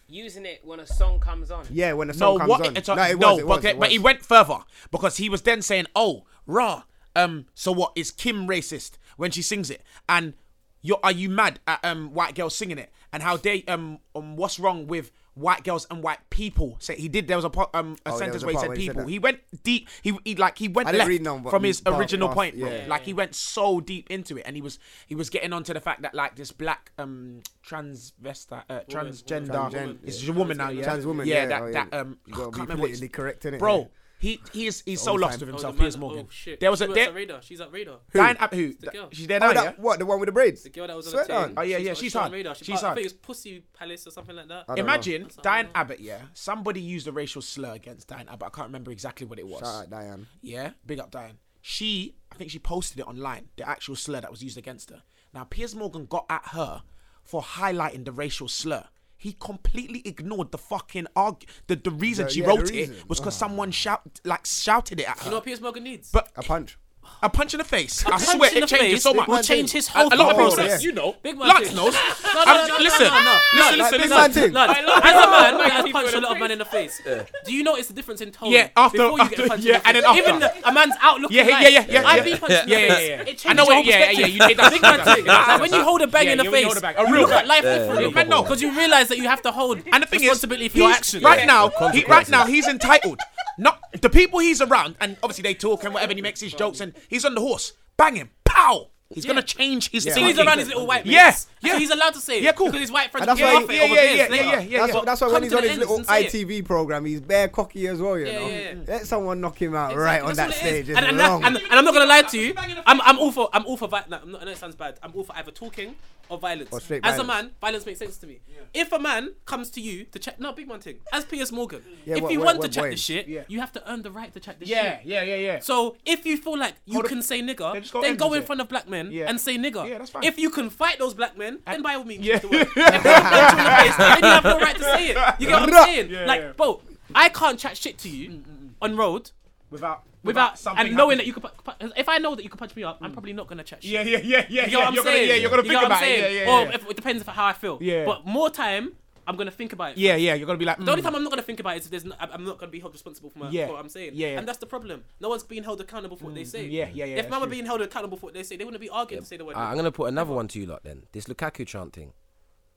using it when a song comes on. yeah, when the No, song comes what? on. it's a- no, it no, was, it but, was, they- it but he was. went further because he was then saying, "Oh, rah, um, so what is Kim racist when she sings it?" And you are you mad at um white girls singing it? And how they um, um what's wrong with white girls and white people? Say he did. There was a po- um a Oh, there sentence was a where he part said where he said people. that. he went deep. He, he like he went I didn't left read none, but from his part- original part- point. bro. yeah. Like he went so deep into it, and he was he was getting onto the fact that like this black um transvestite uh, transgender. Transgen- It's yeah. a woman now, yeah. Trans woman, Yeah, yeah, that oh, yeah. that um. You gotta I be can't remember what politically it's- correct, innett? Bro, Yeah. he he is he's so All the lost with Oh, time. the himself. man- Piers Morgan. Oh shit. There was she a works there, at radar. She's at radar. Dine Ab- who? the girl. She's there now, Oh, yeah. that, what, the one with the braids? The girl that was Swear at Tune. down. Oh, yeah, yeah, she's on hard. radar. She's She's part- I hard. think it was Pussy Palace or something like that. I don't know. Imagine That's Diane horrible. Abbott, yeah. Somebody used a racial slur against Diane Abbott. I can't remember exactly what it was. Shout out Diane. Yeah, big up Diane. She, I think she posted it online, the actual slur that was used against her. Now, Piers Morgan got at her for highlighting the racial slur. He completely ignored the fucking arg. The, the reason The- she yeah, the wrote reason. Ah. it was because someone shout like shouted it at her. You know what Piers Morgan needs? but A punch. a punch in the face. I punch swear in it the changes face so much. will change his whole a, a lot of thought process. process. You know, Big man Lux thing. knows. No, no, I'm- no, no, listen, no, no, no. listen, Like, listen, big listen. man thing. No, as a man, man has punched a lot of men in the face. Do you notice the difference in tone? Yeah, after- before you after- get punched yeah, in and the then face? after. even the, a man's outlook. Yeah, in yeah, life. yeah, yeah, I've yeah. been punched Yeah, in yeah, the yeah, yeah. face. It I changes know your what- yeah, yeah, perspective. yeah, you take that Big man back. thing. Like when you hold a bang Yeah, in the you- when you face, hold a bang. A you real look at bang. life Yeah, differently. real bang. because you realize that you have to hold And the thing is, responsibility for your he's- actions. Right Yeah. now, he, right consequences. now he's entitled. Not the people he's around, and obviously they talk and whatever. And he makes his jokes, and he's on the horse. Bang him, pow. He's gonna change his So thinking. he's around his little white mates. Yeah, yeah. So he's allowed to say it. Yeah, cool. Because his white friends And that's will why get off he- it yeah, over yeah, beers yeah, later. yeah, yeah, That's, But that's why come when he's to on the his ends little and say it. ITV program, he's bare cocky as well, you Yeah, know. yeah, yeah. Let someone knock him out right Exactly, on that that's what it is. stage. It's And, and, that- wrong. and- and I'm not gonna lie to you. I'm, I'm all for I'm all for vi- no, I'm not, I know it sounds bad. I'm all for either talking or violence. Or straight As a violence. man, violence makes sense to me. If a man comes to you to chat, no big man thing. As Piers Morgan, Yeah, if what- you what- want what to chat boys? this shit, you have to earn the right to chat this yeah, shit. yeah, yeah, yeah. So if you feel like you Hold up. can say They nigger, just got then ends go with in it. front of black men Yeah. and say nigger. Yeah, that's fine. If you can fight those black men, then by all means, Yeah. use the word. if they punch you in the face, then you have no right to say it. You get what I'm saying? Yeah, yeah. Mm, like, bro, I can't chat shit to you on road without, without and knowing that you could. pu- pu- If I know that you could punch me up, I'm probably not gonna chat shit. Mm. Yeah, yeah, yeah, yeah. yeah, You know what you're I'm gonna, saying? yeah, you're gonna You think know what I'm about it. saying? Yeah, yeah, Or yeah. if, it depends on how I feel. Yeah. But more time, I'm gonna think about it. Yeah, yeah, you're gonna be like. The only mm. time I'm not gonna think about it is if there's no, I'm- I'm not gonna be held responsible for, my, Yeah. for what I'm saying. Yeah, yeah. And that's the problem. No one's being held accountable for what they say. yeah, yeah, yeah, If that's man were true. being held accountable for what they say, they wouldn't be arguing to say the word. I- I'm gonna put another one to you lot then. This Lukaku chant thing.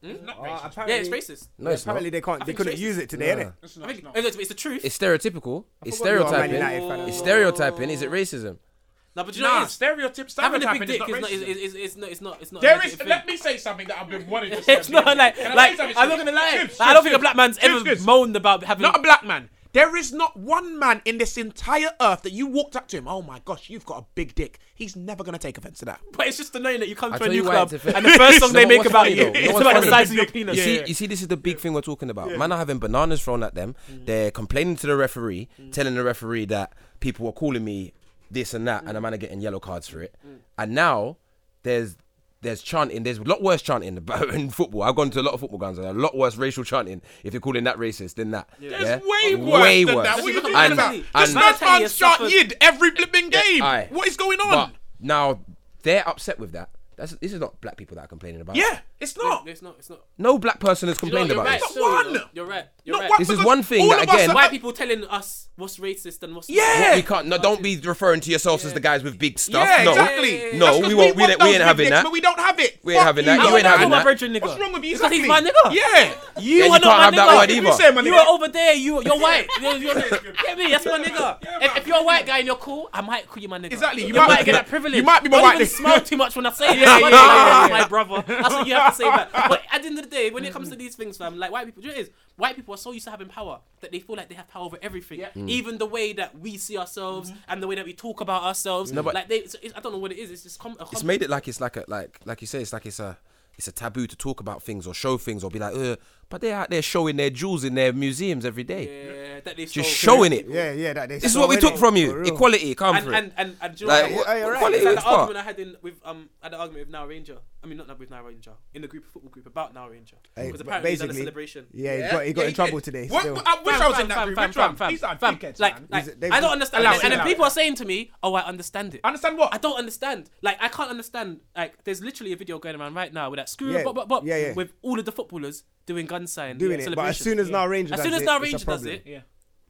yeah, it's racist. No, it's not. Apparently they can't. They think couldn't it's use it today, No. innit? I think, it's, it's the truth. It's stereotypical. It's forgot you are a Man stereotyping. United fan. It's stereotyping. Is it racism? no, but you know what Nah, it is? stereotypes. Having a big stereotyping dick is not is not, is, racism. is, is, is not, it's not. It's not. a There negative is. thing. Let me say something that I've been wanting to say. It's not like Can I like say something? I'm not gonna lie. Chips, Like, I don't chips, think a black man's chips, ever chips. moaned about having Not a black man. There is not one man in this entire earth that you walked up to him. Oh my gosh, you've got a big dick. He's never gonna take offense to that. But it's just annoying that you come I to a tell new you why club it's a fa- and the first song No, they but make what's about funny you though? No, is what's about the funny? size of your penis. You see, you see, this is the big thing we're talking about. Man are having bananas thrown at them. Mm. They're complaining to the referee, telling the referee that people were calling me this and that, Mm. and a man are getting yellow cards for it. And now there's there's chanting. There's a lot worse chanting about in football. I've gone to a lot of football grounds and a lot worse racial chanting. If you're calling that racist, then that. Yeah. There's way worse than that. What are you Look talking at Man And- about? City. This and- Man man's City man has shot suffered- Yid every flipping game. Aye. What is going on? But now they're upset with that. That's this is not black people that are complaining about. Yeah, it's not. It's not. It's not. No black person has complained you're about right. this. still, you know. You're right. You're right. This is one thing that again. white people telling us what's racist and what's What Not. we can't. No, don't be referring to yourselves as the guys with big stuff. Yeah, no, exactly. no, we won't. We, ain't- we ain't having that. But we don't have it. We ain't having that. I You ain't wanna having call my that. brethren nigga. What's wrong with you? Because he's Exactly. my nigga. Yeah. You Yeah, are you can't not have my that nigga. word either. say, my You nigga? are over there. You you're white. You're, you're, get me? That's my nigga. if, if you're a white guy and you're cool, I might call you my nigga. Exactly, you You, might might, be- get that privilege. you might be my Don't white even nigga. smile too much when I say it. Yeah, My yeah, nigga, My brother. That's what you have to say back. But at the end of the day, when it comes to these things, fam, like white people, do you know what it is? White people are so used to having power that they feel like they have power over everything, Hmm. even the way that we see ourselves Hmm. and the way that we talk about ourselves. No, but- like they, so it's, I don't know what it is. It's just com- a It's com- made it like it's like a like like you say. It's like it's a it's a taboo to talk about things or show things or be like. Ugh. But they're out there showing their jewels in their museums every day. Yeah, uh, that they Just stole. showing it. Yeah, yeah. That they This is what we stole, took innit? from For you. real. Equality, come and, for it. and and and do you know Like what? what Yeah, you're right. quality It's like is the argument I had in with um at the argument with Now Ranger. I mean not, not with Now Ranger in the group football group about Now Ranger Hey, because but apparently he's done a basically- celebration. Yeah, he got, he got Yeah, in he trouble did. today. What- still. I wish I was in that group. Which one? These are fam. dickheads, Like, man. like These- they've- I don't understand. Allow Like, it, and then allow people it. are saying to me, "Oh, I understand it." Understand what? I don't understand. Like, I can't understand. Like, there's literally a video going around right now with that screw Yeah, bop, bop, bop, yeah, yeah. with all of the footballers doing gun sign Doing it, but as celebrations. soon as Now Ranger as does soon as it, Now it's a Ranger does problem. it,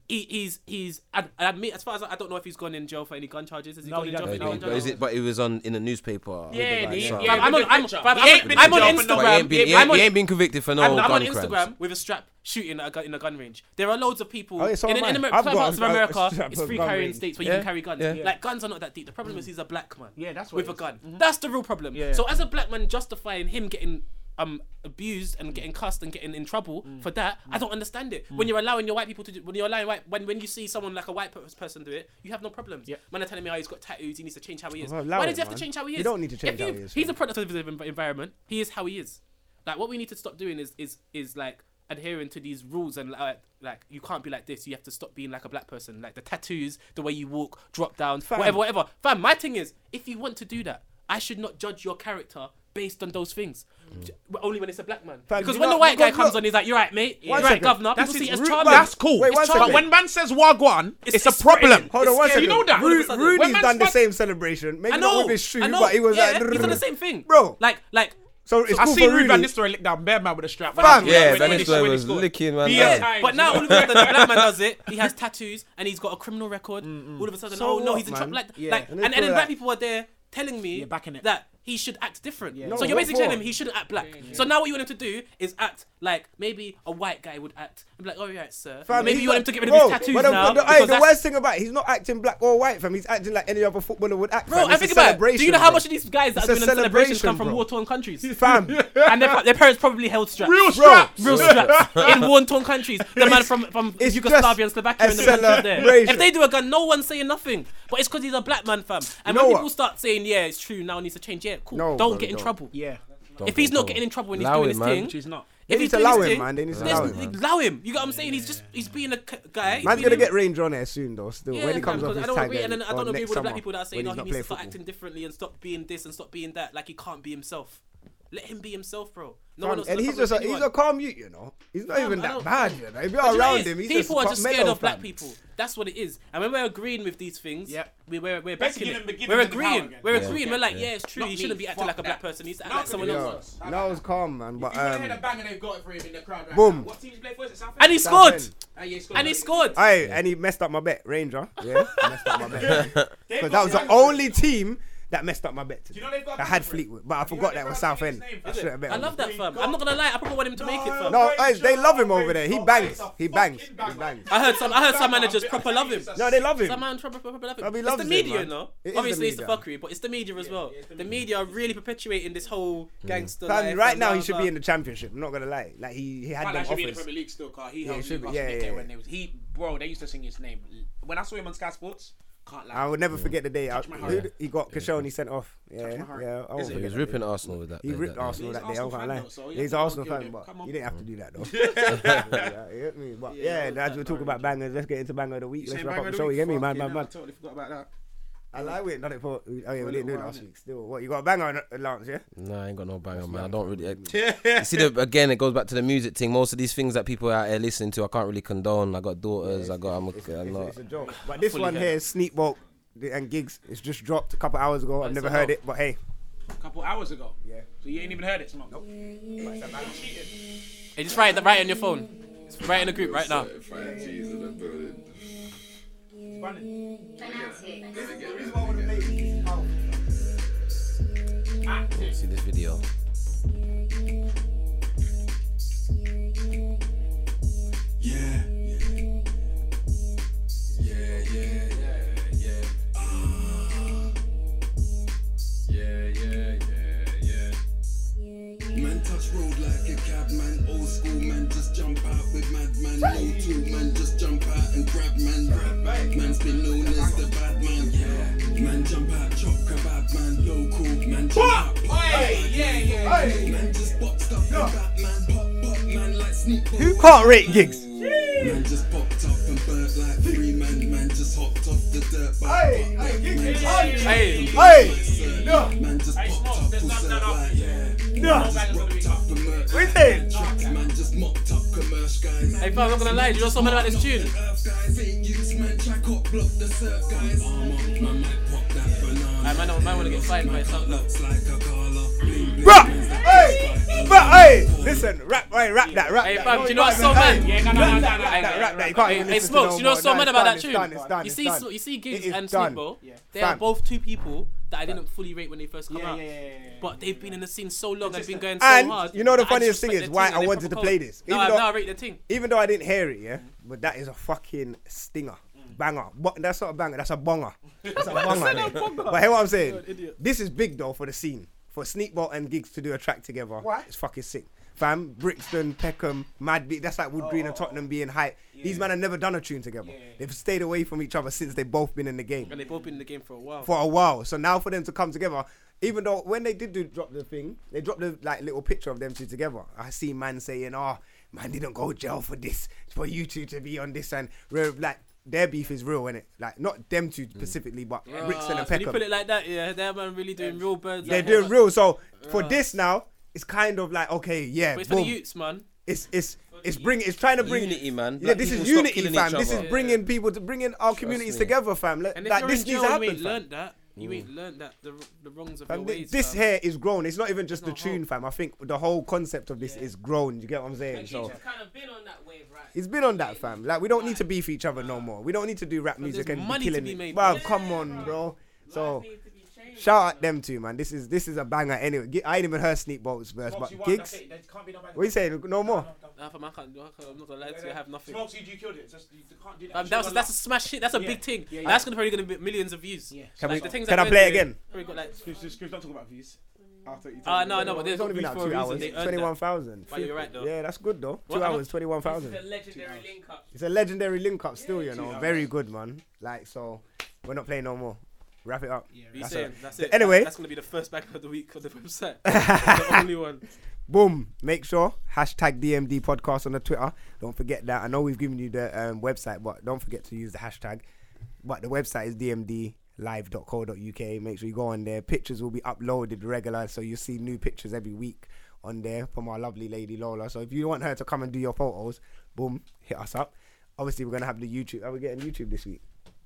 he, he's he's I, I admit as far as I, I don't know if he's gone in jail for any gun charges. Has he No, gone he in jail for doesn't. any gun No, he But charges? is it? But it was on in a newspaper. Yeah, Like, he- so- yeah, I'm on, I'm, Picture. I'm, He ain't been I'm on to jail for no- But he ain't Instagram. been, he I'm ain't, on, he ain't been convicted for no I'm, I'm gun on crimes. Instagram with a strap shooting at a gun, in a gun range. There are loads of people Oh, yeah, so in, am in, I. in America, I've some got parts of a- a America. strap it's with free gun carrying range. states where you Yeah, can carry guns. yeah. Like guns are not that deep. The problem is he's a black man. Yeah, that's what with it a is. Mm-hmm. gun. That's the real problem. So as a black man, justifying him getting um abused and getting cussed and getting in trouble Mm. for that, I don't understand it. When you're allowing your white people to do, when you're allowing white, when when you see someone like a white per- person do it, you have no problems. Yeah. Man are telling me, oh, he's got tattoos. He needs to change how he is. Well, allow Why it, does he have man. to change how he You is? don't need to If change how you- he is, He's man. a product of his env- environment. He is how he is. Like what we need to stop doing is is is like adhering to these rules and like like you can't be like this. You have to stop being like a black person. Like the tattoos, the way you walk, drop down, whatever, whatever. Fam, my thing is, if you want to do that, I should not judge your character based on those things. Mm. J- Only when it's a black man. Fam, because you when know- the white guy because comes look- on, he's like, "You're right, mate. You're One right, second. governor." That's People see his it as root- charming. That's That's cool. Wait, one It's charming. second. But when man says wagwan, it's, it's a problem. threatening. Hold on It's scary. one second. You know that? All of a Ru- sudden. Rudy's When man done the smacked- same celebration. Maybe I know. not with his shoe, I know. but he was yeah, like, yeah, he's done the same thing, Bro. Like, like. So it's I cool seen for Ruben Rudy. Nistelrooy lick down bare man with a strap. Fam. Yeah, When he scored, when Van Nistelrooy he was scored. licking man. Yeah. down. But now all of a sudden, the black man does it. He has tattoos and he's got a criminal record. All of a sudden, Mm, So oh no, what, he's in man? trouble. Like, Yeah. like, and, And they and, feel then like- black people are there telling me You're backing it. that he should act different. No, so you're what basically telling for? him he shouldn't act black. So now what you want him to do is act like maybe a white guy would act. I'm like, oh yeah, sir. Fam, maybe he's you want not- him to get rid of bro, his tattoos but the, now. The, hey, because the that's- worst thing about it, he's not acting black or white, fam. He's acting like any other footballer would act. Bro, fam. I It's a think about it. celebration, Do you know how bro. much of these guys that It's a are doing celebrations celebration, come from bro. war-torn countries? Fam, and their, their parents probably held straps. Real straps. Real straps in war-torn countries. The man from from it's just Yugoslavia and Slovakia a and the countries there. celebration. If they do a gun, no one's saying nothing. But it's because he's a black man, fam. And know when what? people start saying, "Yeah, it's true," now he needs to change. Yeah, cool. No, don't bro, get in don't. trouble. Yeah. If he's not getting in trouble when he's Allow doing it, his man. thing, Which is not. if They he's need to doing allow his him, thing, man. They need to there's- allow him. man. allow him. You get what I'm saying? He's just he's being a c- guy. he's Man's being gonna a- get range on air soon, though. Still, when he comes man, 'cause off his I don't tag, agree, and then, then I don't or agree next with the black summer, people that are saying, when "Oh, he's he needs not to playing start football. acting differently and stop being this and stop being that." Like he can't be himself. Let him be himself, bro. No one Fam, else. and has he's problem just a, with he's anyone. a calm mute, you know. He's not Fam, even I that don't- bad, you know. If But you're you know what around it is? him, he's people are quite just mellow, scared of fam. black people. That's what it is. And when we're agreeing with these things, Yep. we, we're we're Basically backing giving them- it. giving We're them the power agreeing. again. We're Yeah. agreeing. We're like, yeah, it's true. Not he shouldn't me, be acting fuck like a black that. person. He needs to act No, like someone yeah. else. Yo, That was calm, man. I But heard a um, bang and they've got it for him in the crowd. Right Boom. Now. What team do you play for? It's Southampton. And he Southend. scored. Ah, yeah, he scored. And he scored. Aye, and he messed up my bet, Ranger. Yeah, messed up my bet. Because that was the only team that messed up my bet today. know they've got a I had brother? Fleetwood, but I You know forgot they've that was got a Southend. brother, his I should have bet. I on love them. that, fam. I'm not gonna lie. I probably want him to make it, fam. No, aye, they love him over there. He bangs. He bangs. He bangs. I heard some. I heard some managers proper love him. No, they love him. Some man proper, proper love him. But he It's loves the it, media, man. you know. It is the Obviously, it's the media. fuckery, but it's the media as well. the, media are really perpetuating this whole gangster. Mm. Fam, life right and now blah, he should blah. be in the championship. I'm not gonna lie. Like he, he had Man, them that should be in the offers. Premier League still, car. He it helped should me last be. Yeah, decade yeah, when yeah. they was he, bro. They used to sing his name when I saw him on Sky Sports. Can't lie. I will never forget the day I, my who heart. d- he got Kashoni sent off. Yeah, yeah. I won't He forget was that ripping day. Arsenal with that. He that- ripped that- Arsenal He's that day. I'm Arsenal gonna fan lie. though, so you He's have to Arsenal forgive fan, him. Come but on. you didn't have to do that though. Yeah, you get me? But yeah, as we're talking about bangers, let's get into banger of the week. Let's wrap up the show. You hear me, man, man, man. totally forgot about that. I like we ain't done it for. Oh yeah, we didn't do it while, last innit? week. Still, what you got a banger on Lance? Yeah. No, I ain't got no banger, man. I don't really. I, you see, the, again, it goes back to the music thing. Most of these things that people out here listening to, I can't really condone. I got daughters. I got. I'm a, I'm It's, not. it's a joke. But this one here, Sneakbolt and Gigs, it's just dropped a couple hours ago. I've never heard it, but hey, couple hours ago. Yeah. So you ain't even heard it, Smoke. Nope. Hey, just write it right on your phone. Write in the group right now. See this video. Yeah. Yeah, yeah, yeah, yeah. Yeah, yeah, yeah, yeah. Man touch road like a cabman, old school man, just jump out with madman, no two man, just jump out and grab man. Man's been known as the bad man, yeah. Man jump out, chop kebab man, local man jump out. pop kebab, yeah, man. yeah. Hey. Man just boxed up the Batman, pop pop man like sneak. Who can't rate gigs? Man just popped up and burnt like three man. Man just hopped off the dirt bike. Hey, Pop, pop, man, hey, hey, just hey, hopped hey, up hey, and burnt like dirt. no. Man just popped up and burnt like yeah. No. Man just rocked up and burnt Wait like there. dirt tracks. Man just mocked up commercial guys. Hey, fam, I'm not gonna lie, you know something about this tune? I might not, might wanna get fired by something. Bruh! Hey! But hey! Listen, rap, hey, rap that, rap Hey, that. fam, do No, you you know what's so can't even- mad? Yeah, hey, no, no, rap no, that, no, rap no, that, no, rap that. You no, can't no, no. even Hey, listen to Smokes, no you know more. so No, mad it's about done, that it's tune? done, it's done, You it's see, done. Sno- you see, It Gigs is and done. Snoop, they are Fam. both two people that I didn't fully rate when they first come Yeah, out. yeah, yeah, yeah, yeah, But they've been in the scene so long and been going so And hard. you know the that I just funniest thing respect is their why team I and their wanted to proper play code. this. No, Even I- though- no, I rate the thing. Even though I didn't hear it, yeah, but that is a fucking stinger, banger. But that's not a banger. That's a bonger. That's a bonger. innit? But hear what I'm saying. This is big though for the scene. For Sneakbot and Gigs to do a track together, Why? it's fucking sick. Fam, Brixton, Peckham, Mad Beat. That's like Wood Green and Tottenham being hype. These men have never done a tune together. They've stayed away from each other since they've both been in the game And they've both been in the game for a while. for a while. So now for them to come together, even though when they did do drop the thing, they dropped the like little picture of them two together. I see man saying, "Oh, man didn't go jail for this, for you two to be on this," and re- like their beef is real, innit? Like not them Mm. two specifically, but Ah, Brixton and when you Peckham. put it like that, yeah, that man really doing real birds. They're like doing that. Ah. real. So for this now, it's kind of like okay, yeah, But it's for the boom. youths, man. It's it's it's bring it's trying to bring Unity, man. Yeah, Black this is people stop unity, killing fam. each This is other. bringing people to bringing our communities me. together, fam. Like, And if like, you're this in jail, needs and to you happen. ain't fam. learned that. You ain't learned that the, the wrongs of Fam, your thi- ways. this fam. hair is grown. It's not even just the tune, fam. I think the whole concept of this is grown. You get what I'm saying? So He's kind of been on that wave, right? it's been on that, fam. Like we don't need to beef each other no more. We don't need to do rap music there's and be money to killing be it. made, Well, bro. come on, bro. So shout out them two, man. This is this is a banger. Anyway, Gi- I ain't even heard Sneak Bolt's verse, Smokes, you but won. That's gigs. it. There can't be no What you saying? No more. Nah, fam, I can't, do- I can't, I'm not gonna lie to you. I have nothing. Smokes, you, you killed it. It's Just, you can't do that. Um, You that was, should've that's a lost. smash hit. That's a Yeah. big thing. Yeah, That's gonna probably gonna be millions of views. Yeah. Can we- the things can that I we're play doing, again? Probably got like. Scribs, scribs, scribs, don't talk about views. After you Ah talk- no, no, but there's It's only been not out for a two reason. hours. They earned that. Twenty-one thousand. Well, you're right, though. Yeah, that's good though. Well, Two I don't- hours, twenty-one It's thousand. a legendary link up. It's a legendary link up still, you two know. hours. Very good, man. Like so, we're not playing no more. Wrap it up. You That's saying, it. that's Th- it. anyway. that's gonna be the first back of the week of the website. the only one. boom make sure hashtag dmd podcast on the twitter don't forget that i know we've given you the um, website but don't forget to use the hashtag but the website is dmdlive.co.uk make sure you go on there pictures will be uploaded regular so you'll see new pictures every week on there from our lovely lady lola so if you want her to come and do your photos boom hit us up obviously we're gonna have the youtube are we getting youtube this week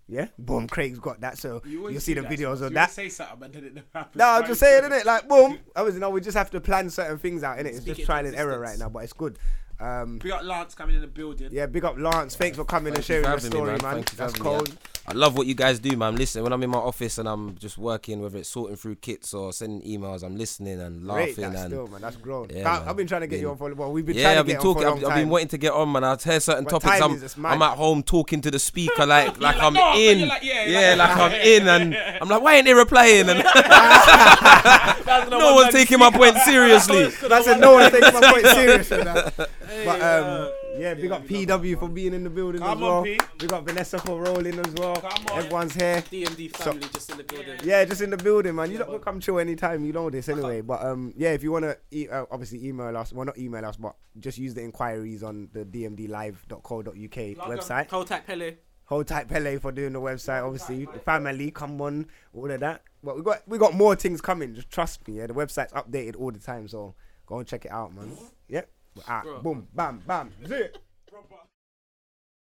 yeah boom craig's got that so you will always see do the that, videos Smokes. of You that always say something and then it never happens. no, I'm Why just you saying, doing innit? Like, boom. Obviously, no, we just have to plan certain things out, innit? It's Speak just it trial to and error right existence. now, but it's good. Um, We got Lance coming in the building. yeah, big up Lance. Thanks for coming and sharing Thank you for your having me, story, man. Thank you for That's having me, cold. yeah. I love what you guys do, man. Listen, when I'm in my office and I'm just working, whether it's sorting through kits or sending emails, I'm listening and Great, laughing. that and still, man. That's grown. Yeah, That- man. I've been trying to get Been- you on for. Well, we've been trying yeah, to I've been get you on talking. for a long I've, I've been time. waiting to get on, man. I hear certain But topics. time I'm, is just mad. I'm at home talking to the speaker, like like I'm no, but you're in, like, yeah, yeah, like I'm in, and I'm like, why ain't they replying? And no one's taking my point Oh, seriously. That's it. No one's taking my point seriously. man. But um, yeah, big up PW for being in the building as Come on, well. P. Big up Vanessa for rolling as well. Come on. Everyone's here. DMD family just in the building. Yeah, just in the building, man. You don't come chill anytime. You know this anyway. But um, yeah, if you wanna e- uh, obviously email us, well not email us, but just use the inquiries on the dmdlive.co.uk um, website. Contact Pele. Hold tight, Pele, for doing the website. Obviously, the family, come on, all of that. But we got we got more things coming. Just trust me. Yeah, the website's updated all the time, so go and check it out, man. Yep. We're out. Boom, bam, bam. Zip.